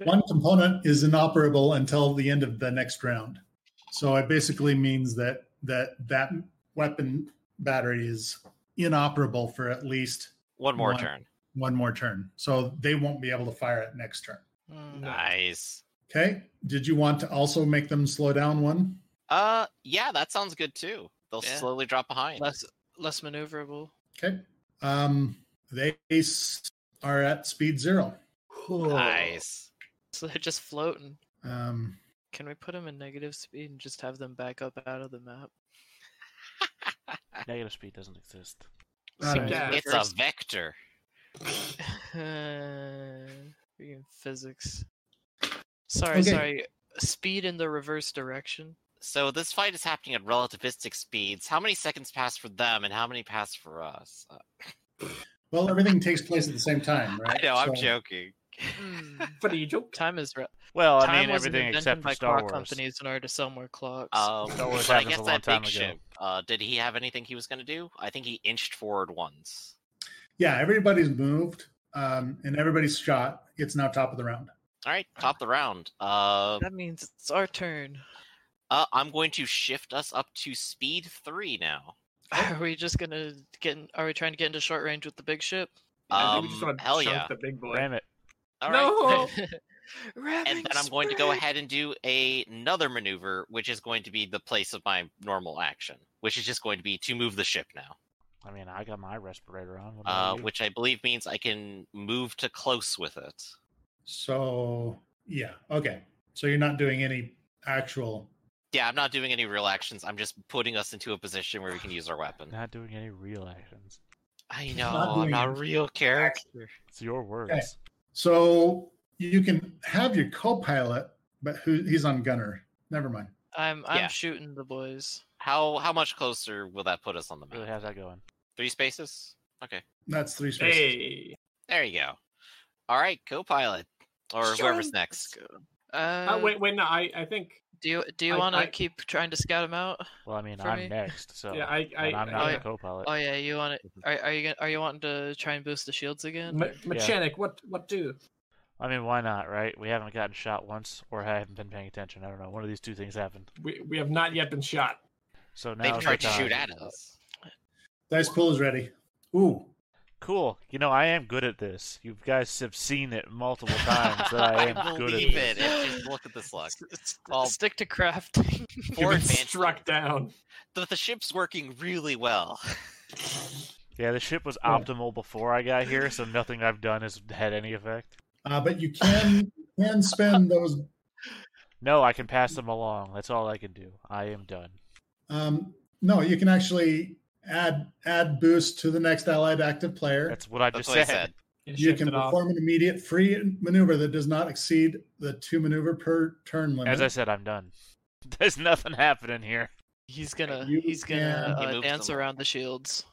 One component is inoperable until the end of the next round. So it basically means that that that weapon battery is inoperable for at least
One more
One.
turn.
one more turn. So they won't be able to fire it next turn.
Mm.
Nice.
Okay. Did you want to also make them slow down one?
Uh, yeah, that sounds good too. They'll
Yeah.
slowly drop behind.
Less less maneuverable.
Okay. Um, they s- are at speed zero.
Nice.
So they're just floating.
Um,
Can we put them in negative speed and just have them back up out of the map?
Negative speed doesn't exist.
I don't know.
Yeah.
It's a vector.
Freaking physics. Sorry,
Okay.
sorry. Speed in the reverse direction.
So this fight is happening at relativistic speeds. How many seconds pass for them, and how many pass for us? Uh,
Well, everything takes place at the same time, right?
I know, I'm
So-
joking.
Funny joke.
Hmm. Time is re-
Well, I
time
mean
wasn't
everything
invented
except for
by
Star
car
Wars. Uh,
companies in order to sell more clocks.
Um,
Star Wars
but I
happens
guess
a long
that
time
big
ago.
ship. Uh, did he have anything he was going to do? I think he inched forward once.
Yeah, everybody's moved, um, and everybody's shot. It's now top of the round.
All right, top the round. Uh,
that means it's our turn.
uh, I'm going to shift us up to speed three now.
Are we just gonna get? In, are we trying to get into short range with the big ship?
I think we just
Um,
want to
hell
chunk
yeah.
the big boy.
Ram it.
All right.
No.
and then I'm going to go ahead and do a- another maneuver, which is going to be the place of my normal action, which is just going to be to move the ship now,
I mean, I got my respirator on. What about
uh,
you?
which I believe means I can move to close with it.
So yeah, okay. So you're not doing any actual.
Yeah, I'm not doing any real actions. I'm just putting us into a position where we can use our weapon.
Not doing any real actions.
I know,
not
I'm
doing
not a
any
real character.
It's your words.
So you can have your co-pilot, but who he's on gunner. Never mind.
I'm I'm
Yeah.
shooting the boys.
How how much closer will that put us on the map?
Really, how's that going?
Three spaces.
That's three spaces.
Hey,
There you go. All right, co-pilot or whoever's next.
Let's go. Uh,
uh, wait, wait, no, I, I think,
Do you do you
I-
want
I-
to keep trying to scout them out?
Well, I mean,
For
I'm
me?
next, so
yeah, I, I,
and I'm not
I-
a co-pilot.
Oh yeah, you want to? Are, are you gonna, are you wanting to try and boost the shields again?
me- mechanic. What, what do?
I mean, why not, right? We haven't gotten shot once, or I haven't been paying attention. I don't know. One of these two things happened.
We, we have not yet been shot.
So now
They've
is
tried
the
to shoot
time.
at us.
Dice pool is ready. Ooh,
Cool. You know, I am good at this. You guys have seen it multiple times that I am good at
Believe
this.
it. It's just look at this luck.
S- s-
Well-
stick to crafting.
We've
Four
been
advanced.
struck down.
The, the ship's working really well.
Yeah, the ship was
Yeah.
optimal before I got here, so nothing I've done has had any effect.
uh, but you can can spend those.
No, I can pass them along. That's all I can do. I am done.
Um, no, you can actually add add boost to the next allied active player.
That's what I
That's
just
what I
said.
said.
Yeah,
you
shift
can
it off.
perform an immediate free maneuver that does not exceed the two maneuver per turn limit.
As I said, I'm done. There's nothing happening here.
He's gonna
you
he's
can-
gonna
He
uh,
moves
dance
them up.
around the shields.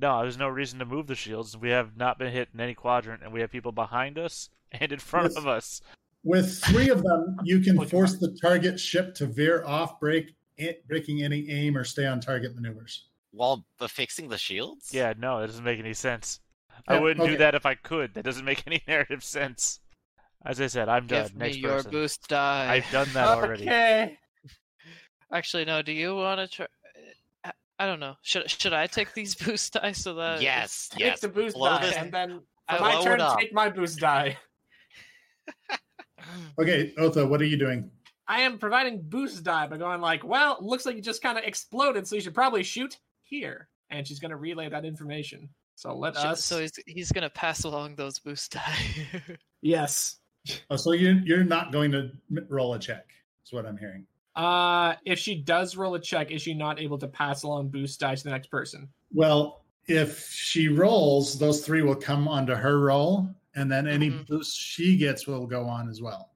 No, there's no reason to move the shields. We have not been hit in any quadrant, and we have people behind us and in front
Yes.
of us.
With three of them, you can
Look,
force the target ship to veer off, break it, breaking any aim or stay on target maneuvers.
While b- fixing the shields?
Yeah, no, that doesn't make any sense. I
Yeah,
wouldn't
okay.
do that if I could. That doesn't make any narrative sense. As I said, I'm done.
Give me
Next
your
person.
boost die.
I've done that already.
Okay.
Actually, no. Do you want to try? I, I don't know. Should should I take these boost die so that
Yes,
Take
yes.
the boost
blow
die,
this-
and then
I
for my
blow it
turn,
up.
take my boost die.
Okay, Otha, what are you doing?
I am providing boost die by going like, well, looks like you just kind of exploded, so you should probably shoot here, and she's going to relay that information. So let
Sh-
us.
Uh, So he's, he's gonna pass along those boost die.
yes.
Oh, so you you're not going to m- roll a check. Is what I'm hearing.
Uh, if she does roll a check, is she not able to pass along boost die to the next person?
Well, if she rolls, those three will come onto her roll, and then any
Mm-hmm.
Mhm.
boost she gets will go on as well.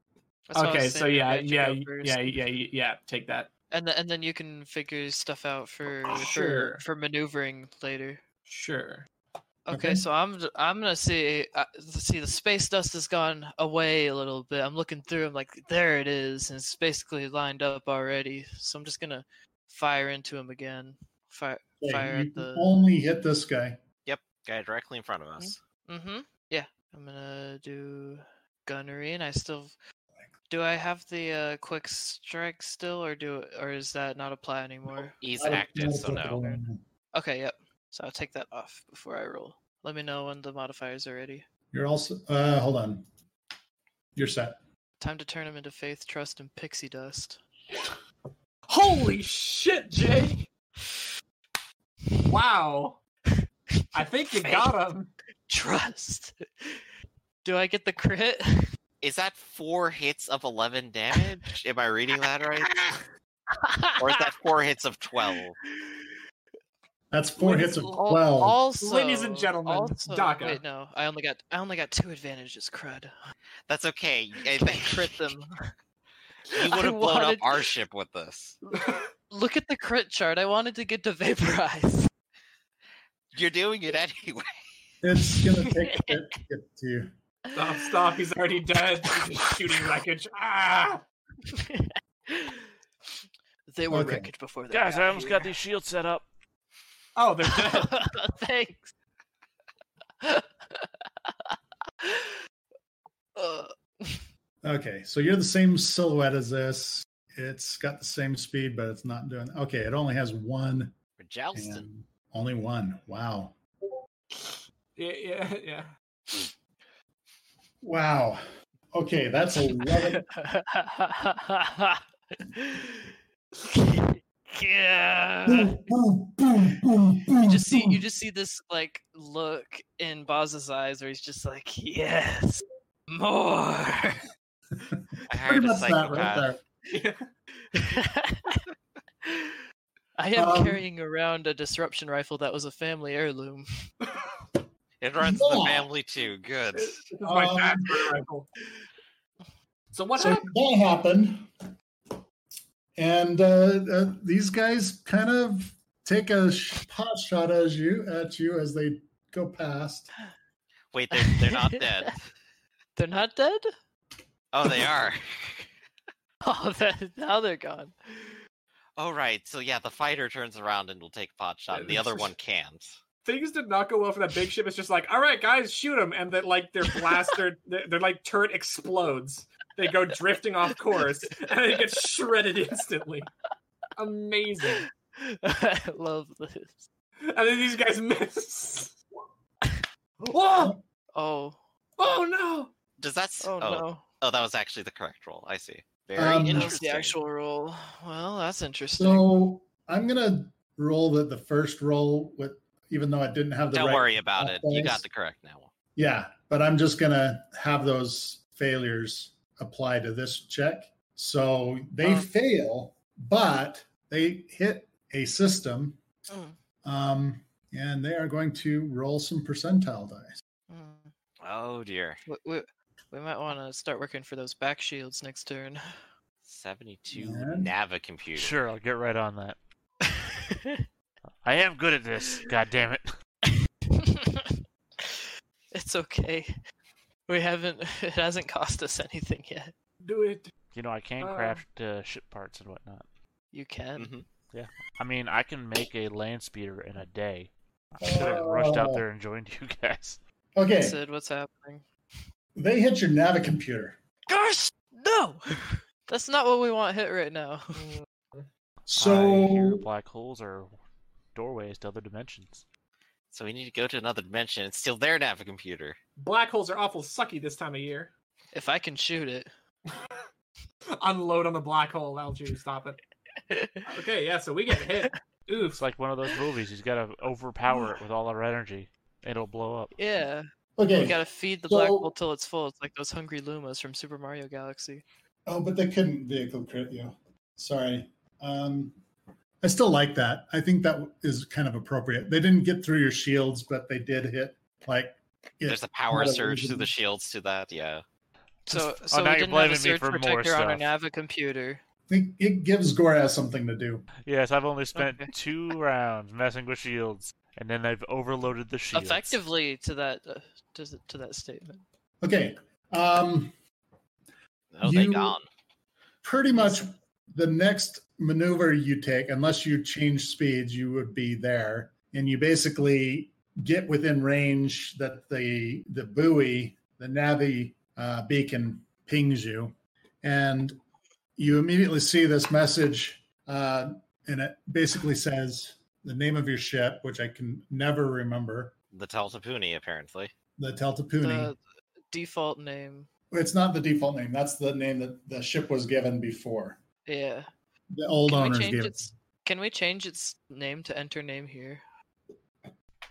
That's what I was
okay, so
saying,
yeah,
right, to
yeah,
go
y-
first.
yeah, yeah, yeah, yeah. Take that.
and then and then you can figure stuff out for
Oh, Sure.
for, for maneuvering later.
Sure.
Okay,
Okay.
so I'm j- I'm gonna see uh, see the space dust has gone away a little bit. I'm looking through. I'm like, there it is, and it's basically lined up already. So I'm just gonna fire into him again. Fire.
Okay,
Fire
you
at
can
the-
only hit this guy.
Guy directly in front of us.
Mm-hmm. Yeah, I'm gonna do gunnery, and I still do. I have the uh, quick strike still, or do or is that not apply anymore?
He's
Not a-
active,
not
so no.
applicable right now.
Okay, yep. So I'll take that off before I roll. Let me know when the modifiers are ready.
You're also uh, hold on. You're set.
Time to turn him into faith, trust, and pixie dust.
Holy shit, Jay! Wow. I think you got him.
Trust. Do I get the crit?
Is that four hits of 11 damage? Am I reading that right? Or is that four hits of 12?
That's four hits of
Al-
twelve.
Also,
Ladies and gentlemen,
also,
DACA.
Wait, no, I only got I only got two advantages. Crud.
That's okay. I
Can't
think
crit them.
You would
I
have blown up
wanted-
our ship with this.
Look at the crit chart. I wanted to get to vaporize.
You're doing it anyway.
It's gonna take a bit to get to you.
Stop, stop, he's already dead. He's just shooting wreckage. Ah!
they were
Okay.
wreckage before they
Guys,
got
I almost
here.
got these shields set up.
Oh, they're dead.
Thanks. Uh,
Okay, so you're the same silhouette as this. It's got the same speed, but it's not doing. Okay, it only has one.
We're jousting.
And only one. Wow.
Yeah, yeah, yeah.
Wow. Okay, that's a eleven.
yeah.
boom, boom, boom, boom,
Uh, You
boom,
just see you
boom.
just see this like look in Boz's eyes where he's just like, Yes, more.
I
Pretty
hired a
much that
psychopath.
right there.
I am
Um,
carrying around a disruption rifle that was a family heirloom.
It runs in the
Yeah.
family too. Good.
This is my
Um,
dad's murder rifle. So what
so
happened?
that happened and uh, uh, these guys kind of take a sh- pot shot as you at you as they go past
Wait, they're, they're not dead.
They're not dead?
Oh, they are.
Oh, that, now they're gone.
Oh, right. So, yeah, the fighter turns around and will take a pot shot, and the other one can't.
Things did not go well for that big ship. It's just like, all right, guys, shoot him, and then like their blast, their their their, like turret explodes. They go drifting off course, and it gets shredded instantly. Amazing.
I love this.
And then these guys miss. Whoa!
Oh,
Oh no!
Does that. s-
oh, no.
Oh, that was actually the correct roll. I see. Very
Um,
That was
interesting.
the actual roll. Well, that's interesting.
so i'm gonna roll the, the first roll with even though i didn't have the
Don't
right
worry about it. You
dice.
got the correct now.
yeah but i'm just gonna have those failures apply to this check so they
Um.
fail but they hit a system
Mm,
um, and they are going to roll some percentile dice
mm.
Oh, dear.
We, we, we might want to start working for those back shields next turn.
72
And-
Nava computer.
Sure, I'll get right on that. I am good at this. God damn it.
it's okay. We haven't. It hasn't cost us anything yet.
Do it.
You know, I can
Uh.
craft uh, ship parts and whatnot.
You can.
Mhm.
I mean, I can make a land speeder in a day. I should have rushed out
Oh.
there and joined you guys.
Okay,
Sid, what's happening?
they hit your Navi computer.
Gosh, no. That's not what we want hit right now.
I hear
So
black holes are doorways to other dimensions.
So, we need to go to another dimension and steal their Nava computer.
Black holes are awful sucky this time of year.
If I can shoot it.
Unload on the black hole, LG. Stop it. Okay, yeah. So we get hit. Oof.
It's like one of those movies. He's got to overpower it with all our energy. It'll blow up.
Yeah,
Okay.
you gotta feed the black
So-
hole till it's full. It's like those hungry Lumas from Super Mario Galaxy.
Oh, but they couldn't vehicle crit you. Sorry. Um, I still like that. I think that is kind of appropriate. They didn't get through your shields, but they did hit like. it-
There's a power
not a
surge through
reason-
the shields to that. Yeah.
So,
Oh,
so
now
we
you're
didn't have a
blaming me
surge
for more
protector on our
stuff.
Nava computer.
I think it gives Goraz something to do.
Yes, I've only spent
Okay.
two rounds messing with shields, and then I've overloaded the shields.
Effectively to that uh, to, th- to that statement.
Okay. Um,
Oh, they
You-
gone.
pretty much the next maneuver you take, unless you change speeds, you would be there, and you basically get within range that the the buoy, the Navi uh, beacon pings you, and you immediately see this message, uh, and it basically says the name of your ship, which I can never remember,
The Taltapuni, apparently.
the Teltapuni.
The default name.
it's not the default name. That's the name that the ship was given before.
Yeah.
The old
Can we
owners
change
gave it.
its Can we change its name to enter name here?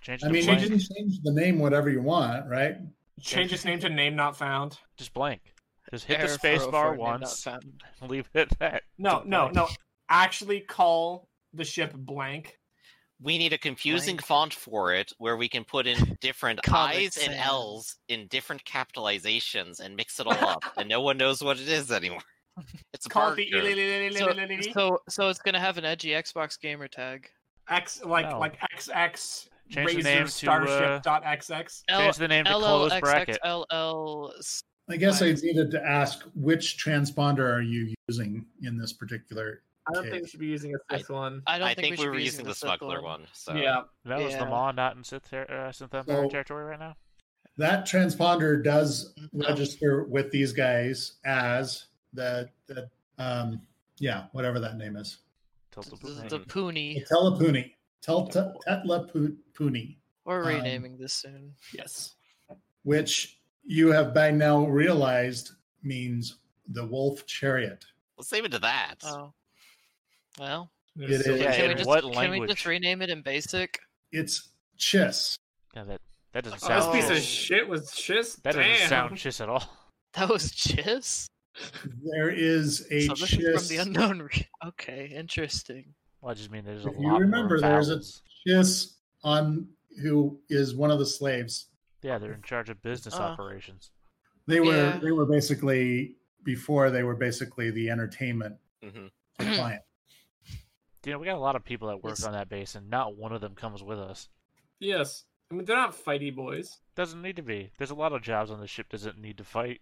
Change
I
to
mean,
blank.
you can change the name whatever you want, right?
Change its name to name not found.
Just blank. Just hit the
Error
space
404
bar
name not
once.
found.
Leave it at that.
No, no, no. Actually call the ship blank.
We need a confusing
Blank.
font for it where we can put in different
Comic
I's and
Sans.
L's in different capitalizations and mix it all up, and no one knows what it is anymore. It's a
Call
bar
it the
joke.
So,
ililililililili-
so so it's gonna have an edgy Xbox gamer tag.
X like
No.
like XX
Change the
Razor
name to uh,
Starship dot XX.
L
change the name to
L
close
L X X
bracket.
L L. s-
I guess I
Right.
needed to ask which transponder are you using in this particular?
I don't
Okay.
think we should be using a fifth one.
I don't
I
we,
think we
should
were
be
using the
fifth
smuggler one. So
Yeah.
No, is the
Yeah.
law not in synth- ter- uh, synthetic
So-
territory right now?
That transponder does
Mm-hmm.
register with these guys as the the um yeah whatever that name is
Tilt the
The,
boot.
the Poonie.
the Telepuni Telta Telepuni,
We're
Um,
renaming this soon.
Yes.
which you have by now realized means the Wolf Chariot.
let's save it to that.
Oh. Well,
It
So-
is-
Yeah,
can, we
in
just,
what
can we
language?
just rename it in basic?
It's Chiss.
Yeah, that, that doesn't
Oh, this
sound
piece of
chiss.
shit was just
That doesn't
damn.
sound chiss at all.
That was Chiss?
There is a
So this is from the
Chiss-
unknown. Re- okay, interesting.
Well, I just mean there's a
If
lot
you
more
remember, there's a-
vowels.
Chiss on who is one of the slaves
Yeah, they're in charge of business
Uh.
operations.
They were
Yeah.
they were basically before they were basically the entertainment
Mhm.
Hmm.
client.
You know, we got a lot of people that work
Yes.
on that base, and not one of them comes with us.
Yes. I mean they're not fighty boys.
Doesn't need to be. There's a lot of jobs on the ship that doesn't need to fight.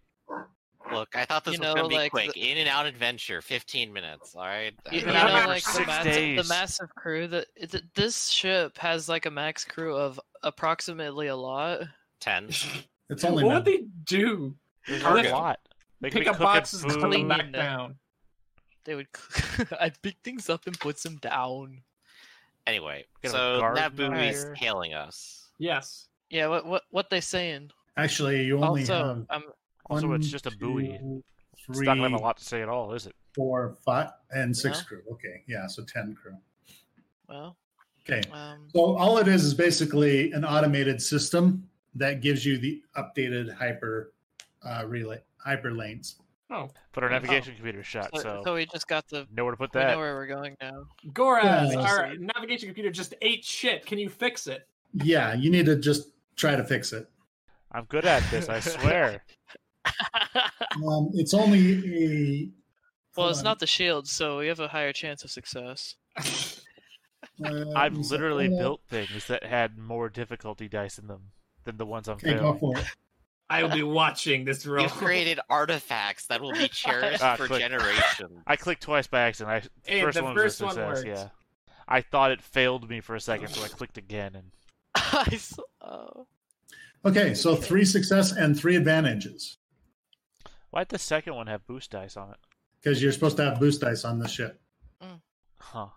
Look, I thought this
You
was gonna
know,
be
like the-
quick. In and out adventure, fifteen minutes. All right.
You, you
been
know,
out here
like
for
the
six
massive, the
days.
massive crew. That th- this ship has like a max crew of approximately a lot.
Ten.
It's only
what
men.
would they do?
There's
Cargo.
a lot. They could
Pick
be
up
cooking
boxes,
food.
put them back
Clean.
down.
They would. I'd pick things up and put them down.
Anyway,
Got a
so
guard
that
down
buoy's
here.
hailing us.
Yes.
Yeah. What what what they saying?
Actually, you only
also,
have
um,
Also,
one,
it's just a buoy.
two,
It's not
Three,
gonna have a lot to say at all, is it?
four, five, and six
No?
crew. Okay, yeah, so ten crew.
well,
Okay,
um,
so all it is is basically an automated system that gives you the updated hyper uh, relay hyper lanes.
Oh.
But our navigation computer's shut,
so,
so,
so we just got the.
nowhere to put
We know
that.
where we're going now.
Goraz,
Yeah.
our navigation computer just ate shit. Can you fix it?
Yeah, you need to just try to fix it.
I'm good at this, I swear.
Um, it's only a
well, it's
Hold on.
not the shield, so we have a higher chance of success.
Uh,
I've
he's
literally
like,
built things that had more difficulty dice in them than the ones I'm
Okay, go
failing.
for it.
I will be watching this roll.
You've created artifacts that will be cherished
Ah,
for
click.
generations.
I clicked twice by accident. I,
Hey,
first
the
one
first one
was a success.
worked.
yeah, I thought it failed me for a second, so I clicked again. And
I s- oh.
Okay, so three success and three advantages
why did the second one have boost dice on it?
because you're supposed to have boost dice on the ship
Huh.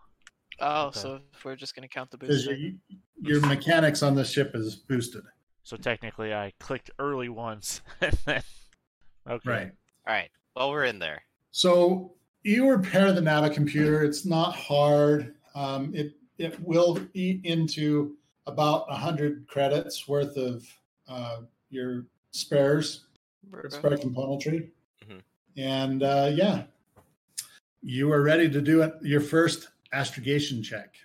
Oh,
Okay.
so we're just gonna count the
because
boost.
your
then.
your mechanics on the ship is boosted,
So technically, I clicked early once. and then- okay.
right?
All right. Well, we're in there.
So you repair the Navi computer. It's not hard. Um, it it will eat into about 100 credits worth of uh, your spares, spare componentry.
Mhm.
And uh, yeah, you are ready to do it, your first astrogation check.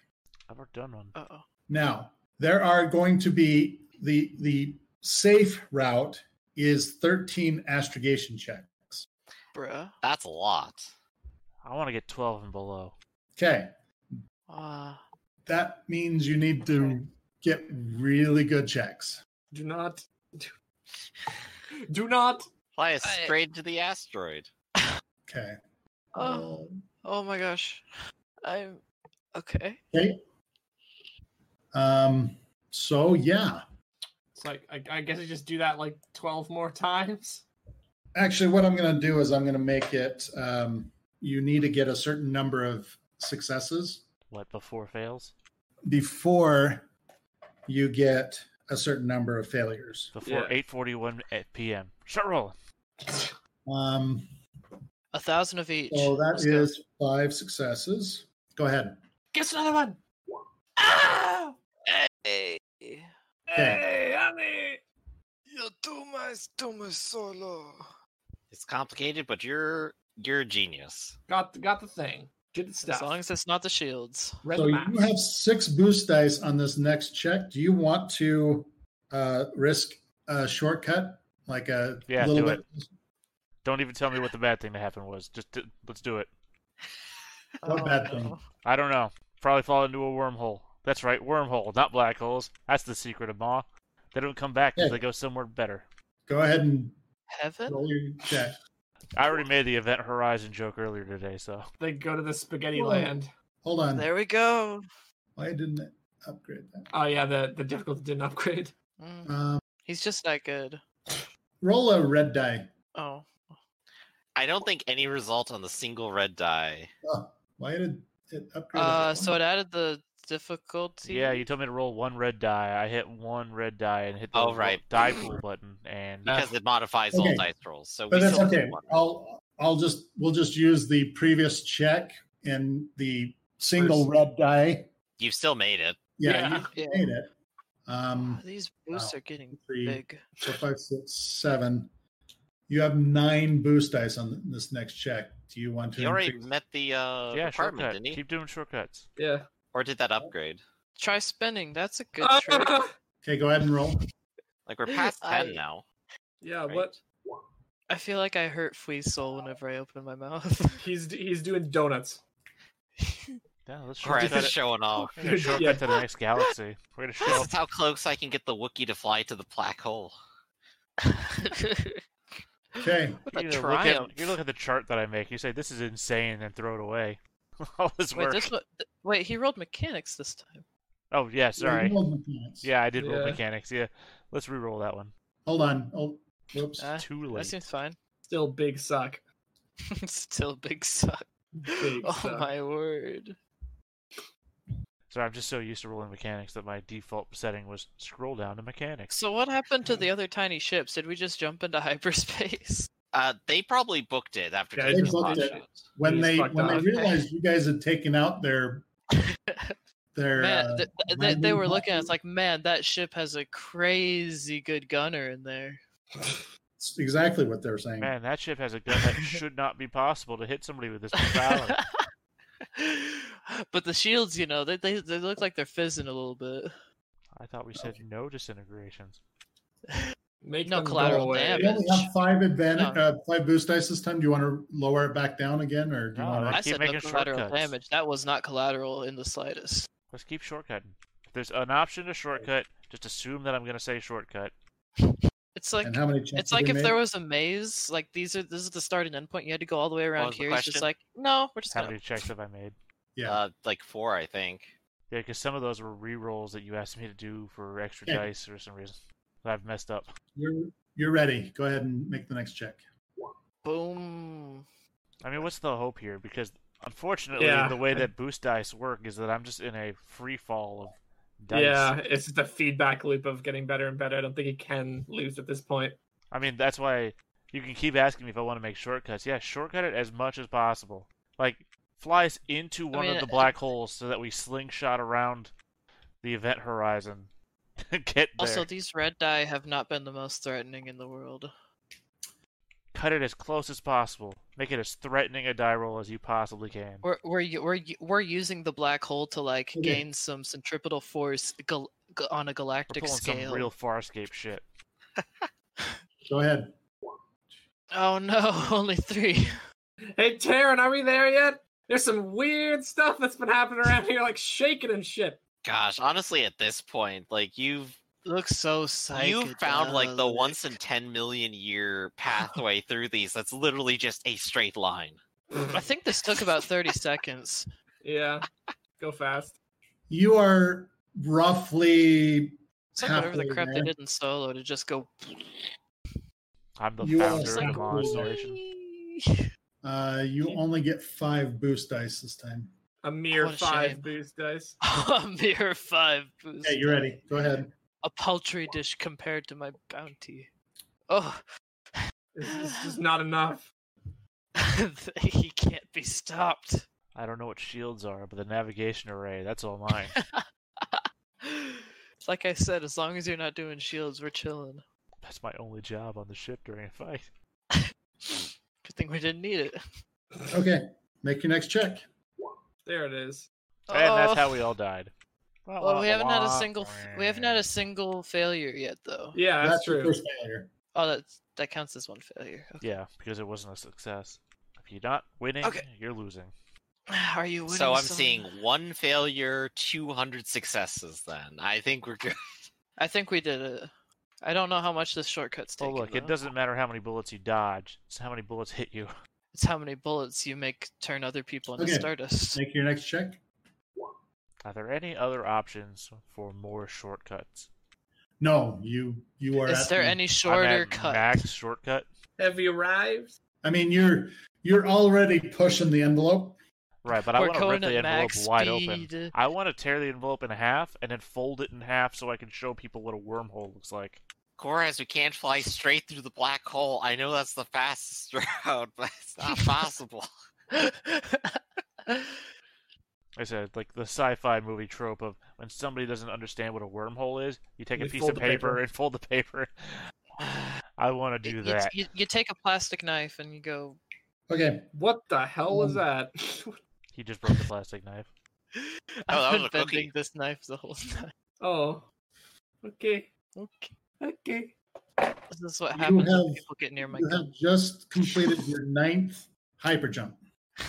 I've already done one.
Uh oh.
Now, there are going to be the the safe route is 13 astrogation checks.
Bruh.
That's a lot.
I want to get 12 and below.
Okay.
Ah.
That means you need to get really good checks.
Do not. Do, do not.
Fly us
I-
straight to the asteroid.
Okay.
oh. Oh my gosh. I'm okay.
Um so yeah.
It's like I, I guess I just do that like twelve more times.
Actually what I'm going to do is I'm going to make it um you need to get a certain number of successes
What, before fails?
before you get a certain number of failures.
Before
Yeah.
8.41 at p.m. Start rolling.
Um
A thousand of each.
so Oh, that
Let's go.
is five successes. Go ahead.
Guess another one. Ah!
Hey.
Hey, honey.
Yo tú más, tú más solo.
It's complicated, but you're you're a genius.
Got got the thing. Did the stuff.
As long as it's not the shields.
Read
So
the
you
map.
have six boost dice on this next check. Do you want to uh, risk a shortcut, like a
Yeah,
little
do
bit?
Don't even tell me what the bad thing that happened was. Just d- let's do it.
What
Oh,
bad thing?
I don't know. Probably fall into a wormhole. That's right, wormhole, not black holes. That's the secret of Maw. They don't come back
Yeah.
because they go somewhere better.
Go ahead and
Heaven?
roll your check.
I already made the Event Horizon joke earlier today, so
They go to the spaghetti
Whoa.
land.
Hold on.
There we go.
Why didn't it upgrade that?
Oh yeah, the the difficulty didn't upgrade.
Mm,
Um,
He's just not good.
roll a red die.
Oh.
I don't think any result on the single red die.
Oh, why did it upgrade?
Uh,
that
so
one?
it added the difficulty.
yeah, you told me to roll one red die. I hit one red die and hit the
Oh,
roll-
right. Uh,
die pool button, and
Because it modifies all
Uh, Okay.
dice rolls. So
but
we
that's
still
okay.
One.
I'll I'll just we'll just use the previous check and the single red die.
You've still made it.
Yeah,
Yeah.
you made it. Um,
These boosts are getting
Three.
big.
four, five, six, seven. You have nine boost dice on this next check. Do you want to?
You already
increase-
met the uh
yeah,
apartment,
shortcut.
didn't you?
Keep doing shortcuts.
Yeah.
Or did that upgrade?
Try spinning. That's a good
Ah!
trick.
Okay, go ahead and roll.
Like we're past
I-
ten now.
Uh,
yeah.
right?
What
I feel like I hurt Flea's soul whenever I open my mouth.
he's he's doing donuts.
Yeah, let's
Right,
shortcut
just
it.
showing off.
We're gonna shortcut
Yeah.
to the next galaxy. We're gonna show
This
up.
is how close I can get the Wookiee to fly to the black hole.
Okay,
What
You
a
know, look at-
triumph!
you look at the chart that I make. You say this is insane, and throw it away. All this
wait,
work.
this one- th- wait, he rolled mechanics this time.
Oh yeah, sorry.
Roll mechanics.
Yeah, I did roll
Yeah.
mechanics. Yeah, let's re-roll that one.
Hold on. Oh, whoops.
Uh,
Too
that
late.
seems fine.
Still big suck.
Still big suck.
Big
oh
suck.
my word!
Sorry, I'm just so used to rolling mechanics that my default setting was scroll down to mechanics.
So what happened to the other tiny ships? Did we just jump into hyperspace?
Uh, they probably booked it after
Yeah,
they
taking
booked
the
it.
shot.
when
He's
they
fucked
when they
up.
realized you guys had taken out their their
Man,
uh,
th- th- they,
mining
they were looking. at
platform.
It's like, man, that ship has a crazy good gunner in there.
It's exactly what they're saying.
Man, that ship has a gun that should not be possible to hit somebody with this power.
but the shields, you know, they, they they look like they're fizzing a little bit.
I thought we said no disintegrations.
Make
No
them go
collateral
away.
damage.
You only have five advantage,
No.
uh, five boost dice this time. Do you want to lower it back down again, or do you
No,
want
I
I
keep
said no
making
collateral
shortcuts.
damage. That was not collateral in the slightest.
Let's keep shortcutting. If there's an option to shortcut, just assume that I'm gonna say shortcut.
It's
to?
like
And how many checks?
it's like
have
if
we
there
made?
was a maze. Like these are this is the start and end point. You had to go all the way around
was the
here. It's just
question?
like no, we're just
How
gonna.
many checks have I made?
Yeah.
Uh, like four, I think.
Yeah, because some of those were re-rolls that you asked me to do for extra
Yeah.
dice for some reason. I've messed up.
you're you're ready. Go ahead and make the next check.
Boom.
I mean, what's the hope here? Because unfortunately,
Yeah.
the way that boost dice work is that I'm just in a free fall of dice.
Yeah, it's just a feedback loop of getting better and better. I don't think he can lose at this point.
I mean, that's why you can keep asking me if I want to make shortcuts. Yeah, shortcut it as much as possible. Like, flies into one
mean,
of the
uh,
black holes so that we slingshot around the event horizon. Get there.
Also, these red die have not been the most threatening in the world.
Cut it as close as possible. Make it as threatening a die roll as you possibly can.
We're we're u- we're u- we're using the black hole to like
Okay.
gain some centripetal force gal- g- on a
We're
galactic
pulling
scale.
some real Farscape shit.
Go ahead.
Oh no, only three.
Hey, Taryn, are we there yet? There's some weird stuff that's been happening around here, like shaking and shit.
Gosh, honestly, at this point, like you've
Looks so psychedelic.
you found like the once in ten million year pathway through these. That's literally just a straight line.
I think this took about thirty seconds.
Yeah, go fast.
You are roughly
It's like whatever the
Halfway
crap they
there.
did in solo to just go.
I'm the
You are
founder
so
of the
cool.
Constellation.
Uh, you only get five boost dice this time.
A mere
What a
five
shame.
boost dice.
a mere five boost.
Hey, you're ready. Go ahead.
A paltry dish compared to my bounty. Oh,
It's, it's just not enough.
he can't be stopped.
I don't know what shields are, but the navigation array, that's all mine.
Like I said, as long as you're not doing shields, we're chilling.
that's my only job on the ship during a fight.
Good thing we didn't need it.
Okay. Make your next check.
There it is.
And that's
Oh.
how we all died.
Well, we haven't had a single f- we haven't had a single failure yet, though.
Yeah, that's,
your
true.
first failure.
Oh, that that counts as one failure. Okay.
Yeah, because it wasn't a success. If you're not winning,
Okay.
you're losing.
Are you winning?
so I'm
someone?
seeing one failure, two hundred successes. Then I think we're good.
I think we did it. I don't know how much this shortcut's
Oh,
taking.
look, it
though.
doesn't matter how many bullets you dodge, it's how many bullets hit you.
It's how many bullets you make turn other people into
Okay.
stardust.
Make your next check.
Are there any other options for more shortcuts?
No, you you are.
Is
at
there
the-
any
I'm at
shorter cut?
Max shortcut?
Have you arrived?
I mean, you're you're already pushing the envelope.
Right, but I
We're
want to
going
rip the
at
envelope
max
wide open.
speed.
I want to tear the envelope in half and then fold it in half so I can show people what a wormhole looks like.
Coraz, we can't fly straight through the black hole. I know that's the fastest route, but it's not possible.
I said, like the sci-fi movie trope of when somebody doesn't understand what a wormhole is, you take a
You
piece
fold
of
the
paper,
paper.
and fold the paper. I want to
You-
do
you,
that.
You, you take a plastic knife and you go.
Okay.
What the hell was
Mm.
that?
He just broke the plastic knife. Oh,
that
I've
was a
been
cookie.
bending this knife the whole time.
oh, okay,
Okay.
okay.
This is what
You
happens when
have-
people get near my
You have just completed your ninth hyper jump.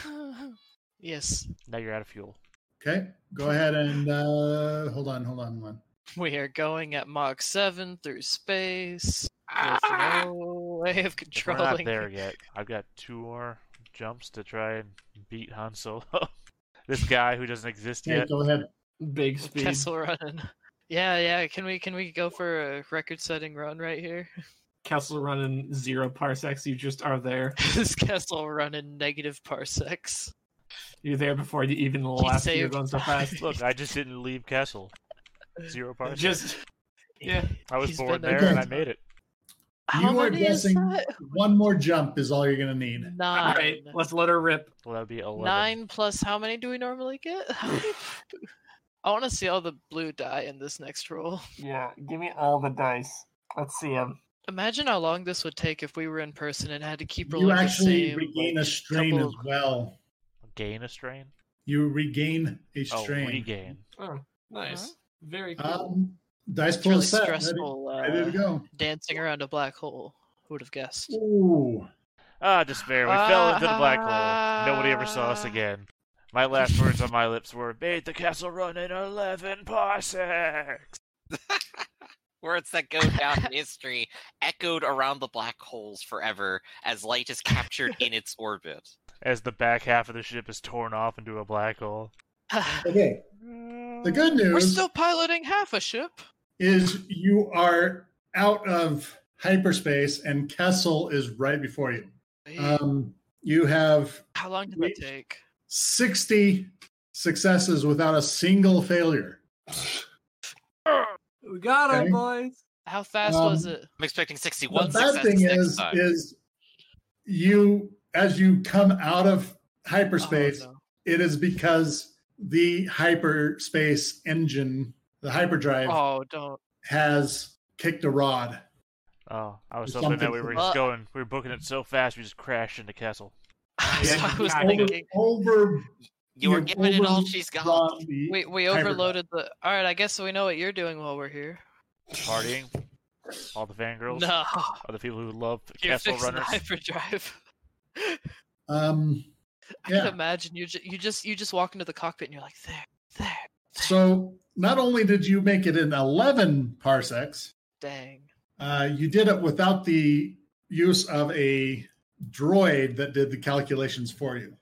gun. yes,
Now you're out of fuel.
Okay. Go ahead and uh, hold on, hold on, one.
we are going at Mach 7 through space. There's
Ah!
no way of
If we're not
controlling
there
it.
yet. I've got two more jumps to try and beat Han Solo. this guy who doesn't exist
Okay,
yet.
go ahead.
Big speed.
Kessel running. Yeah, yeah. Can we can we go for a record-setting run right here?
Kessel running zero parsecs. You just are there.
this Kessel running negative parsecs.
You're there before you even last. You're
saved
going so
by-
fast.
Look, I just didn't leave Castle. Zero parts.
Just yeah.
I was
he's
born
been a-
there and I made it.
How
You are
many is
guessing-
that?
One more jump is all you're gonna need.
All
Nine.
right, let's let her rip.
Well, that would be 11.
Nine plus how many do we normally get? How many- I want to see all the blue die in this next roll.
Yeah, give me all the dice. Let's see him.
Imagine how long this would take if we were in person and had to keep rolling
You
the
actually
same,
regain a
like,
strain
couple
as well.
Gain a strain?
You regain a
Oh,
strain.
regain.
Oh, nice.
Huh?
Very cool.
Um, dice
It's
pool
really
is set. Ready,
stressful
ready to
uh,
go.
dancing around a black hole. Who would have guessed?
Ooh.
Ah, despair. We fell into the black hole. Nobody ever saw us
Ah.
again. My last words on my lips were, made the castle run in 11 parsecs.
Words that go down in history, echoed around the black holes forever as light is captured in its orbit.
As the back half of the ship is torn off into a black hole.
Okay. The good news
we're still piloting half a ship.
is you are out of hyperspace and Kessel is right before you. Um, you have
how long did
wait.
that take?
60 successes without a single failure.
we got
okay.
him, boys.
How fast was
Um,
it?
I'm expecting 61
The bad
successes
thing
next
is,
time.
is you as you come out of
Oh,
hyperspace,
no.
It is because the hyperspace engine, the hyperdrive,
Oh, don't.
has kicked a rod.
Oh, I was
There's
hoping that we
something-
were just
Uh,
going, we were booking it so fast, we just crashed into Kessel.
so I was
I
Over,
know.
thinking.
over
You were
you've
giving it all
overrun
she's got.
brought the-
We we
Hyperdrive.
overloaded the. All right, I guess we know what you're doing while we're here.
Partying. All the fangirls.
No,
All the people who love
you're
Kessel
fixing the
runners.
hyperdrive.
um,
I
Yeah.
can imagine you. Ju- you just you just walk into the cockpit and you're like, there, there,
so not only did you make it in 11 parsecs,
dang.
Uh, you did it without the use of a droid that did the calculations for you.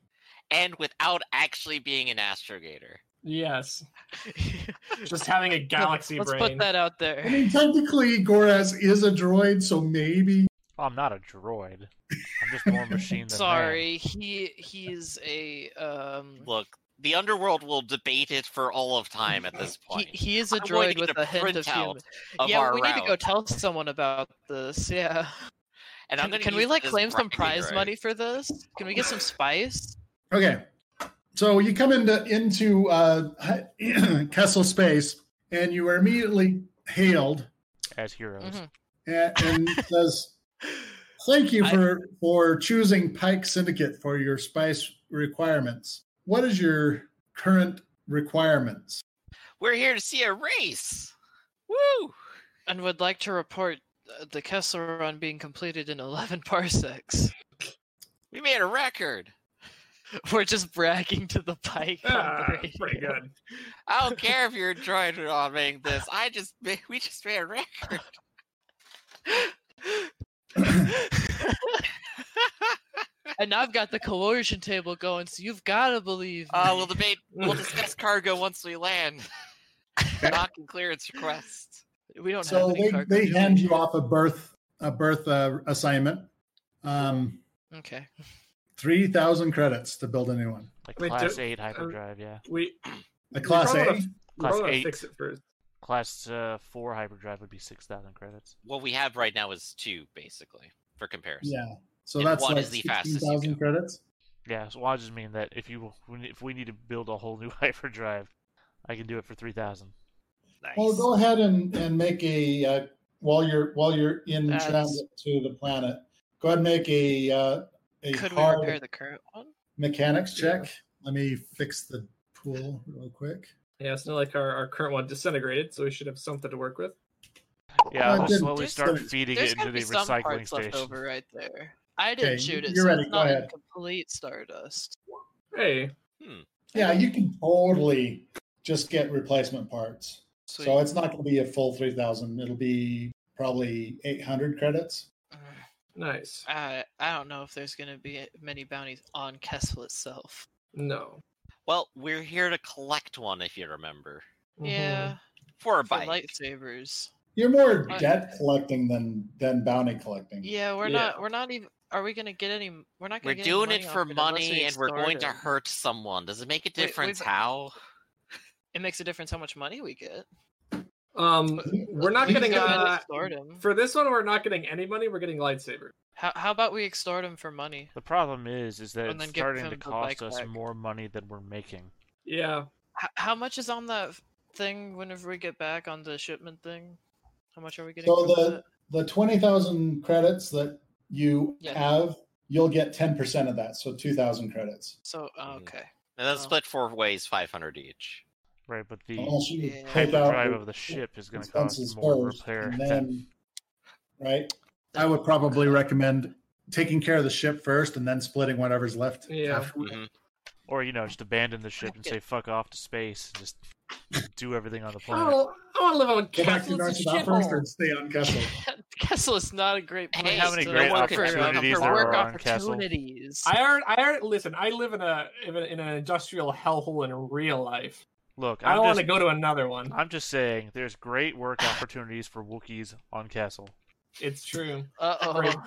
And without actually being an astrogator.
Yes, just having a galaxy
Let's
brain.
put that out
I
there.
mean, technically, Goraz is a droid, so maybe.
Oh, I'm not a droid. I'm just more machine than man.
Sorry, he he's a um.
Look, the underworld will debate it for all of time at this
He,
point.
he is a
I'm going to
droid with
get a
a hint of
printout
human.
of
yeah,
our
we need to go
route.
tell someone about this. Yeah.
and I'm
Can,
gonna
can we
use
like
it as
claim some
bribery,
prize
right?
money for this? Can we get some spice?
Okay, so you come into into uh, Kessel space, and you are immediately hailed
As heroes.
Mhm.
and, and says, "Thank you
I-
for for choosing Pike Syndicate for your spice requirements. What is your current requirements?"
We're here to see a race. Woo!
And would like to report uh, the Kessel run being completed in 11 parsecs.
We made a record.
We're just bragging to the pike. on the
Ah, pretty
radio.
good.
I don't care if you're a droid or not making this. I just ma- we just made a record.
and now I've got the coercion table going, so you've got to believe.
Uh,
me.
we'll debate. We'll discuss cargo once we land. Knock and clearance request.
we don't have
so
any
they,
cargo
they
space.
hand you off a birth a birth uh, assignment um
Okay.
3000 credits to build a new one
Like
Wait,
class
do-
8 hyperdrive, yeah.
We
a class
we
a
probably wanna- we
Class
probably wanna
eight.
Fix it first.
Class uh, 4 hyperdrive would be 6,000 credits.
What we have right now is two, basically, for comparison.
yeah so
And
that's
one
like
is the fastest you
16000
go.
credits
Yeah, so I just mean that if you if we need to build a whole new hyperdrive, I can do it for 3,000.
Nice.
well go ahead and and make a uh, while you're while you're in
That's-
transit to the planet go ahead and make a uh a
Could we
hard
repair the current one?
mechanics check let me fix the pool real quick
Yeah, it's not like our, our current one disintegrated, so we should have something to work with.
Yeah,
Uh,
we'll
then-
slowly
there's
start
some-
feeding
There's
it into
gotta
the
be some
recycling
parts left
station.
over right there. I didn't
Okay,
shoot it,
you're
so
ready,
it's
go
not
ahead.
complete stardust.
Hey,
yeah you can totally just get replacement parts
Sweet.
So it's not going to be a full 3,000. It'll be probably 800 credits.
Uh,
nice.
I I don't know if there's gonna be eh, many bounties on Kessel itself.
No.
Well, we're here to collect one, if you remember,
Mm-hmm.
Mm-hmm.
Yeah,
for a
for
bike.
lightsabers.
You're more
Right.
debt collecting than than bounty collecting.
Yeah, we're
Yeah.
not. We're not even. Are we gonna get any? We're not. Gonna
We're
get any
doing it
off
for
unless we
money, and we're
extort
going to
it.
hurt someone. Does it make a
we've-
difference how?
It makes a difference how much money we get.
Um, we're not
We can
getting
go ahead and
uh,
extort him.
for this one. We're not getting any money. We're getting lightsaber.
How, how about we extort him for money?
The problem is, is that
And
it's
then give
starting to
them the
cost
bike
us
back.
more money than we're making.
Yeah.
How, how much is on that f- thing? Whenever we get back on the shipment thing, how much are we getting?
So
from
the-
that?
The 20,000 credits that you
Yeah.
have, you'll get 10% of that. So 2,000 credits.
So oh,
Mhm.
okay.
And then
Oh.
split four ways, five hundred each.
Right, but the
Unless you
Yeah.
take out
hyperdrive
your
of the ship is going to
expenses
cost more
first,
repair
and
than
then, right? I would probably recommend taking care of the ship first and then splitting whatever's left.
Yeah.
afterward.
Mm-hmm.
Mhm.
Or you know, just abandon the ship and
get-
say "fuck off" to space and just do everything on the
I
planet.
Oh,
don't. I want to live on
Go back to
Kessel. It's a
Narsadot first or
shithole.
stay on Kessel.
Kessel is not a great
Hey,
place.
how many
to
great
work for, uh,
opportunities
for
there
work
are on Kessel?
opportunities.
I aren't. I aren't. Listen, I live in a in, a, in an industrial hellhole in real life.
Look,
I
I'm
don't want
just,
to go to another one.
I'm just saying, there's great work opportunities for Wookiees on Castle.
It's true.
Uh
Great
oh.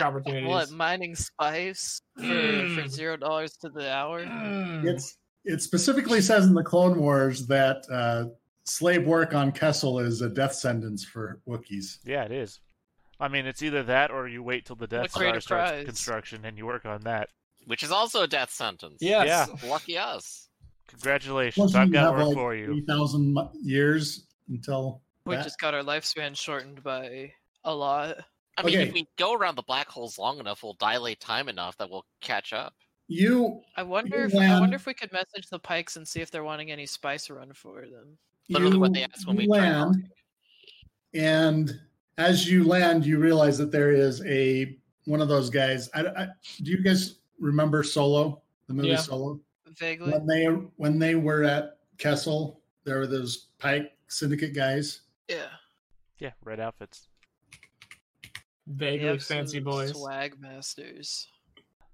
What
opportunities.
mining spice for, for
Mm.
zero dollars to the hour?
Hmm.
Mm.
It's it specifically says in the Clone Wars that uh, slave work on Kessel is a death sentence for Wookiees.
Yeah, it is. I mean, it's either that or you wait till the Death
What greater
Star starts
prize.
construction and you work on that.
which is also a death sentence.
Yes.
Lucky us.
Congratulations, I've got work for you.
Three thousand years until
We
that.
just got our lifespan shortened by a lot.
I mean,
Okay.
if we go around the black holes long enough, we'll dilate time enough that we'll catch up.
you.
I wonder if I
land-
wonder if we could message the Pikes and see if they're wanting any spice run for them.
Literally, what
you
they asked when we tried
land,
Arctic.
and as you land, you realize that there is a one of those guys. I, I, do you guys remember Solo? The movie
Yeah.
Solo.
Vaguely.
When they when they were at Kessel, there were those Pike Syndicate guys.
Yeah.
Yeah, red outfits.
The
Vaguely fancy
absolute
boys. Of
Swag masters.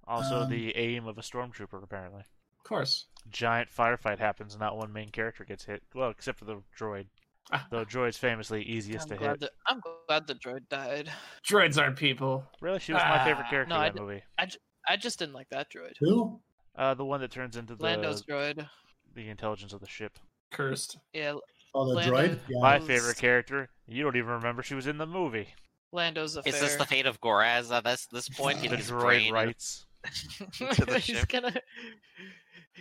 Also,
Um,
the aim of a stormtrooper, apparently.
course.
Giant firefight happens, not one main character gets hit. Well, except for the droid.
Ah.
Though droid's famously easiest
I'm
to hit.
glad that I'm glad the droid died.
Droids aren't people.
Really, she was my favorite
Ah,
character
no,
in
I
that
d-
movie.
I just didn't like that droid.
Who?
Uh, the one that turns into the
Lando's droid.
the intelligence of the ship.
Cursed.
Yeah,
Oh, the
Lando.
droid. Yeah.
My
Those-
favorite character. You don't even remember she was in the movie.
Lando's a
Is this the fate of Goraz at this this point?
The
Getting his
droid
brain
rights.
to the
He's
ship?
gonna.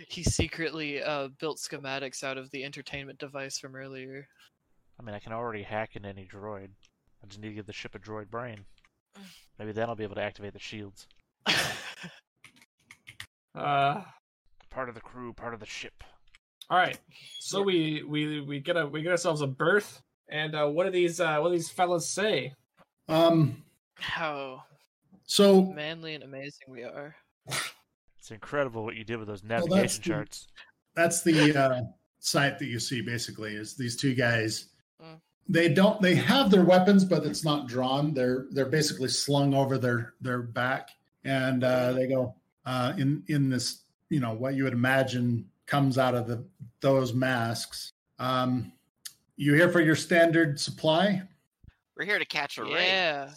He secretly uh, built schematics out of the entertainment device from earlier.
I mean, I can already hack into any droid. I just need to give the ship a droid brain. Maybe then I'll be able to activate the shields.
Uh
Part of the crew, part of the ship.
all right. So we we we get a we get ourselves a berth. And uh, what do these uh, what do these fellas say?
Um.
How
So
manly and amazing we are!
It's incredible what you did with those
that's
navigation
the-
charts.
that's the uh, sight that you see basically is these two guys
Mm.
they don't they have their weapons but it's not drawn they're they're basically slung over their their back and uh, they go uh, in in this you know what you would imagine comes out of the those masks um, you here for your standard supply
We're here to catch a ray.
Yeah.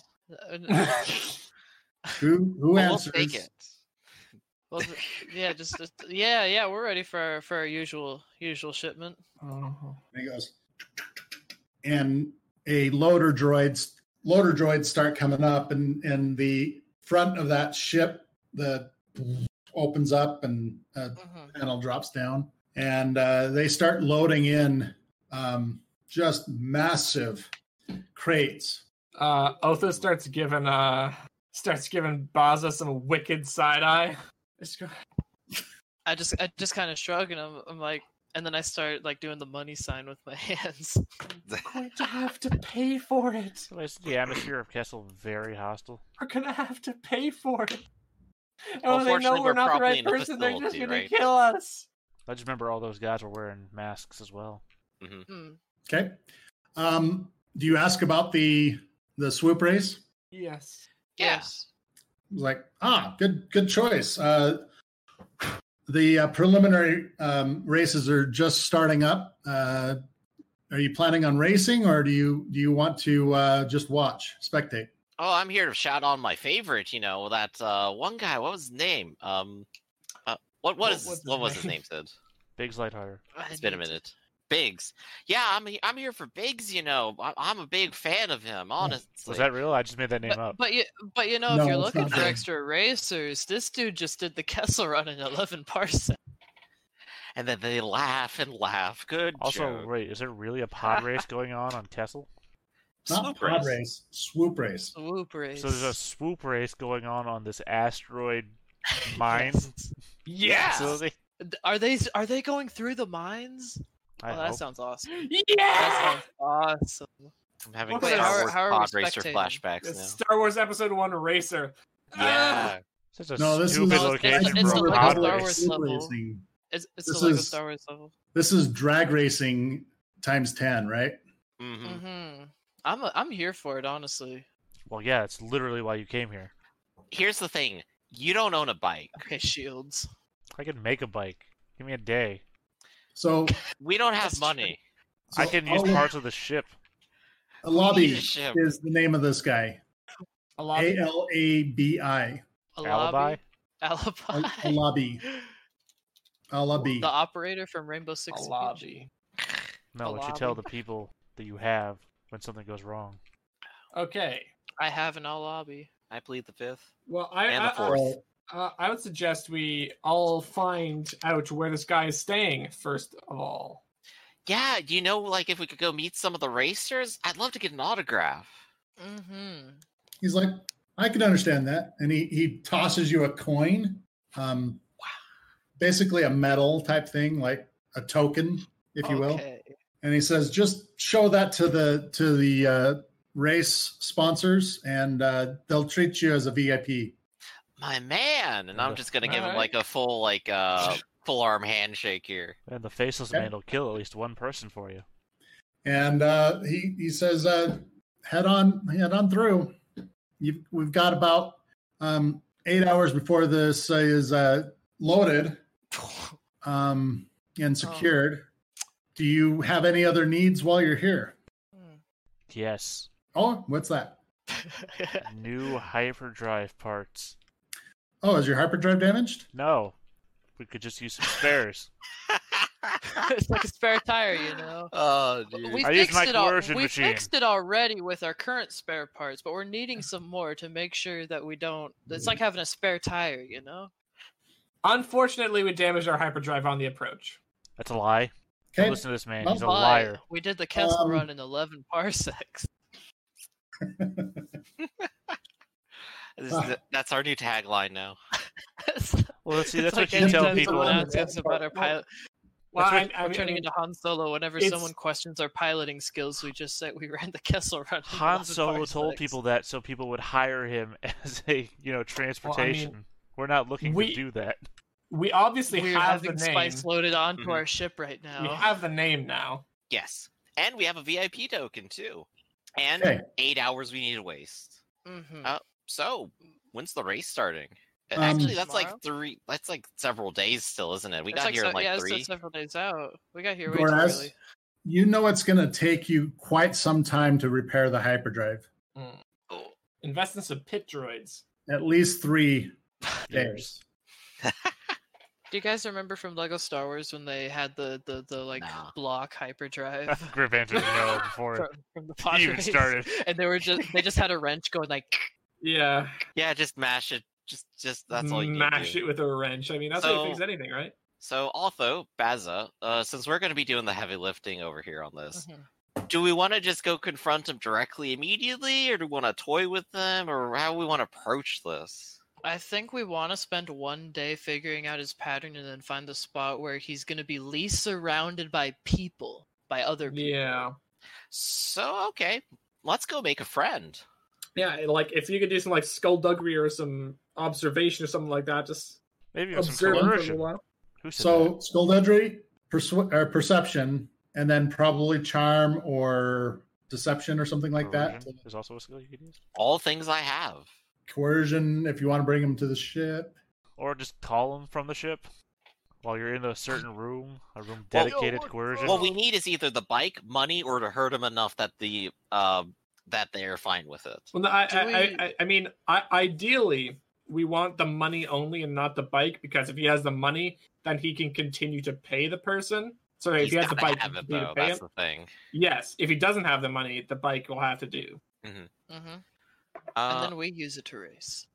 Uh,
who who
Well, we'll
answers
take it.
well, th- yeah, just, just yeah, yeah. We're ready for our, for our usual usual shipment.
Oh.
And he goes, and a loader droids loader droids start coming up, and and the front of that ship the opens up and a
Mm-hmm.
Mhm.
panel drops down, and uh, they start loading in um, just massive crates.
Uh, Otha starts giving uh starts giving Baza some wicked side eye. Just go-
I just I just kind of shrug and I'm, I'm like, and then I start like doing the money sign with my hands.
going to have to pay for it.
So is the atmosphere of Kessel very hostile?
We're gonna have to pay for it. And
Well,
when they know
fortunately,
we're
we're
not the
probably
right
in a
person, they're just
facility,
gonna
right?
kill us.
I just remember all those guys were wearing masks as well.
Mm.
Okay, um, do you ask about the the swoop race?
Yes.
Yeah.
Yes.
It was like, ah, good, good choice. Uh, the uh, preliminary um, races are just starting up. Uh, are you planning on racing, or do you do you want to uh, just watch, spectate?
Oh, I'm here to shout on my favorite. You know that uh, one guy. What was his name? Um, uh, what
What
what is
was
his,
his
what was his
name?
name? Sid.
Big's lighthearted.
I
It's been a
need-
minute. Biggs. Yeah, I'm he- I'm here for Biggs. You know, I- I'm a big fan of him. Honestly,
Was that real? I just made that name
But,
up.
but you but you know if
No,
you're
it's
looking
not
for
good.
extra racers, this dude just did the Kessel run in eleven parsecs.
and then they laugh and laugh. Good
Also,
joke.
wait, is there really a pod race going on on Kessel?
Not
Swoop
pod
race.
race, swoop race.
Swoop race.
So there's a swoop race going on on this asteroid mine
Yes.
Yes.
facility?
D- Are they are they going through the mines?
I
oh, that
hope.
sounds awesome.
Yeah.
That sounds awesome.
I'm having
Wait, how
Star
are-
Wars
how are we
pod racer
spectating?
flashbacks
It's
now.
Star Wars Episode One Racer.
Yeah.
Such a
No, this is
stupid
No, it's-
location
it's not
for a
like a
pod
Star
race.
Wars
Swoop
level.
racing.
It's, it's
This
the Lego
is-
Star Wars level.
This is drag racing times ten, right?
hmm
Mm-hmm. I'm a, I'm here for it, honestly.
Well, yeah, it's literally why you came here.
Here's the thing: you don't own a bike.
Okay, shields.
I can make a bike. Give me a day.
So,
We don't have
That's true.
money.
I
so oh,
can use
I'll-
parts of the ship.
A lobby
Leadership.
is the name of this guy.
A lot.
A L A B I.
A
Alibi?
lobby. Alibi.
A lobby. A lobby.
The operator from Rainbow Six.
A
Siege.
lobby.
No,
A
what you
lobby.
tell the people that you have when something goes wrong.
Okay.
I have an all lobby.
I plead the fifth.
Well, I,
And the
I, I
fourth.
So
Uh, I would suggest we all find out where this guy is staying first of all.
Yeah, you know, like if we could go meet some of the racers, I'd love to get an autograph.
Mm-hmm.
He's like, I can understand that. And he, he tosses you a coin, um, basically a medal type thing, like a token, if you will.
Okay.
And he says, just show that to the to the uh, race sponsors, and uh, they'll treat you as a VIP.
My man, and I'm
Yeah.
just gonna give him like
Alright.
a full like uh full arm handshake here.
And the faceless
Okay.
man will kill at least one person for you.
And uh, he he says, uh, head on head on through. You've, we've got about um, eight hours before this uh, is uh, loaded um,
Oh.
and secured. Do you have any other needs while you're here?
Yes,
Oh, what's that?
Hmm.
new hyperdrive parts.
Oh, is your hyperdrive damaged?
No, we could just use some spares.
it's like a spare tire, you know.
oh, dude.
We
I used
fixed
my
it al-
coercion
We
machine.
fixed it already with our current spare parts, but we're needing some more to make sure that we don't.
Mm-hmm.
It's like having a spare tire, you know.
Unfortunately, we damaged our hyperdrive on the approach.
That's a lie. Don't
Okay.
Listen to this man.
Well,
He's a
Why?
liar.
We did the Kessel
Um,
run in eleven parsecs.
This is the- that's our new tagline now.
It's
Well, let's see.
it's
That's
like
what you tell
anytime
people.
someone
in-
asks us about our pilot.
Well,
That's
I,
right.
Um, I
We're
mean,
turning into Han Solo whenever
it's-
someone questions our piloting skills. We just say we ran the Kessel run. in
Han
11
Solo told
parsecs.
people that so people would hire him as a you know transportation. We're not looking
we-
to do that.
we obviously
we're
have the
having
name.
spice loaded onto
Mm-hmm.
Mhm.
our ship right
We
now.
have the name now.
Yes. And we have a VIP token too. And
Okay.
eight hours we need to waste.
Mhm.
Uh, So when's the race starting? Uh,
Um,
Actually that's
Tomorrow?
like three that's like several days still, isn't it? We
It's
got here
so-
in like
yeah, it's
three.
still several days out. We got here way too
Whereas
early.
you know it's going to take you quite some time to repair the hyperdrive,
Oh,
Mm. Invest in some pit droids.
at least three
Years.
days.
Do you guys remember from Lego Star Wars when they had the the, the like
Nah.
block hyperdrive
Grivanter didn't know before
from, from the
it even
Padres?
started.
And they were just they just had a wrench going like
Yeah.
Yeah, just mash it. Just just that's all you need to do.
Mash it with a wrench. I mean, that's how
So-
you fix anything, right?
So, also, Baza, uh, since we're going to be doing the heavy lifting over here on this,
Mhm.
Mm-hmm.
do we want to just go confront them directly immediately, or do we want to toy with them, or how we want to approach this?
I think we want to spend one day figuring out his pattern and then find the spot where he's going to be least surrounded by people, by other people.
Yeah.
So, okay, let's go make a friend.
Yeah. it- Like, if you could do some, like, skullduggery or some observation or something like that, just
Maybe even some
observe him for a little
coercion.
while.
Who said
So skullduggery, persu- or perception, and then probably charm or deception or something
that?
like that.
Coercion is also a skill you could use,
All things I have.
Coercion, if you want to bring him to the ship.
or just call him from the ship while you're in a certain room, a room dedicated to coercion.
What we need is either the bike, money, or to hurt them enough that the uh, that they're fine with it.
Well, no, I,
Do
I,
we-
I, I, I mean, I, ideally, we want the money only and not the bike because if he has the money, then he can continue to pay the person. So if
He's
he has the
gotta
bike, he
have it
can continue
though.
to pay
That's
him.
the thing.
Yes. If he doesn't have the money, the bike will have to do.
hmm And
Uh,
then we use it to race.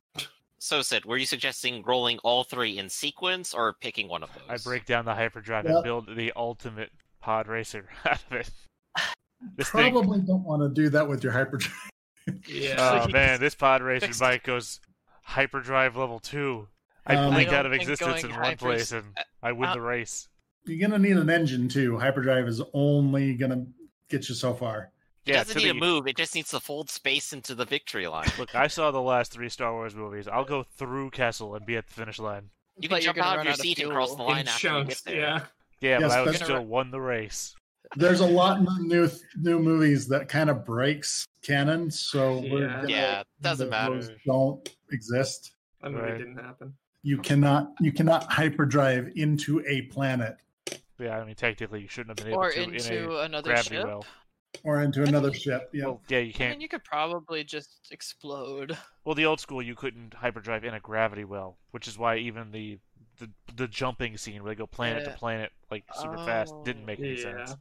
so, Sid, were you suggesting rolling all three in sequence, or picking one of those?
I break down the hyperdrive and
Yep.
build the ultimate pod racer out of it. This thing,
Probably don't want to do that with your hyperdrive.
Yeah.
oh
Please.
man, this pod racing
Fixed.
bike goes hyperdrive level two. I
Um, I
blink out
don't
of
think
existence in
going
one
hyper-
place and I win
uh,
the race.
You're going to need an engine too. Hyperdrive is only going to get you so far.
It
Yeah,
doesn't
to
need to
the-
move. It just needs to fold space into the victory line.
Look, I saw the last three Star Wars movies. I'll go through Kessel and be at the finish line.
You
But
can
you're
jump
gonna
out
run
of your
out of
seat and cross the
fuel.
line
in
after you
chunks.
get there.
Yeah.
Yeah,
Yes,
but I would
that's-
still won the race.
There's a lot in the new new movies that kind of breaks canon, so we're
Yeah.
gonna-
Yeah, doesn't
those
matter.
Don't exist.
That movie
Right.
didn't happen.
You cannot you cannot hyperdrive into a planet
Yeah, I mean technically you shouldn't have been able
Or
to in
into
a
another
gravity
ship.
well.
or into another ship. Yeah.
Well, yeah, you
I
can't.
mean, you could probably just explode.
Well, the old school you couldn't hyperdrive in a gravity well, which is why even the the, the jumping scene where they go planet
Yeah.
to planet like super fast didn't
Oh.
make any
Yeah.
sense.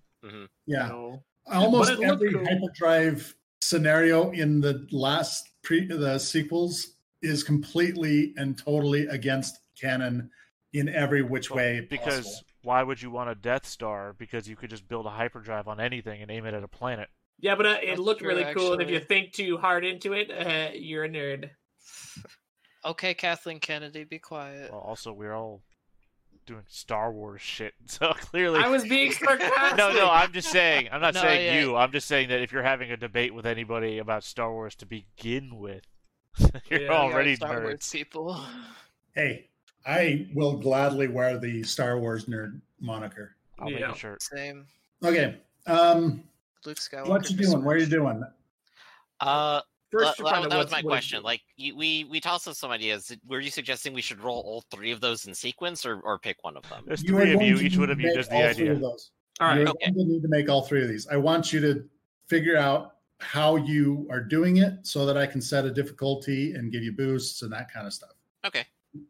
yeah.
No.
Almost
But it looked
every
cool.
hyperdrive scenario in the last pre the sequels is completely and totally against canon in every which way
because
possible.
why would you want a Death Star? Because you could just build a hyperdrive on anything and aim it at a planet.
Yeah, but uh, it
That's
looked
true,
really cool, and if you
actually.
think too hard into it, uh, you're a nerd.
Okay, Kathleen Kennedy, be quiet.
Well, also, we're all doing Star Wars shit, so clearly.
I was being sarcastic.
No, no, I'm just saying. I'm not
No,
saying
yeah.
you. I'm just saying that if you're having a debate with anybody about Star Wars to begin with, you're
Yeah. We
We are
already
Star
nerds.
Wars people.
Hey, I will gladly wear the Star Wars nerd moniker.
I'll
Yeah.
make a shirt.
Same.
Okay. Um,
Luke Skywalker.
what you doing? What are you doing?
Uh,
First,
le-
you
le-
find out
that was
what's-
my
what is-
question. Like, you, we we tossed up some ideas. Were you suggesting we should roll all three of those in sequence, or or pick one of them?
There's
are
three of
going
you.
to
Each one of you
make
does the
all three of
idea.
those.
All right. Oh,
You're
okay.
going to need to make all three of these. I want you to figure out how you are doing it so that I can set a difficulty and give you boosts and that kind of stuff.
Okay.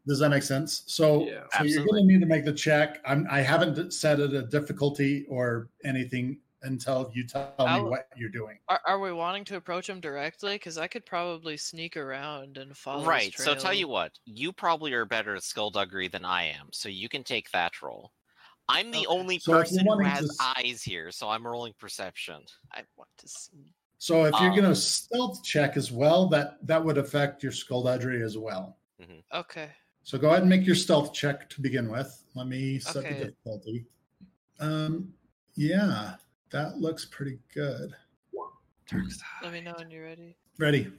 Does that make sense? So,
Yeah.
so you're
Absolutely.
going to need to make the check. I'm, I haven't set it a difficulty or anything until you tell
I'll-
me what you're doing.
Are, are we wanting to approach him directly? Because I could probably sneak around and follow. his
right. So tell
trail.
you what, you probably are better at skullduggery than I am, so you can take that roll. I'm the
Okay.
only
So if you
person who
wanted to
has
s-
eyes here, so I'm rolling perception.
I want to. sneak.
So if you're
Um,
going to stealth check as well, that that would affect your skullduggery as well.
Okay.
So go ahead and make your stealth check to begin with. Let me set
Okay.
the difficulty. Um, yeah, that looks pretty good.
Let me know when you're ready.
Ready?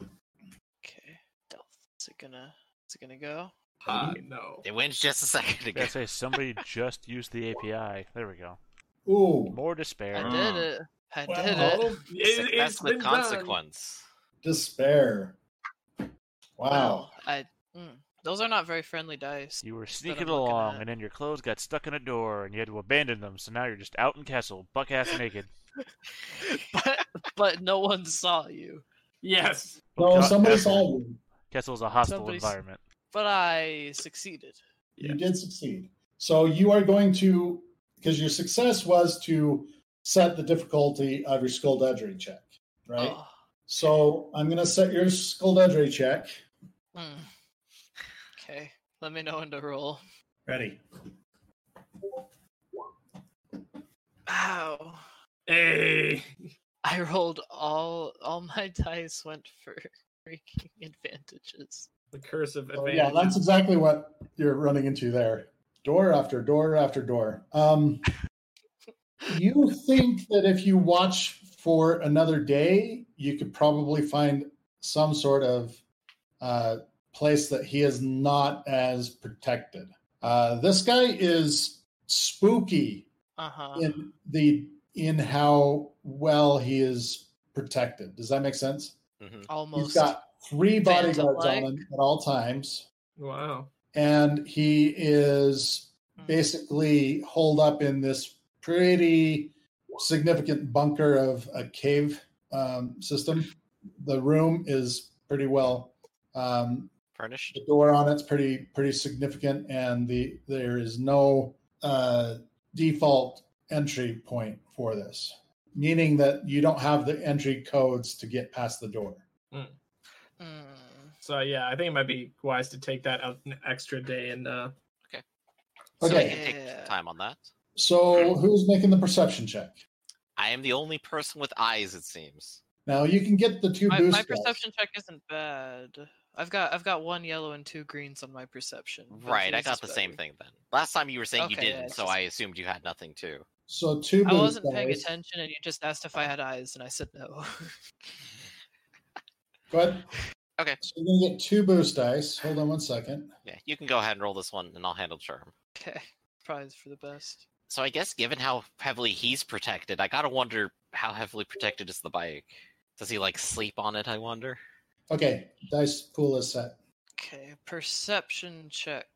Okay. Delph. Is it gonna? Is it gonna go?
Uh, no.
It went just a second
Yeah, I
ago.
say somebody just used the API. There we go.
Ooh,
More
I
despair.
did
Mm.
it. I
Well,
did it.
Oh, it,
Success
it's
with
been done.
consequence.
despair!
Wow.
Wow.
I. Mm, those are not very friendly dice.
You were sneaking
I'm looking
along,
at.
and then your clothes got stuck in a door, and you had to abandon them. So now you're just out in Kessel, buck ass naked.
but, but no one saw you.
Yes.
No,
Ca-
somebody
Kessel-
saw you.
Kessel's a hostile
Somebody's-
environment.
But I succeeded.
You did succeed. So you are going to because your success was to set the difficulty of your skullduggery check, right?
Oh.
So I'm going to set your skullduggery check.
Mm. Okay. Let me know when to roll.
Ready?
Ow.
Hey.
I rolled all all my dice went for freaking advantages.
The curse of
So,
advantage.
Oh, yeah, that's exactly what you're running into there. Door after door after door. Um, you think that if you watch for another day, you could probably find some sort of uh, place that he is not as protected. Uh, this guy is spooky
Uh-huh.
in the in how well he is protected. Does that make sense?
Mhm.
Almost.
He's got three bodyguards
Phantom-like.
on him at all times
Wow.
and he is
Mm.
basically holed up in this pretty significant bunker of a cave um, system. The room is pretty well. Um,
Furnished.
the door on it's pretty pretty significant, and the there is no uh, default entry point for this, meaning that you don't have the entry codes to get past the door.
Mm.
So yeah, I think it might be wise to take that out an extra day and uh
So
Okay.
we can take some
Yeah.
time on that.
So who's making the perception check?
I am the only person with eyes, it seems.
Now you can get the two
My,
boost
my
dice.
perception check isn't bad. I've got I've got one yellow and two greens on my perception. but
Right, I
his
got
is
the same
better.
thing then. Last time you were saying you
Okay, yeah,
didn't,
it's
so
just-
I assumed you had nothing too.
So two.
I
boost
wasn't paying
dice.
attention, and you just asked if I had eyes, and I said no.
Go ahead.
Okay.
So you're gonna get two boost dice. Hold on one second.
Yeah, you can go ahead and roll this one, and I'll handle charm.
okay, probably for the best.
So I guess given how heavily he's protected, I gotta wonder how heavily protected is the bike. Does he like sleep on it? I wonder.
Okay. Dice pool is set.
Okay, perception check.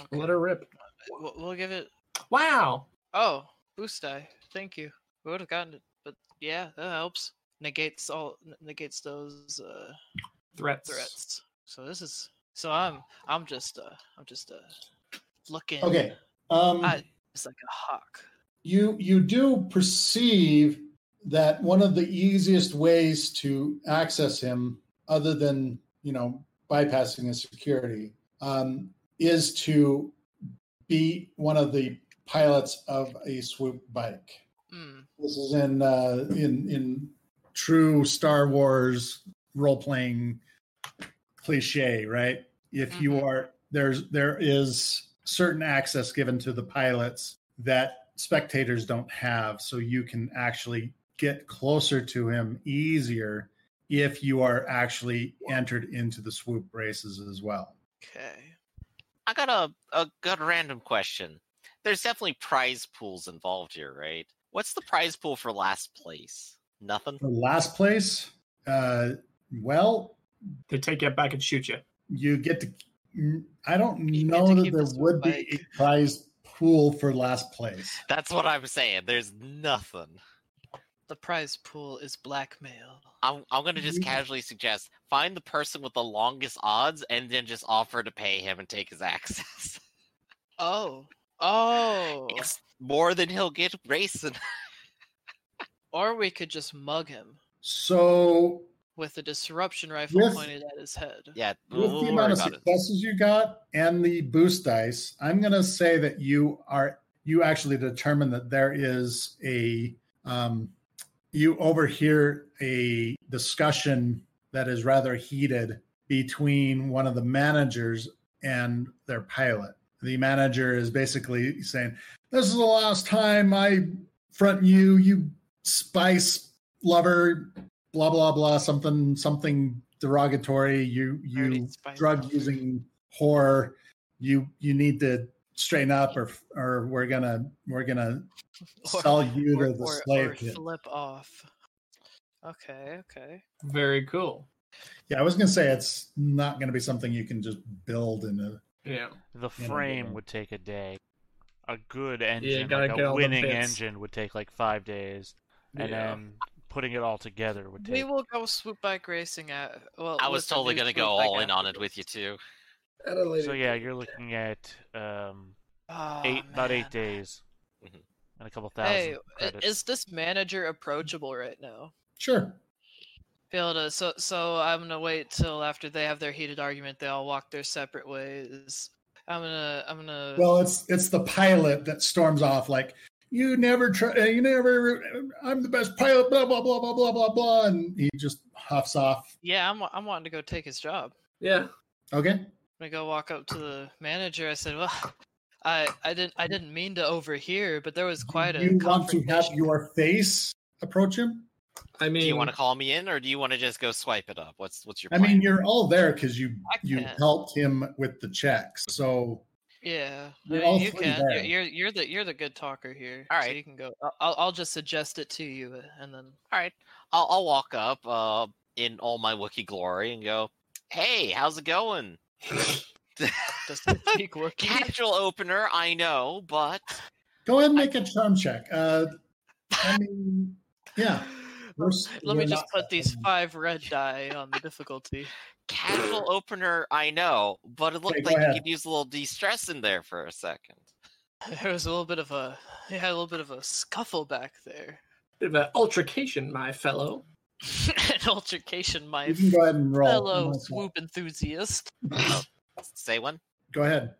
Okay.
let her rip.
We'll, we'll give it.
Wow.
Oh, boost die. Thank you. We would have gotten it, but yeah, that helps. Negates all n- negates those uh,
Threats.
threats. So this is so I'm I'm just uh I'm just uh looking.
Okay. Um,
I, it's like a hawk.
you you do perceive that one of the easiest ways to access him, other than you know bypassing the security um, is to be one of the pilots of a swoop bike.
Mm.
This is in uh, in in true Star Wars role playing cliche, right? If you
Mhm.
are there's there is certain access given to the pilots that spectators don't have, so you can actually get closer to him easier if you are actually entered into the swoop races as well.
Okay.
I got a, a got a random question. There's definitely prize pools involved here, right? What's the prize pool for last place? Nothing.
The last place, uh, well,
They take you back and shoot you.
you get to. I don't
You get
know
to
that
keep
there
the
would
swoop
be a prize pool for last place.
That's what I'm saying. There's nothing.
The prize pool is blackmail.
I'm I'm gonna just
Yeah.
casually suggest find the person with the longest odds and then just offer to pay him and take his access.
Oh. Oh.
it's more than he'll get racing.
Or we could just mug him
So,
with a disruption rifle
Yes.
pointed at his head.
Yeah,
with
we'll,
the
we'll
amount
worry
of
about it.
successes you got and the boost dice, I'm going to say that you are you actually determine that there is a um, you overhear a discussion that is rather heated between one of the managers and their pilot. The manager is basically saying, "This is the last time I front you, you spice lover, blah blah blah, something something derogatory. You
Already
you
spice
drug
lover.
using whore. You you need to straighten up, or or we're gonna we're gonna
Or-
sell you
or,
to the
or-
slave
or
kid."
flip off. Okay, okay.
Very cool.
Yeah, I was gonna say it's not gonna be something you can just build in a.
Yeah.
The
Yeah, no,
frame
yeah.
would take a day. A good engine,
gotta
like
get
a
all the
winning
bits.
engine, would take like five days, and
um,
yeah.
then putting it all together would
We
take.
will go swoop bike racing at. Well,
I was
with the
totally
new
gonna
swoop
go
bike
all in on it
afterwards.
with you too.
So yeah, you're looking at um,
Aw,
eight about eight
Oh, man.
days,
Mm-hmm.
Mhm.
and a couple thousand
Hey, i-
credits.
is this manager approachable right now?
Sure.
Feel to, so so I'm gonna wait till after they have their heated argument. They all walk their separate ways. I'm gonna I'm gonna.
Well, it's it's the pilot that storms off like you never try, uh, you never. I'm the best pilot. Blah blah blah blah blah blah blah, and he just huffs off.
yeah, I'm wa- I'm wanting to go take his job.
Yeah.
Okay.
I go walk up to the manager. I said, "Well, I, I didn't I didn't mean to overhear, but there was quite a
you want to have
confrontation."
your face approach him?
I mean,
Do you want to call me in or do you want to just go swipe it up? What's what's your
I
plan?
mean, you're all there because you
I
you
can't.
helped him with the checks. So
Yeah, I
You're
mean,
all
you
three
can. You're,
there.
you're you're the you're the good talker here.
All
so
right.
you can go. I'll- I'll I'll just suggest it to you, uh, and then
all right, I'll, I'll walk up uh, in all my Wookiee glory and go, hey, how's it going?
just speak Wookiee.
Casual opener, I know, but
go ahead and make a charm check. Uh, I mean, yeah. we're s-
Let
we're
me just
not-
put these five red die on the difficulty.
casual opener, I know, but it looked
Okay, go
like
ahead.
you could use a little de-stress in there for a second.
There was a little bit of a yeah, a little bit of a scuffle back there.
bit of an altercation, my fellow?
An altercation, my
You can go ahead and roll.
fellow
Might as well.
swoop enthusiast.
Say one.
Go ahead.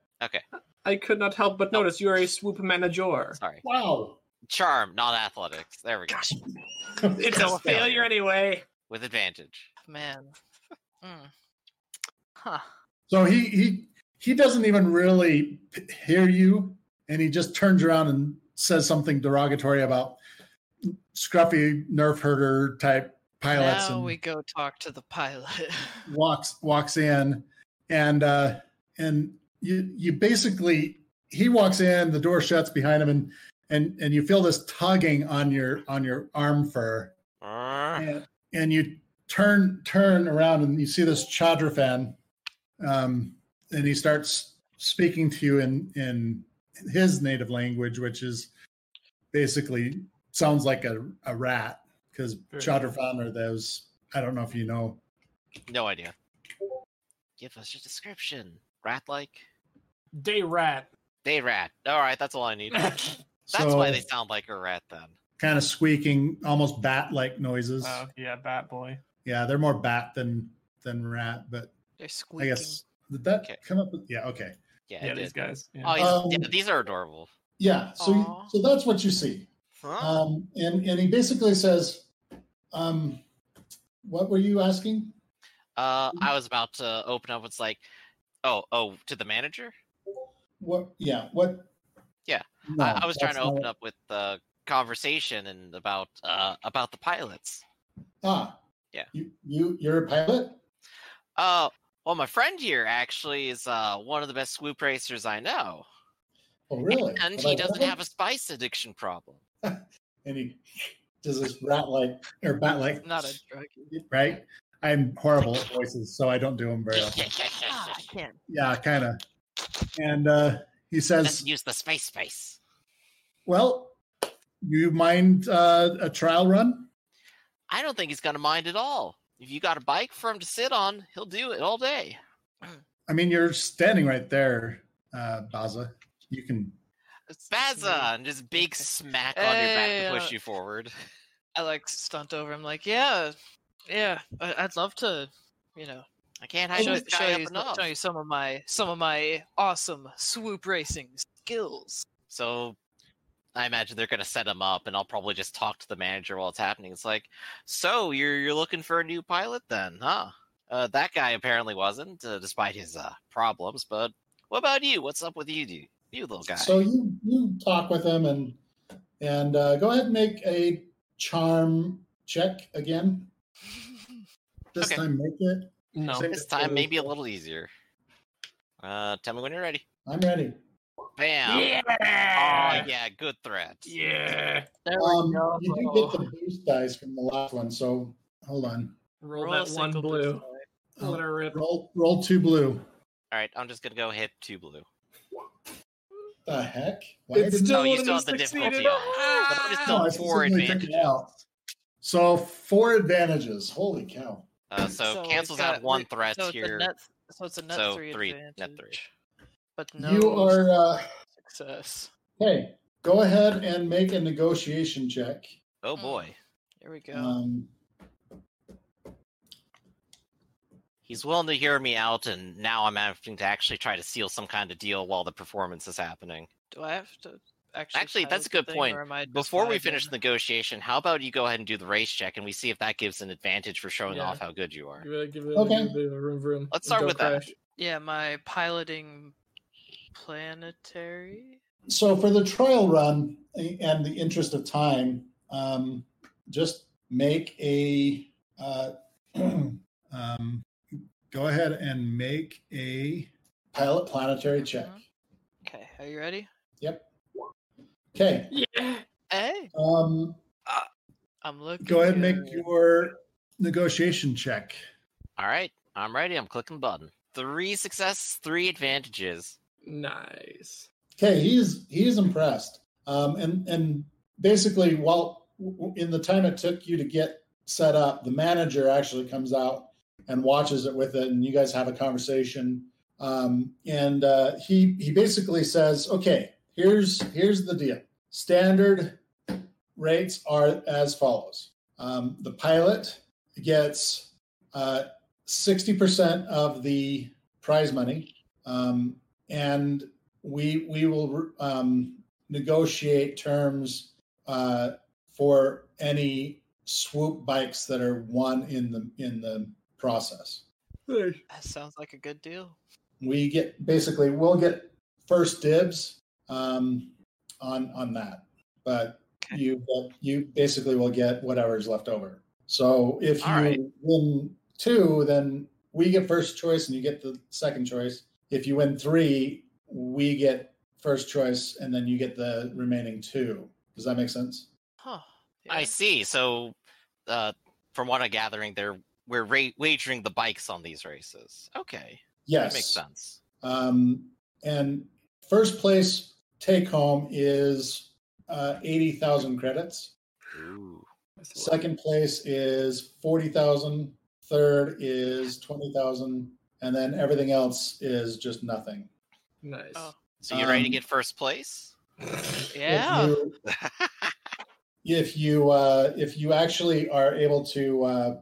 I could not help but notice you are a swoop manager.
Sorry,
Wow.
charm, not athletics. There we go.
It's a failure anyway.
With advantage.
Man. Mm. Huh.
So he he he doesn't even really p- hear you, and he just turns around and says something derogatory about scruffy nerf herder type pilots,
now
and
we go talk to the pilot.
walks walks in, and uh, and you you basically he walks in, the door shuts behind him, and and and you feel this tugging on your on your arm fur,
Arr.
and, and you turn turn around and you see this Chadrafan, um, and he starts speaking to you in in his native language, which is basically sounds like a, a rat because
Very
Chadrafan are those. I don't know if you know.
No idea. Give us your description. Rat-like.
Day rat.
They rat. All right, that's all I need. That's
so
why they sound like a rat then.
kind of squeaking, almost bat like noises.
yeah, bat boy.
yeah, they're more bat than than rat, but
They're
I
squeaking.
guess did that
Okay.
come up? With, yeah. Okay.
Yeah,
Yeah,
it
these
is.
guys. Yeah.
Oh, yeah,
Um,
yeah, these are adorable.
Yeah. So you,
Aw.
so that's what you see.
Huh?
Um, and and he basically says, um, "What were you asking?"
Uh,
mm-hmm.
I was about to open up. It's like, oh, oh, to the manager.
What? Yeah. What?
Yeah,
No,
I, I was trying
that's
to
not
open
it.
up with the conversation and about uh about the pilots.
Ah.
Yeah.
You you you're a pilot.
Uh, well, my friend here actually is uh one of the best swoop racers I know,
Oh really?
and
Have I
he
done
doesn't
that?
have a spice addiction problem.
And he does this rat like or bat like
Not a drug.
right. I'm horrible at voices, so I don't do them very often.
Ah, I can't.
Yeah, kind of. And uh, he says,
Let's use the space space.
"Well, you mind uh, a trial run?"
I don't think he's gonna mind at all. If you got a bike for him to sit on, he'll do it all day.
I mean, you're standing right there, uh, Baza. You can.
It's-
Hmm.
Baza, and just big
Okay.
smack on your back
Hey,
to push
uh,
you forward.
I like stunt over. I'm like, yeah, yeah. I, I'd love to, you know,
I can't hide
show,
this
show,
guy up
you,
enough.
show you some of my some of my awesome swoop racing skills.
So I imagine they're gonna set him up, and I'll probably just talk to the manager while it's happening. It's like, so you're you're looking for a new pilot then, huh? Uh, that guy apparently wasn't, uh, despite his uh, problems. But what about you? What's up with you, you, you little guy?
So you you talk with him and and uh, go ahead and make a charm check again. This
Okay.
time, make it.
No.
Same
this
as-
time, maybe a little easier. Uh, tell me when you're ready.
I'm ready.
Bam!
Yeah.
Oh yeah, good threat.
Yeah.
There
Um, you do get the boost dice from the last one, so hold on.
Roll, that one blue.
Oh,
Let her rip.
roll roll two blue.
All right, I'm just gonna go hit two blue.
The heck? Why
It's
didn't-
still
you
wouldn't
still
have
have the difficulty
succeeded.
on it. But I'm just
Ah!
still
No, I
four
specifically took it
advantages.
out. So four advantages. Holy cow!
Uh, so,
So
cancels
it's
out
got-
one
wait,
threat
so it's a
here.
net- so it's a net
so
three,
three,
advantage,
net three.
but no
You are uh,
success.
hey. Go ahead and make a negotiation check.
Oh
Mm.
boy,
Here we go.
Um,
he's willing to hear me out, and now I'm having to actually try to seal some kind of deal while the performance is happening.
do I have to actually?
Actually, that's
pilot the
a good
thing,
point.
or am I just
Before we
vibing?
finish the negotiation, how about you go ahead and do the race check, and we see if that gives an advantage for showing
Yeah.
off how good you are.
Give it, give it
Okay.
a little bit of room, room.
Let's start
Don't
with that.
crash.
yeah, my piloting planetary.
so for the trial run a- and the interest of time, um, just make a uh, um, go ahead and make a pilot planetary check.
Mhm. Okay, are you ready?
Yep. Okay.
Yeah.
Hey,
Um,
I'm looking.
go ahead and make
good.
your negotiation check.
All right, I'm ready. I'm clicking the button. Three success, three advantages.
Nice.
Okay, he's he's impressed. Um, and and basically, while in the time it took you to get set up, the manager actually comes out and watches it with it, and you guys have a conversation. Um, and uh, he he basically says, "Okay, here's here's the deal. Standard rates are as follows. Um, the pilot gets uh, sixty percent of the prize money, um, and we we will um, negotiate terms uh, for any swoop bikes that are won in the in the process.
Hey.
That sounds like a good deal.
We get basically we'll get first dibs um, on on that, but
Okay.
you you basically will get whatever's left over. So if
All
you
right.
win two, then we get first choice and you get the second choice. If you win three, we get first choice and then you get the remaining two. Does that make sense?
Huh.
I
yeah.
see. So, uh, from what I'm gathering, they're we're ra- wagering the bikes on these races. Okay,
Yes.
that makes sense.
Um, and first place take home is uh, 80,000 credits.
Ooh.
Second place is 40,000. Third is 20,000. And then everything else is just nothing.
Nice.
Oh.
So you're ready to
Um,
get first place? Oh.
If
Yeah.
you- if you uh, if you actually are able to uh,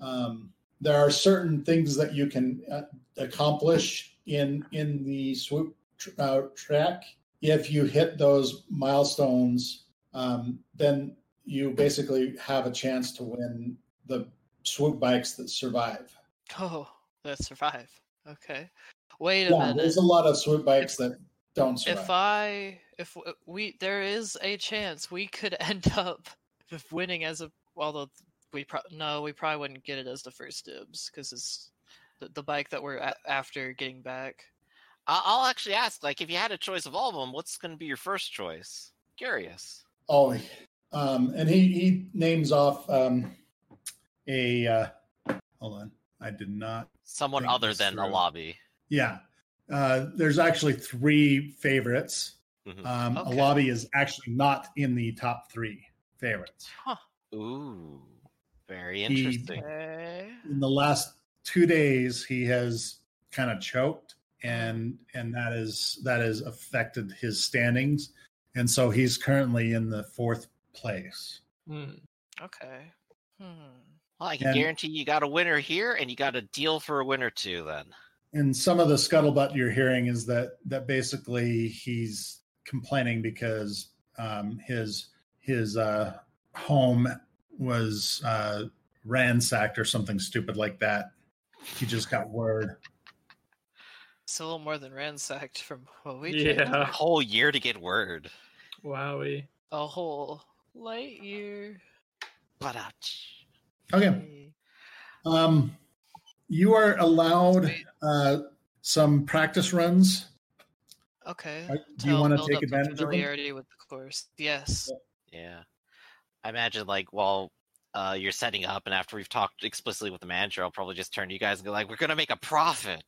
um, there are certain things that you can uh, accomplish in in the swoop tr- uh, track. If you hit those milestones, um, then you basically have a chance to win the swoop bikes that survive.
Oh, that survive. Okay. Wait a
Yeah,
minute.
there's a lot of swoop bikes that don't survive.
If I, if w- we, there is a chance we could end up with winning as a. Although we pro- no, we probably wouldn't get it as the first dibs because it's the, the bike that we're a- after getting back.
I- I'll actually ask, like, if you had a choice of all of them, what's going to be your first choice? Curious.
Oh, um, and he he names off um, a. Uh, hold on, I did not.
Someone
Think
other
this
than a
through.
lobby.
Yeah, uh, there's actually three favorites.
Mhm.
Um,
Okay.
A lobby is actually not in the top three favorites.
Huh.
Ooh, very
He-
interesting.
Okay.
In the last two days, he has kind of choked, and and that is that has affected his standings, and so he's currently in the fourth place.
Hmm.
Okay. Hmm.
Well, I can
And-
guarantee you got a winner here, and you got a deal for a winner too. Then
and some of the scuttlebutt you're hearing is that that basically he's complaining because um, his his uh, home was uh, ransacked or something stupid like that. He just got word.
It's a little more than ransacked from what we did.
a
Yeah.
whole year to get word.
Wowie.
A whole light year.
But
Okay, um, you are allowed uh, some practice runs.
Okay.
Are- Uh, Do
to
you
help
want to
build
take
up some
advantage of them?
familiarity with the course? Yes.
yeah, I imagine like while uh, you're setting up, and after we've talked explicitly with the manager, I'll probably just turn to you guys and go like, "We're gonna make a profit."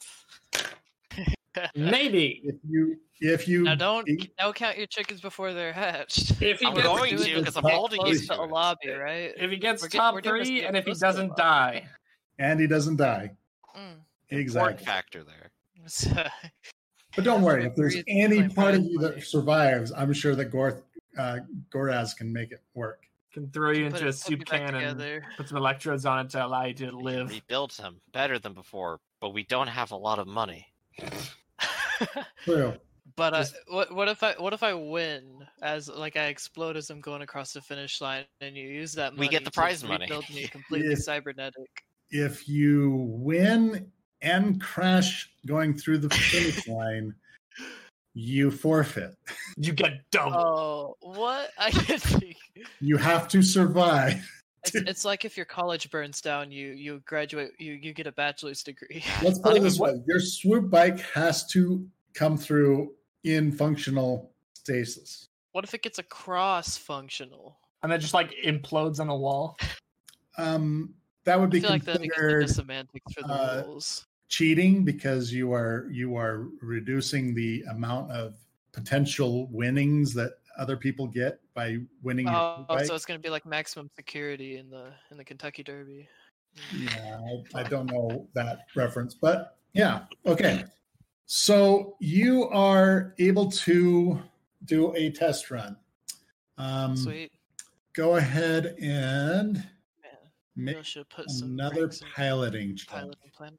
Maybe
If you if you
Now don't
beat-
don't count your chickens before they're hatched.
if he
I'm
gets,
going
doing
to
this
because I'm
to get
holding you
Close
Please
to
to
a
it.
lobby, right?
if he gets
We're get-
top
we're doing this to
three
get
and if he
close to the
doesn't
bottom.
die,
and he doesn't die
Mm.
Important
exactly.
factor there.
So-
But don't worry, if there's
Agreed,
any
claim
part of
prize
you
money.
that survives, I'm sure that Gorth, uh, Goraz can make it work.
can throw you
put it-
into a
put me
soup
back
can and
together.
put some electrodes on it to allow you to
We can
live.
rebuild him better than before, but we don't have a lot of money.
True.
but uh,
Just-
what what if I what if I win as like I explode as I'm going across the finish line and you use that money
We get the
to
prize money.
rebuild me completely
Yeah.
cybernetic.
If you win and crash going through the finish line, you forfeit.
You get double.
Oh, what I can think.
You have to survive.
It's, it's like if your college burns down, you you graduate, you you get a bachelor's degree.
Let's put it
even
this way: your swoop bike has to come through in functional stasis.
What if it gets a cross functional?
and then just like implodes on a wall.
Um, that would
I
be
feel like that
considered
because of the semantics for the
uh,
rules.
cheating because you are you are reducing the amount of potential winnings that other people get by winning your
Oh,
bike.
so it's gonna be like maximum security in the in the Kentucky Derby.
yeah, I, I don't know that reference, but yeah, okay. So you are able to do a test run. Um,
Sweet
Go ahead and
man,
make
Bill should put some
another
ranks in
piloting check.
piloting plan.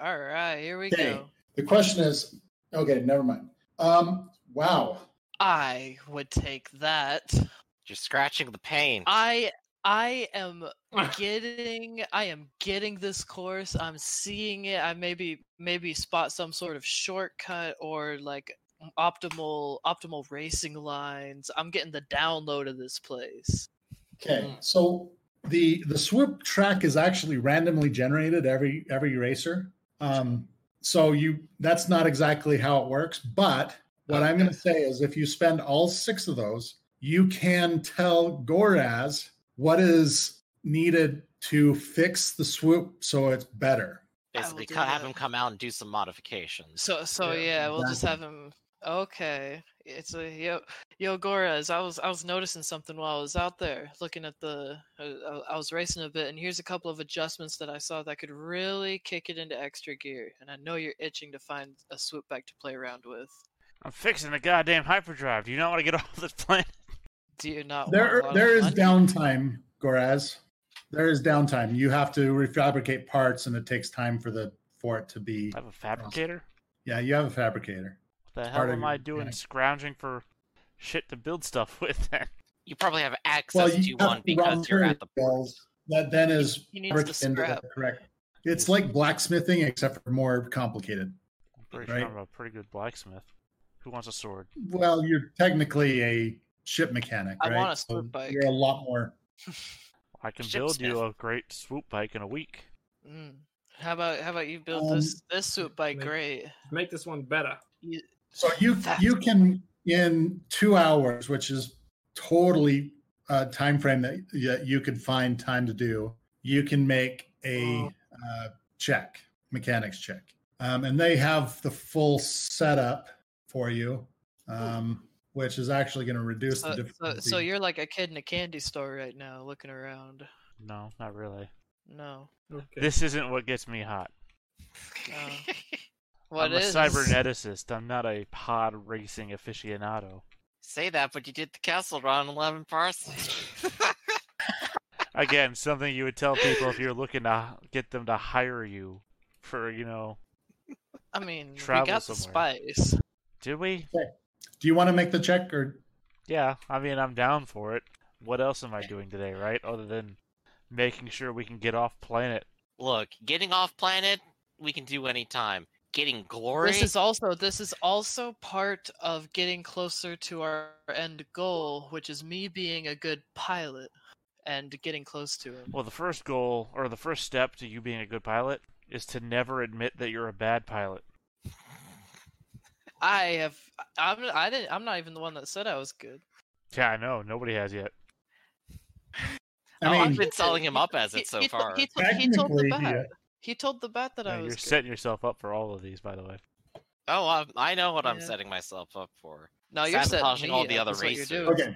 All right, here we
Okay.
go.
The question is, okay, never mind. Um, wow.
I would take that.
You're scratching the pain.
I I am getting I am getting this course. I'm seeing it. I maybe maybe spot some sort of shortcut or like optimal optimal racing lines. I'm getting the download of this place.
Okay,
Mm.
so the the swoop track is actually randomly generated every every racer. Um, so you that's not exactly how it works, but what I'm going to say is if you spend all six of those, you can tell Goraz what is needed to fix the swoop so it's better.
I will
Basically,
do
co- have
that.
him come out and do some modifications.
So so
Yeah,
yeah, we'll just have him. Okay, it's a yo yo Goraz. I was I was noticing something while I was out there looking at the. Uh, I- I was racing a bit, and here's a couple of adjustments that I saw that could really kick it into extra gear. And I know you're itching to find a swoop bike to play around with.
I'm fixing the goddamn hyperdrive. Do you not want to get off this planet?
Do you not? want a
There
lot of
there is
money?
downtime, Goraz. There is downtime. You have to refabricate parts, and it takes time for the for it to be.
I have a fabricator.
Yeah, you have a fabricator.
What the
Part
hell
of
am I
your
doing
mechanic.
scrounging for shit to build stuff with then?
You probably have access
Well,
to
you
one
have the raw
because you're at the
materials That then is
He needs to
fabricated into
scrap.
the correct. It's like blacksmithing, except for more complicated.
I'm pretty sure
Right.
I'm a pretty good blacksmith. Who wants a sword?
Well, you're technically a ship mechanic,
I
right?
want a sword bike.
You're a lot more.
I can
Ship
build you
smith.
a great swoop bike in a week.
Mm. How about how about you build
Um,
this this suit bike
like-
great?
Make this one better.
So you
That's-
you can in two hours, which is totally a time frame that that you could find time to do. You can make a
Oh.
uh, check, mechanics check, um, and they have the full setup for you, um, which is actually going to reduce
So,
the
so,
difficulty.
so you're like a kid in a candy store right now, looking around.
No, not really.
No,
Okay.
This isn't what gets me hot.
Oh. what
I'm
is?
a cyberneticist. I'm not a pod racing aficionado.
Say that, but you did the castle run on eleven parsecs.
Again, something you would tell people if you're looking to get them to hire you for, you know,
I mean, we
travel
got
somewhere.
the spice.
did we?
do you want to make the check, or
Yeah, I mean, I'm down for it. What else am I doing today, right? Other than making sure we can get off planet.
Look, getting off planet, we can do any time. Getting glory,
This is also this is also part of getting closer to our end goal, which is me being a good pilot and getting close to him.
Well, the first goal, or the first step to you being a good pilot, is to never admit that you're a bad pilot.
I have I'm I didn't I'm not even the one that said I was good.
Yeah, I know. Nobody has yet.
Oh,
I
I've
mean,
been selling him up as
He-
it so
he to-
far.
He, to- he told the
Technically,
bat.
yeah.
He told the bat that
Yeah,
I was
you're
good.
setting yourself up for all of these, by the way.
Oh, i I know what I'm
Yeah.
setting myself up for.
no, you're
sabotaging
setting
all
me
the
up,
other
is what you're
racers.
doing.
okay.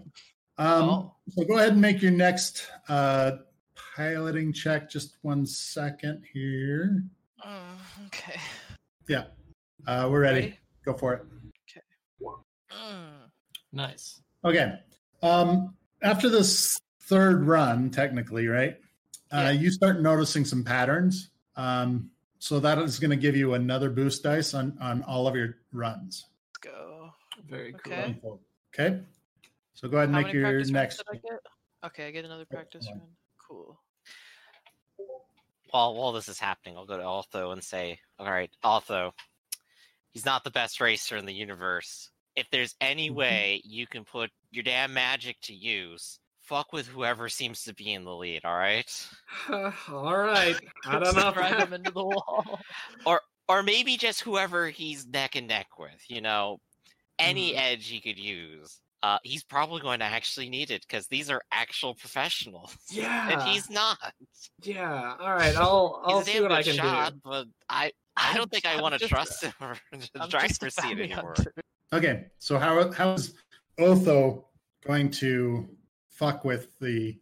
Um,
Oh.
So go ahead and make your next uh, piloting check. Just one second here.
Mm, okay.
Yeah, uh, we're ready. Go for it.
Mm,
Nice.
Okay. Um, after this third run, technically, right?
Yeah.
Uh, you start noticing some patterns. Um, so that is going to give you another boost dice on on all of your runs.
let's go.
Very cool.
Okay.
Okay. So go ahead and
How
make
many
your
practice rounds
next.
did I get? Okay, I get another practice
one.
round. Cool.
While while this is happening, I'll go to Altho and say, "All right, Altho, he's not the best racer in the universe. If there's any
Mhm.
way you can put your damn magic to use, fuck with whoever seems to be in the lead. All right,
All right. I don't know. if
Drive
I-
him into the wall.
or maybe just whoever he's neck and neck with. You know, any edge he could use." Uh, he's probably going to actually need it because these are actual professionals,
Yeah.
and he's not.
Yeah. All right. I'll
He's
I'll
a
see
damn
what I
good
can
shot,
do.
But I, I
I'm-
don't think I
I'm
want to
just-
trust him or the
I'm just a
driver's seat
bounty
anymore.
hunter.
Okay. So how how is Otho going to fuck with the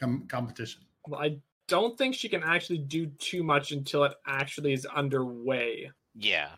com- competition?
Well, I don't think she can actually do too much until it actually is underway.
Yeah.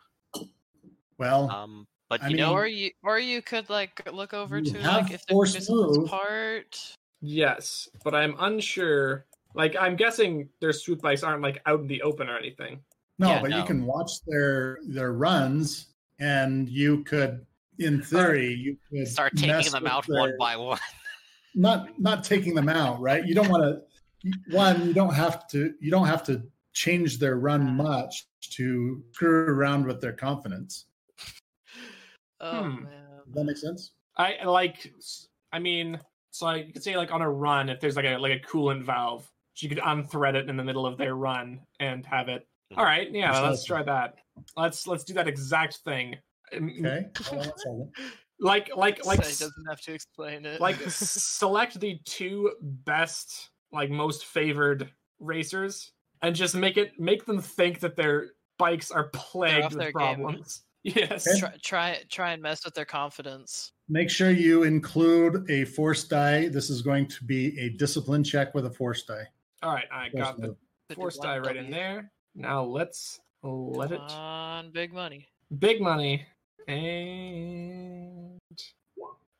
Well,
Um. But
I
you know,
mean-
Or you, or you could like look over
You
to
have
like if
force
there's
move.
part.
Yes, but I'm unsure. Like I'm guessing their swoop bikes aren't like out in the open or anything.
No,
Yeah,
but
no.
you can watch their their runs, and you could, in theory, you could
start taking
mess
them
with
out
their-
one by one.
Not not taking them out, right? You don't want to. One, you don't have to. You don't have to change their run much to screw around with their confidence.
Oh
Hmm.
Does
man.
that make sense?
I like. s- I mean, so I, you could say like on a run, if there's like a like a coolant valve, she could unthread it in the middle of their run and have it. All right, yeah, let's try that. Let's let's do that exact thing. Mm,
Okay. Hold on a second.
Like like like
so he
s-
doesn't have to explain it.
like s- select the two best like most favored racers and just make it make them think that their bikes are plagued
their
with
game.
problems. Yes.
Okay.
try, try try and mess with their confidence.
Make sure you include a force die. This is going to be a discipline check with a force die.
All right, I got the
Fifty
force
one
die right
W.
in there. Now let's let it
Come on big money.
big money and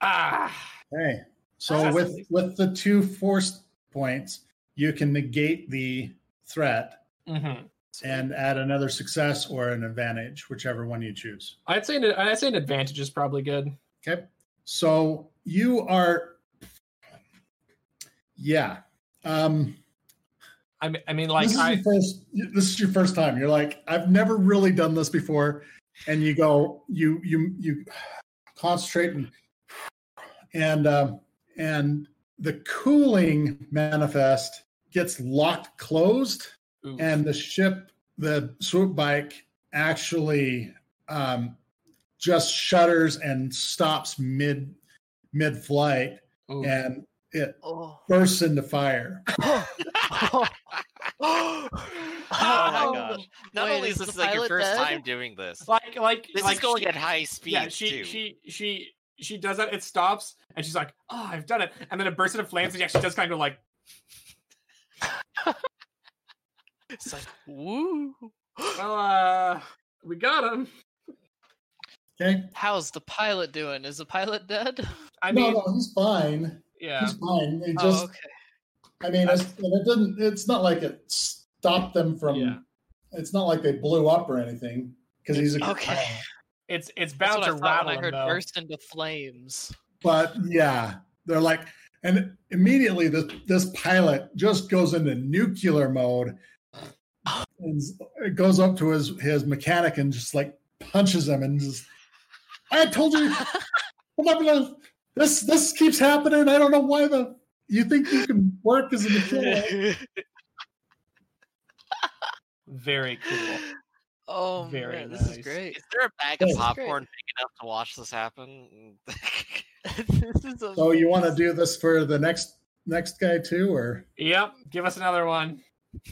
ah
Okay. So
That's
with
amazing.
with the two force points, you can negate the threat
Mhm.
and add another success or an advantage, whichever one you choose.
I'd say an, I'd say an advantage is probably good.
Okay. So you are, yeah. Um,
I mean, I mean, like
this is
I
your first. This is your first time. You're like, I've never really done this before, and you go, you you you concentrate and and um, and the cooling manifest gets locked closed,
ooh,
and the ship, the swoop bike, actually um, just shudders and stops mid mid flight,
ooh.
and it
Oh.
bursts into fire.
oh
my gosh. Not
Wait,
only
is
is
the
this like your
pilot
first
dead?
time doing this,
like like
this
like
is going
she-
at high speed
yeah. She
too.
she she she does that. It stops, and she's like, "Oh, I've done it!" And then it bursts into flames, and yeah, she does kind of go like,
It's like woo.
"Well, uh, we got him."
Okay.
How's the pilot doing? Is the pilot dead?
I
no,
mean,
no, he's fine.
yeah.
He's fine. They
Oh,
just,
okay.
I mean, it's, and it didn't. It's not like it stopped them from.
Yeah.
It's not like they blew up or anything because he's a
Okay.
clown.
It's
That's
it's bound
what I
to
thought
rattle
when I
him,
heard
though.
burst into flames.
But yeah, they're like, and immediately this this pilot just goes into nuclear mode. And it goes up to his his mechanic and just like punches him and just. I told you, I'm not gonna- this this keeps happening. I don't know why the you think you can work as a mechanic.
Very cool.
Oh
Very
man, this is
nice.
great.
Is there a bag of
This
great.
is
popcorn big enough to watch this happen?
this is a
So Oh, you want to do this for the next next guy too, or
Yep. Give us another one.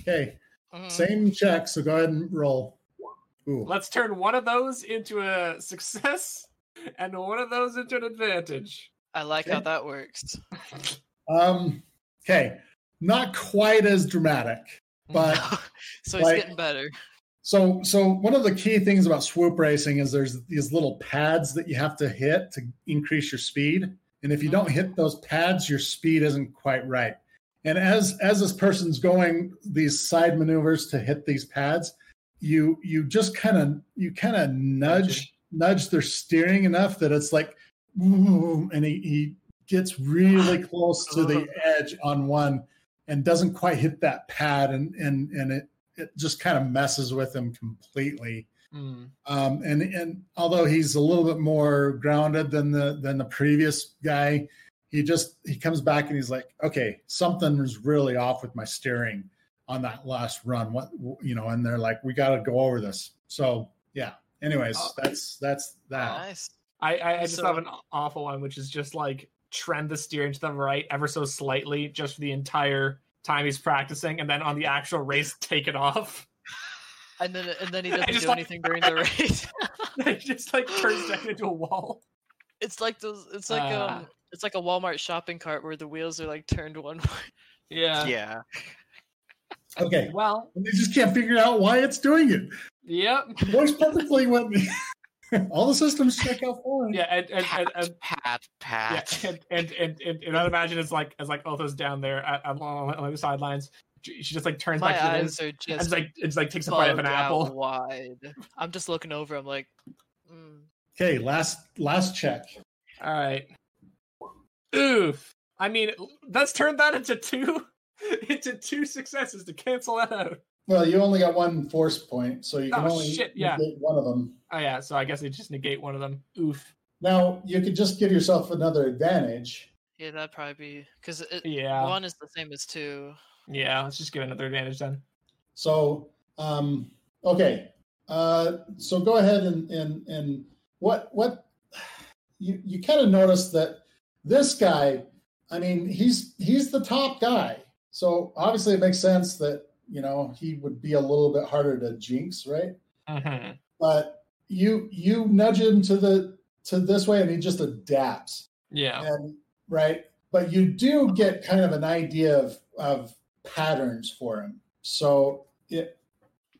okay,
Mm-hmm. Hmm.
same check. So go ahead and roll. Ooh,
Let's turn one of those into a success, and one of those into an advantage.
I like how
Okay.
that works.
um, okay, not quite as dramatic, but
so he's
like-
getting better.
so so one of the key things about swoop racing is there's these little pads that you have to hit to increase your speed, and if you don't hit those pads, your speed isn't quite right. And as as this person's going these side maneuvers to hit these pads, you you just kind of you kind of nudge nudge their steering enough that it's like, "Ooh," and he, he gets really close to the edge on one and doesn't quite hit that pad, and and and it it just kind of messes with him completely.
Mm.
Um, and and although he's a little bit more grounded than the than the previous guy, he just he comes back and he's like, okay, something is really off with my steering on that last run. What you know? And they're like, we got to go over this. So yeah. Anyways,
Oh.
that's that's that.
Nice.
I, I, I just
So-
have an awful one, which is just like trend the steering to the right ever so slightly, just for the entire time he's practicing, and then on the actual race, take it off.
And then and then he
I
doesn't
just
do
like-
anything during the race.
it just like turns back into a wall.
it's like those. It's like
Ah.
um. It's like a Walmart shopping cart where the wheels are like turned one way.
Yeah.
yeah.
Okay.
Well.
And they just can't figure out why it's doing it.
Yep.
Works perfectly with all the systems check out for him.
Yeah. And and and.
Pat,
and
pat,
yeah,
pat.
and, and, and, and, and I'd imagine it's like as like Otho's down there at, at, on, on the sidelines. She she just like turns
My
back to the
eyes are
and just
just
like it's like takes a bite of an
bugged out
apple.
wide. I'm just looking over. I'm like, mm,
Okay. Last last check.
All right. Oof. I mean, let's turn that into two into two successes to cancel that out.
Well, you only got one force point, so you can
Oh,
only
shit, yeah.
negate one of them.
Oh yeah, so I guess they just negate one of them. Oof.
Now you could just give yourself another advantage.
yeah, that'd probably be because
Yeah.
one is the same as two.
Yeah, let's just give another advantage then.
So, um, okay. Uh, so go ahead and and and what what you you kind of notice that this guy, I mean, he's he's the top guy. So obviously, it makes sense that you know he would be a little bit harder to jinx, right?
Mhm.
but you you nudge him to the to this way and he just adapts
Yeah.
and right but you do get kind of an idea of of patterns for him so it,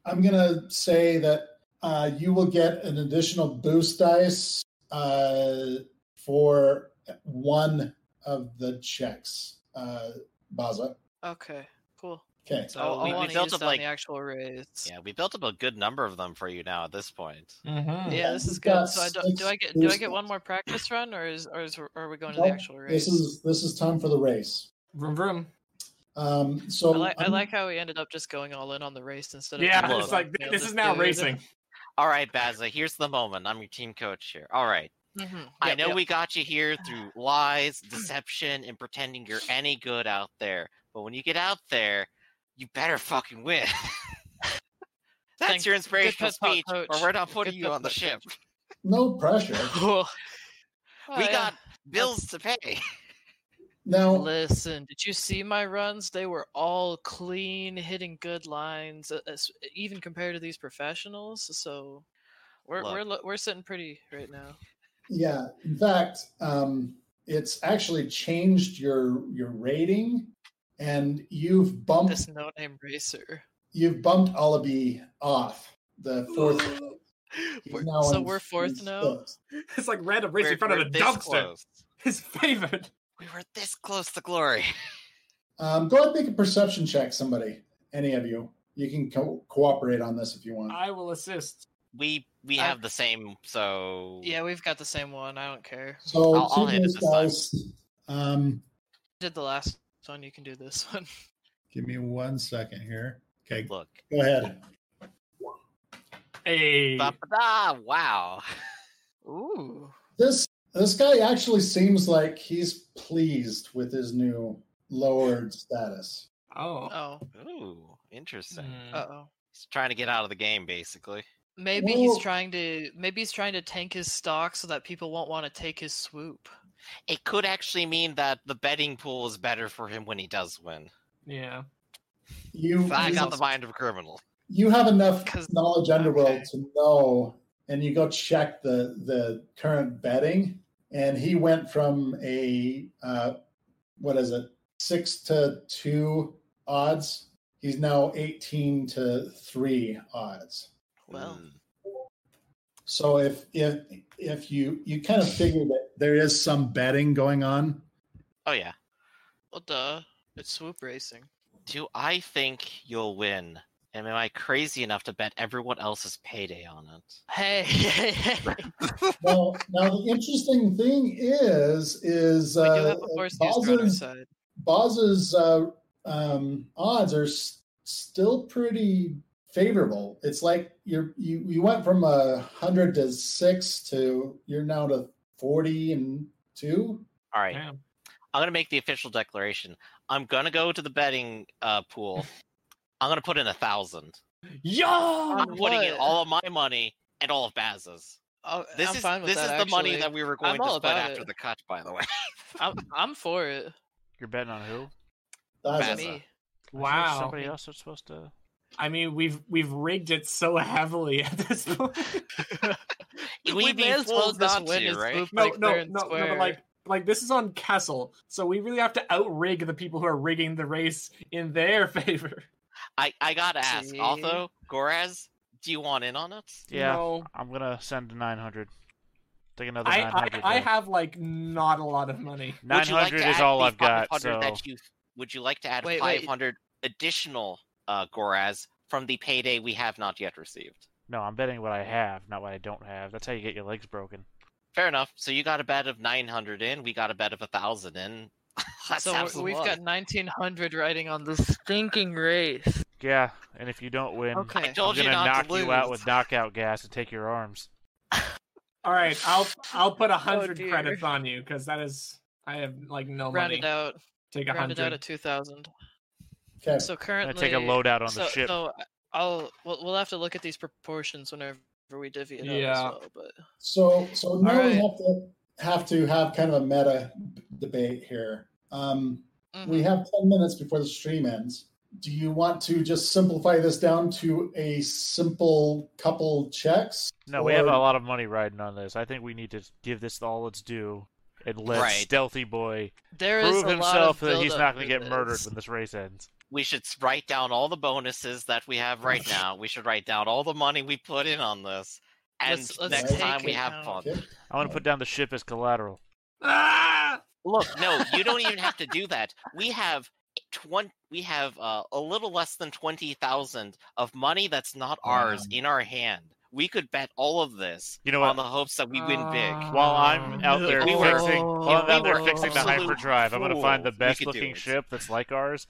i'm gonna say that uh, you will get an additional boost dice uh, for one of the checks uh, baza
Okay, cool.
Okay.
So
Oh,
we
we- we
want to
built
use
up,
down
like-
the actual arrays.
Yeah, we built up a good number of them for you now at this point.
Mm-hmm.
Yeah, this
We've
is
got
good. So I do,
six
do I get do I
boosters.
get one more practice run, or is or, is, or are we going to
Nope,
the actual race?
This is this is time for the race.
Vroom vroom.
Um,
I,
so
like I
I'm-
like how we ended up just going all in on the race instead of
Yeah,
doing
look.
it's
all
like
the
this
other
is now
food.
racing.
All right, Baza, here's the moment. I'm your team coach here. All right.
Mhm.
I
Yep,
know
yep.
we got you here through lies, deception, and pretending you're any good out there. But when you get out there, you better fucking win. That's
Thanks.
your inspirational
pep talk,
speech,
coach.
or we're not putting
Good
you
pep
on the
talk,
ship.
no pressure.
Cool. Oh,
we
yeah.
got bills to pay.
Now
Listen, did you see my runs? They were all clean, hitting good lines, uh, as- even compared to these professionals. So we're
Look.
we're lo- we're sitting pretty right now.
Yeah, in fact, um, it's actually changed your your rating, and you've bumped
This no name racer.
you've bumped Oliby off the fourth. He's
We're-
now
so
in-
we're fourth
in
now.
sixth.
It's like random race in front of a
this
dumpster.
Close.
His favorite.
We were this close to glory.
Um, go ahead and make a perception check, somebody, any of you. You can co- cooperate on this if you want.
I will assist.
We we
I-
have the same, so
Yeah, we've got the same one. I don't care.
so
I'll- I'll
two
hit it
of
this time.
those dice. Um,
Did the last one? You can do this one.
give me one second here. Okay,
Look,
go ahead.
Hey,
Ba-ba-da, wow.
Ooh,
This this guy actually seems like he's pleased with his new lowered status.
oh,
oh,
Ooh, interesting.
Hmm.
uh oh.
He's trying to get out of the game, basically.
Maybe he's
Mm. Well-
trying to maybe he's trying to tank his stock so that people won't want to take his swoop.
It could actually mean that the betting pool is better for him when he does win.
yeah.
You
I
you-
got the mind of a criminal.
you have enough
'Cause-
knowledge underworld
okay.
to know and you go check the the current betting and he went from a uh what is it six to two odds he's now 18 to three odds
Well,
Mm.
so if if if you you kind of figure that there is some betting going on
Oh yeah.
well, duh. It's swoop racing.
Do I think you'll win? And am I crazy enough to bet everyone else's payday on it?
Hey, hey, hey.
well now the interesting thing is is
we do
uh
have a force news on our
Bowser's-
side.
Boz's uh, um, odds are s- still pretty favorable. It's like you're you you went from a hundred to six to you're now to forty and two.
All right.
Damn.
I'm gonna make the official declaration. I'm gonna go to the betting uh, pool. I'm gonna put in a thousand.
Yo,
I'm putting in
what?
all of my money and all of Baz's.
Oh,
This
I'm
is
fine with
this is
that,
the money
actually.
that we were
I'm
going to
all
split
about
after
it.
the cut, by the way.
I'm I'm for it.
You're betting on who?
That's
Bad.
Me.
I thought
wow.
Somebody else was supposed to.
I mean, we've we've rigged it so heavily at this point.
We'd be fools not to,
and
right?
swoop,
No,
like, fair
no, no,
and
no,
square.
but like like this is on Kessel, so we really have to outrig the people who are rigging the race in their favor.
I, I gotta ask.
See?
Also, Goraz, do you want in on it?
Yeah,
No,
I'm gonna send the 900. Take another
I,
900.
I I
there.
have like not a lot of money.
Would you like
900
to
is
add
all
the
I've got.
500
So
that you- would you like to add
Wait, wait.
500 additional uh, Goraz from the payday we have not yet received?
no, I'm betting what I have, not what I don't have. That's how you get your legs broken.
Fair enough. So you got a bet of 900 in. We got a bet of 1,000 in. Let's
so
have
we're-
some
we've
fun.
got 1900 riding on this stinking race.
Yeah, and if you don't win,
Okay.
I
I'm
told
gonna
you not
knock
to lose.
you out with knockout gas and take your arms.
All right, I'll I'll put a hundred
Oh, dear.
credits on you because that is I have like no
Round
money.
it out.
Take a
Round it out
hundred.
at 2000.
okay.
So
And I
currently,
take a loadout on
so,
the ship.
So I'll we'll, we'll have to look at these proportions whenever we divvy it up
Yeah.
as well. But
So so now we
right.
have to have to have kind of a meta b- debate here. Um, We
Mhm.
have ten minutes before the stream ends. Do you want to just simplify this down to a simple couple checks?
No, we have
or-
a lot of money riding on this. I think we need to give this all it's due and let
Right.
Stealthy Boy
there is
prove
a lot
himself
of
that he's
buildup
not going
for
to get murdered
this.
when this race ends.
We should s- write down all the bonuses that we have right now. We should write down all the money we put in on this. And
Let's- let's
next
take
time we
it
have
out.
fun.
Okay.
I want to put down the ship as collateral.
Ah!
Look, no, you don't even have to do that. We have 20 we have uh, a little less than 20,000 of money that's not ours in our hand. We could bet all of this
You know
on
what?
the hopes that we win big.
Uh,
While I'm out there
Oh, we were- Oh.
fixing, while I'm
we
out there
were
fixing the
absolute
hyperdrive, I'm gonna find the
fools. We could
best
do
looking
it.
ship that's like ours,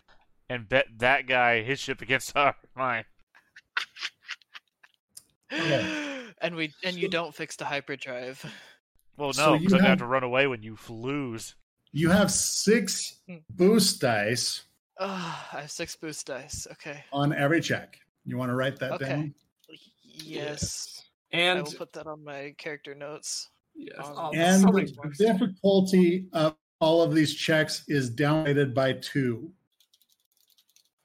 and bet that guy his ship against our mine.
and we and you don't fix the hyperdrive.
Well, no,
So you
'cause I'm gonna have
have-
to run away when you lose.
You have six
Hmm.
boost dice
Oh, I have six boost dice. Okay.
on every check. You want to write that
Okay.
down?
Yes. I
And
will put that on my character notes.
yes,
Oh,
oh,
And
so
the
many boosts.
difficulty of all of these checks is downgraded by two.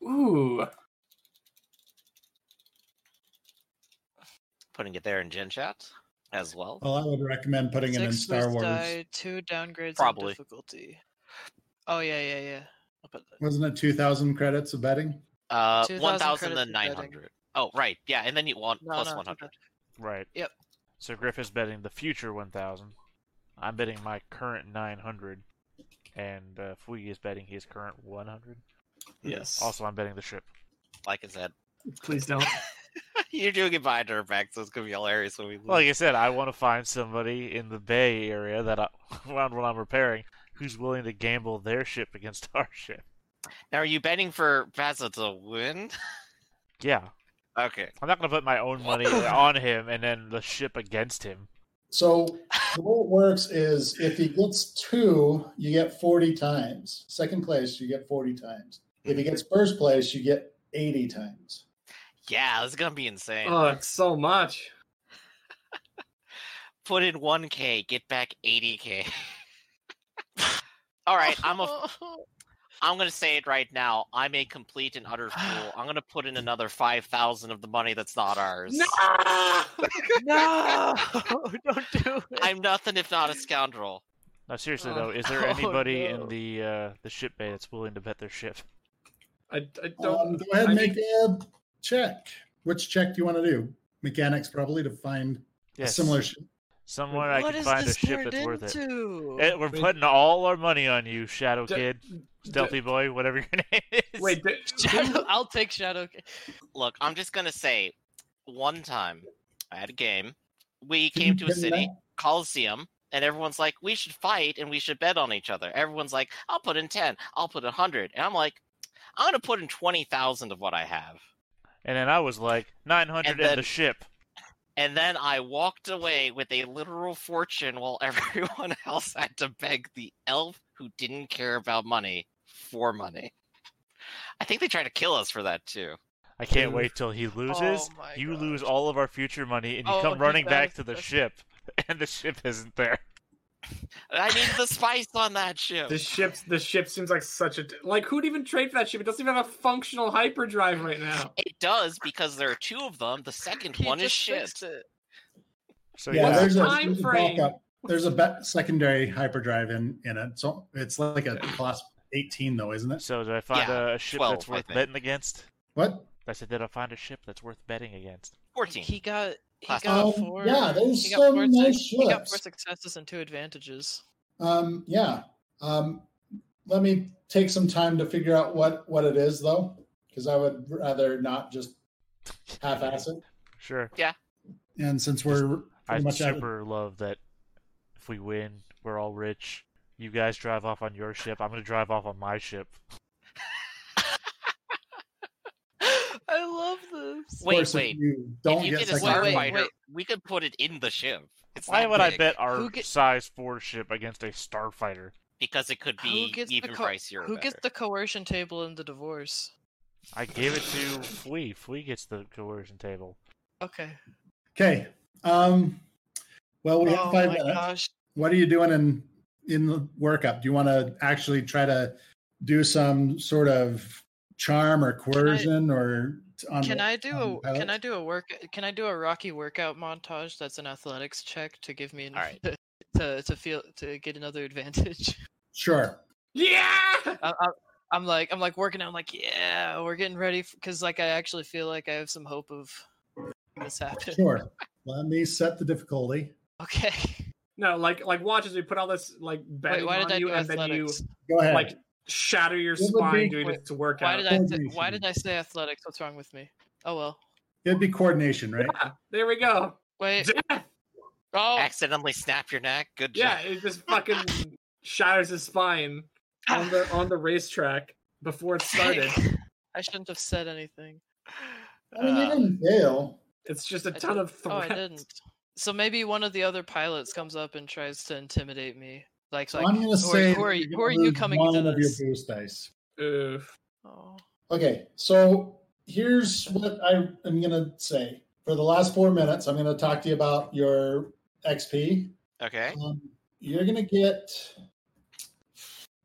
ooh,
Putting it there in Gen Chat as well.
Well, I would recommend putting it in
Six
Star
boost
Wars.
die, two downgrades
Probably.
in difficulty. Oh yeah, yeah, yeah. I'll put that.
Wasn't it 2,000 credits of betting?
Uh,
2,000 credits
1,900.
betting.
Oh, right. Yeah, and then you want
No,
plus
no,
100.
Right.
Yep.
So Griff is betting the future 1,000. I'm betting my current 900, and uh, Fuyi is betting his current 100.
yes.
Also, I'm betting the ship.
Like I said,
Please don't.
you're doing it by direct, so it's going to be hilarious when we lose.
Like I said, I want to find somebody in the Bay Area that I, around when I'm repairing who's willing to gamble their ship against our ship.
now, are you betting for Vaza to win?
Yeah,
Okay.
I'm not gonna put my own money on him and then the ship against him.
So the way it works is if he gets two, you get 40 times. Second place, you get 40 times. If he gets first place, you get 80 times.
Yeah, this is going to be insane.
oh, it's so much.
Put in 1K, get back 80K. All right, I'm a I'm gonna say it right now. I'm a complete and utter fool. I'm gonna put in another five thousand of the money that's not ours.
no, don't do it.
I'm nothing if not a scoundrel.
Now, seriously
Oh.
though, is there
Oh,
anybody
no.
in the uh, the ship bay that's willing to bet their ship?
I, I
Um, go
don't.
ahead
I
and
mean-
make a check. Which check do you want to do? Mechanics, probably, to find a
Yes.
similar ship.
Someone I
What
can
is
find a
this
ship
turned
that's worth it.
into?
Eh, We're
Wait.
putting all our money on you, Shadow
D-
Kid,
d-
Stealthy Boy, whatever your name is.
Wait, d-
Shadow, I'll take Shadow. Ca-
Look, I'm just gonna say, one time I had a game. We
Can
came
you
to a
pin
city, Coliseum, and everyone's like, "We should fight and we should bet on each other." Everyone's like, "I'll put in ten. I'll put a hundred. And I'm like, "I'm gonna put in twenty thousand of what I have."
And then I was like, 900
And
in
then-
the ship.
And then I walked away with a literal fortune while everyone else had to beg the elf who didn't care about money for money. I think they tried to kill us for that too.
I can't
Oof.
wait till he loses.
Oh my
you
gosh.
lose all of our future money, and you
Oh,
come
he
running
does.
back to the ship, and the ship isn't there.
I need the spice on that ship.
the ship. The ship seems like such a d- like. Who'd even trade for that ship? It doesn't even have a functional hyperdrive right now.
It does because there are two of them. The second
He
one is
just
shit.
fixed it.
So
Yeah,
yeah,
there's- time
there's
frame?
backup- There's a ba- secondary hyperdrive in in it, so it's like a class 18, though, isn't it?
So did I find
Yeah,
a ship
12,
that's
I
worth
think.
betting against?
What?
I said, did I find a ship that's worth betting against?
Fourteen.
He got. He
Class-
got
Um,
four.
yeah, there's
he got
some
four
nice
suc- He got four
ships.
successes and two advantages.
Um, yeah. Um, let me take some time to figure out what what it is, though, because I would rather not just half-ass it.
Sure.
And since we're
I
pretty much out of-
super love that if we win, we're all rich. You guys drive off on your ship. I'm gonna drive off on my ship.
I love this.
of course,
wait,
if
wait.
you
If
don't
you
get
get a
second
wait,
place-
wait,
starfighter,
wait.
we could put it in the ship. It's
Why
that
would I
big,
bet our
Who get-
size four ship against a starfighter?
Because it could
Who
be
gets the
even
co-
pricier. or
Who gets
better.
the coercion table in the divorce?
I gave it to Flea. Flea gets the coercion table.
Okay.
Okay. Um, well, we
oh
have five
my
minutes.
gosh.
What are you doing in in the workup? Do you want to actually try to do some sort of charm or coercion or t- on
Can
the-
I do
on
a can
pilots?
I do a work can I do a Rocky workout montage that's an athletics check to give me an,
Alright.
to to feel to get another advantage?
Sure.
Yeah.
I, I, I'm like I'm like working out. I'm like yeah, we're getting ready because like I actually feel like I have some hope of this happening.
Sure. Let me set the difficulty.
Okay.
No, like like watch as we put all this like betting
Wait, why
on
did I
you,
do
and then you
athletics?
Go ahead.
like shatter your
would
spine
be-
doing
Wait,
it to work
Why
out.
did I say, why
Coordination.
did I say athletics? What's wrong with me? Oh well.
It'd be coordination, right?
Yeah, there we go.
Wait.
Death.
Oh,
Accidentally snap your neck. Good
Yeah,
job.
it just fucking shatters his spine on the on the racetrack before it started.
I shouldn't have said anything.
I mean,
Uh,
you didn't
Uh,
fail.
It's just a
I
ton of
Oh, I
threats.
didn't. So maybe one of the other pilots comes up and tries to intimidate me. Like,
So
like
I'm going
who,
to say
are, who
that
are
you're
you, who
gonna
are you
lose
coming
one
to
of
this?
your boost dice.
Oof.
Oh,
Okay, so here's what I am going to say. For the last four minutes, I'm going to talk to you about your XP.
Okay.
Um, you're going to get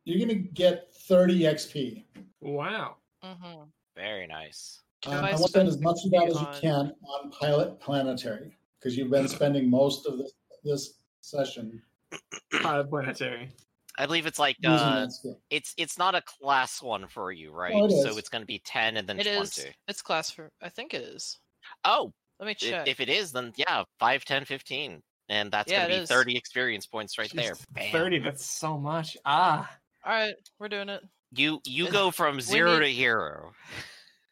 you're going to get 30 XP.
Wow.
mhm.
Very nice.
Can
Um,
I
I want that
spend
as much
XP
of that as you
on-
can on Pilot Planetary because you've been spending most of this, this session
Pilot planetary.
I believe it's like
using
uh,
that skill.
it's it's not a class one for you, right?
it
so
is.
it's going to be ten and then
It
twenty.
is. It's class for. I think it is.
Oh,
Let me
i-
check.
if it is, then yeah, 5, 10, 15. and that's
Yeah,
going
it
to be
is.
thirty experience points right there.
Jesus,
Bam.
Thirty. That's so much. Ah.
All right, we're doing it.
You you
And
go from zero
need-
to hero,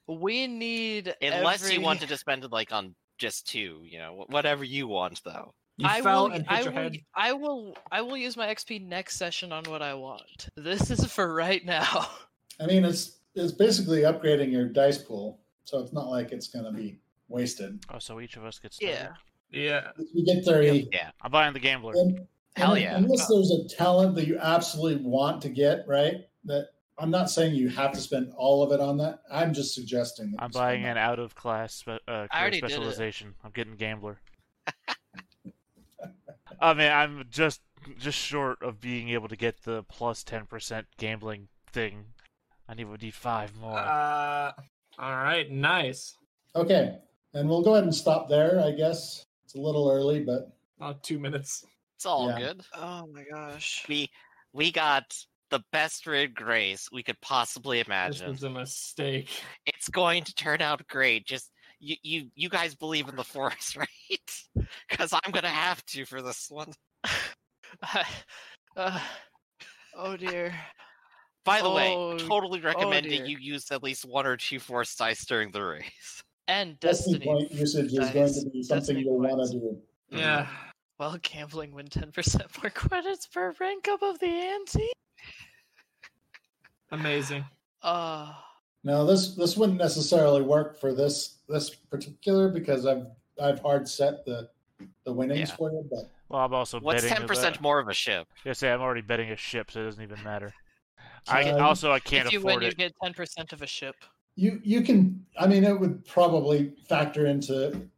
We need
unless
every...
you want to just spend it like on just two. You know, wh- whatever you want though.
You
I
fell
will,
and hit
I
your
will,
head.
I will. I will use my XP next session on what I want. This is for right now.
I mean, it's it's basically upgrading your dice pool, so it's not like it's going to be wasted.
Oh, so each of us gets.
Yeah.
30.
Yeah.
You get thirty.
Yeah.
I'm buying the gambler.
And-
Hell
and
yeah.
Unless there's a talent that you absolutely want to get, right? That I'm not saying you have to spend all of it on that. I'm just suggesting. That
I'm
you spend
buying
that.
an out of class spe- uh, career
already did it.
specialization. I'm getting gambler. I mean, I'm just just short of being able to get the plus ten percent gambling thing. I need would need five more.
Uh. All right. Nice.
Okay, and we'll go ahead and stop there. I guess it's a little early, but
About Oh, two minutes.
It's all
Yeah.
good.
Oh my gosh.
We we got the best rid grace we could possibly
This
imagine.
was a mistake.
It's going to turn out great. Just you you you guys believe in the force, right? Because I'm gonna have to for this one.
uh, oh dear.
By the
Oh,
way, totally recommend
dear.
that you use at least one or two force dice during the race.
And
destiny
Destiny.
point usage is
dice.
going to be something
Destiny
you'll want
points.
to do.
Mm.
Yeah.
While gambling, win 10% more credits per rank up of the ante.
Amazing.
Uh,
Now, this this wouldn't necessarily work for this this particular because I've I've hard set the the winnings
Yeah.
for you, but
well, I'm also
What's
betting.
ten percent more of a ship?
Yeah, say I'm already betting a ship, so it doesn't even matter. I
Um,
also I can't
if you
afford
win, you
it.
get 10% of a ship.
You you can. I mean, it would probably factor into.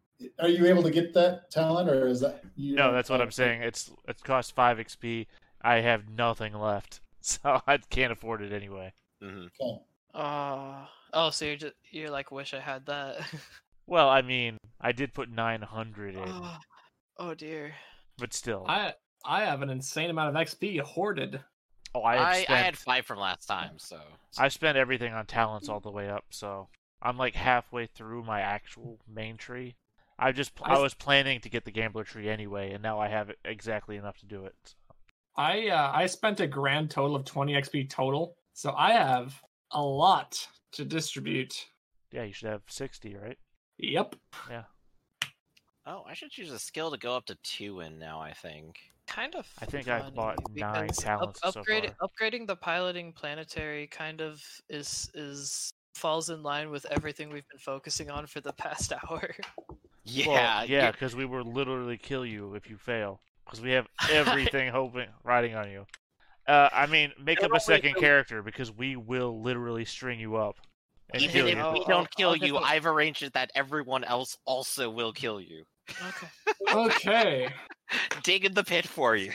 Are you able to get that talent, or is that you?
No, that's what I'm saying. It's it costs five XP. I have nothing left, so I can't afford it anyway.
hmm
Uh, oh, so you're just, you're like, wish I had that.
Well, I mean, I did put 900 in,
oh, oh dear.
but still.
I I have an insane amount of XP hoarded.
oh, I, had
I, I
spent,
had five from last time, so
I spent everything on talents all the way up, so I'm like halfway through my actual main tree. I just pl-
I
I
s-
was planning to get the gambler tree anyway, and now I have e, exactly enough to do it.
I uh, I spent a grand total of 20 XP total, so I have a lot to distribute.
Yeah, you should have 60, right?
Yep.
oh, I should choose a skill to go up to two in now. I think.
Kind of.
I think I've
funny
bought nine
because
talents so
upgrade- Upgrading the piloting planetary kind of is is falls in line with everything we've been focusing on for the past hour.
Yeah,
well,
you-
yeah, because we will literally kill you if you fail, because we have everything hoping riding on you. Uh, I mean, make
It'll
up a
only
second
do-
character because we will literally string you up and
Even
kill
if
you.
I'll-
we
I'll-
don't kill
I'll
you,
definitely-
I've arranged it that everyone else also will kill you.
Okay.
Okay.
Dig in the pit for you.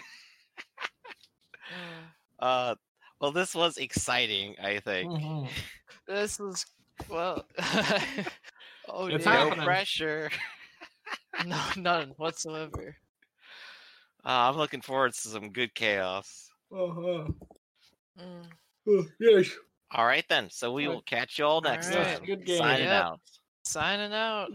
Mm.
Uh, well, this was exciting. I think.
Mhm.
This is well. oh
It's
dear.
No
happening.
pressure.
No, none whatsoever.
Uh, I'm looking forward to some good chaos.
Uh-huh.
Mm.
Oh, yes.
All right then. So we
All right.
will catch you all next
All right.
time.
Good game.
Signing
Yep.
out.
Signing out.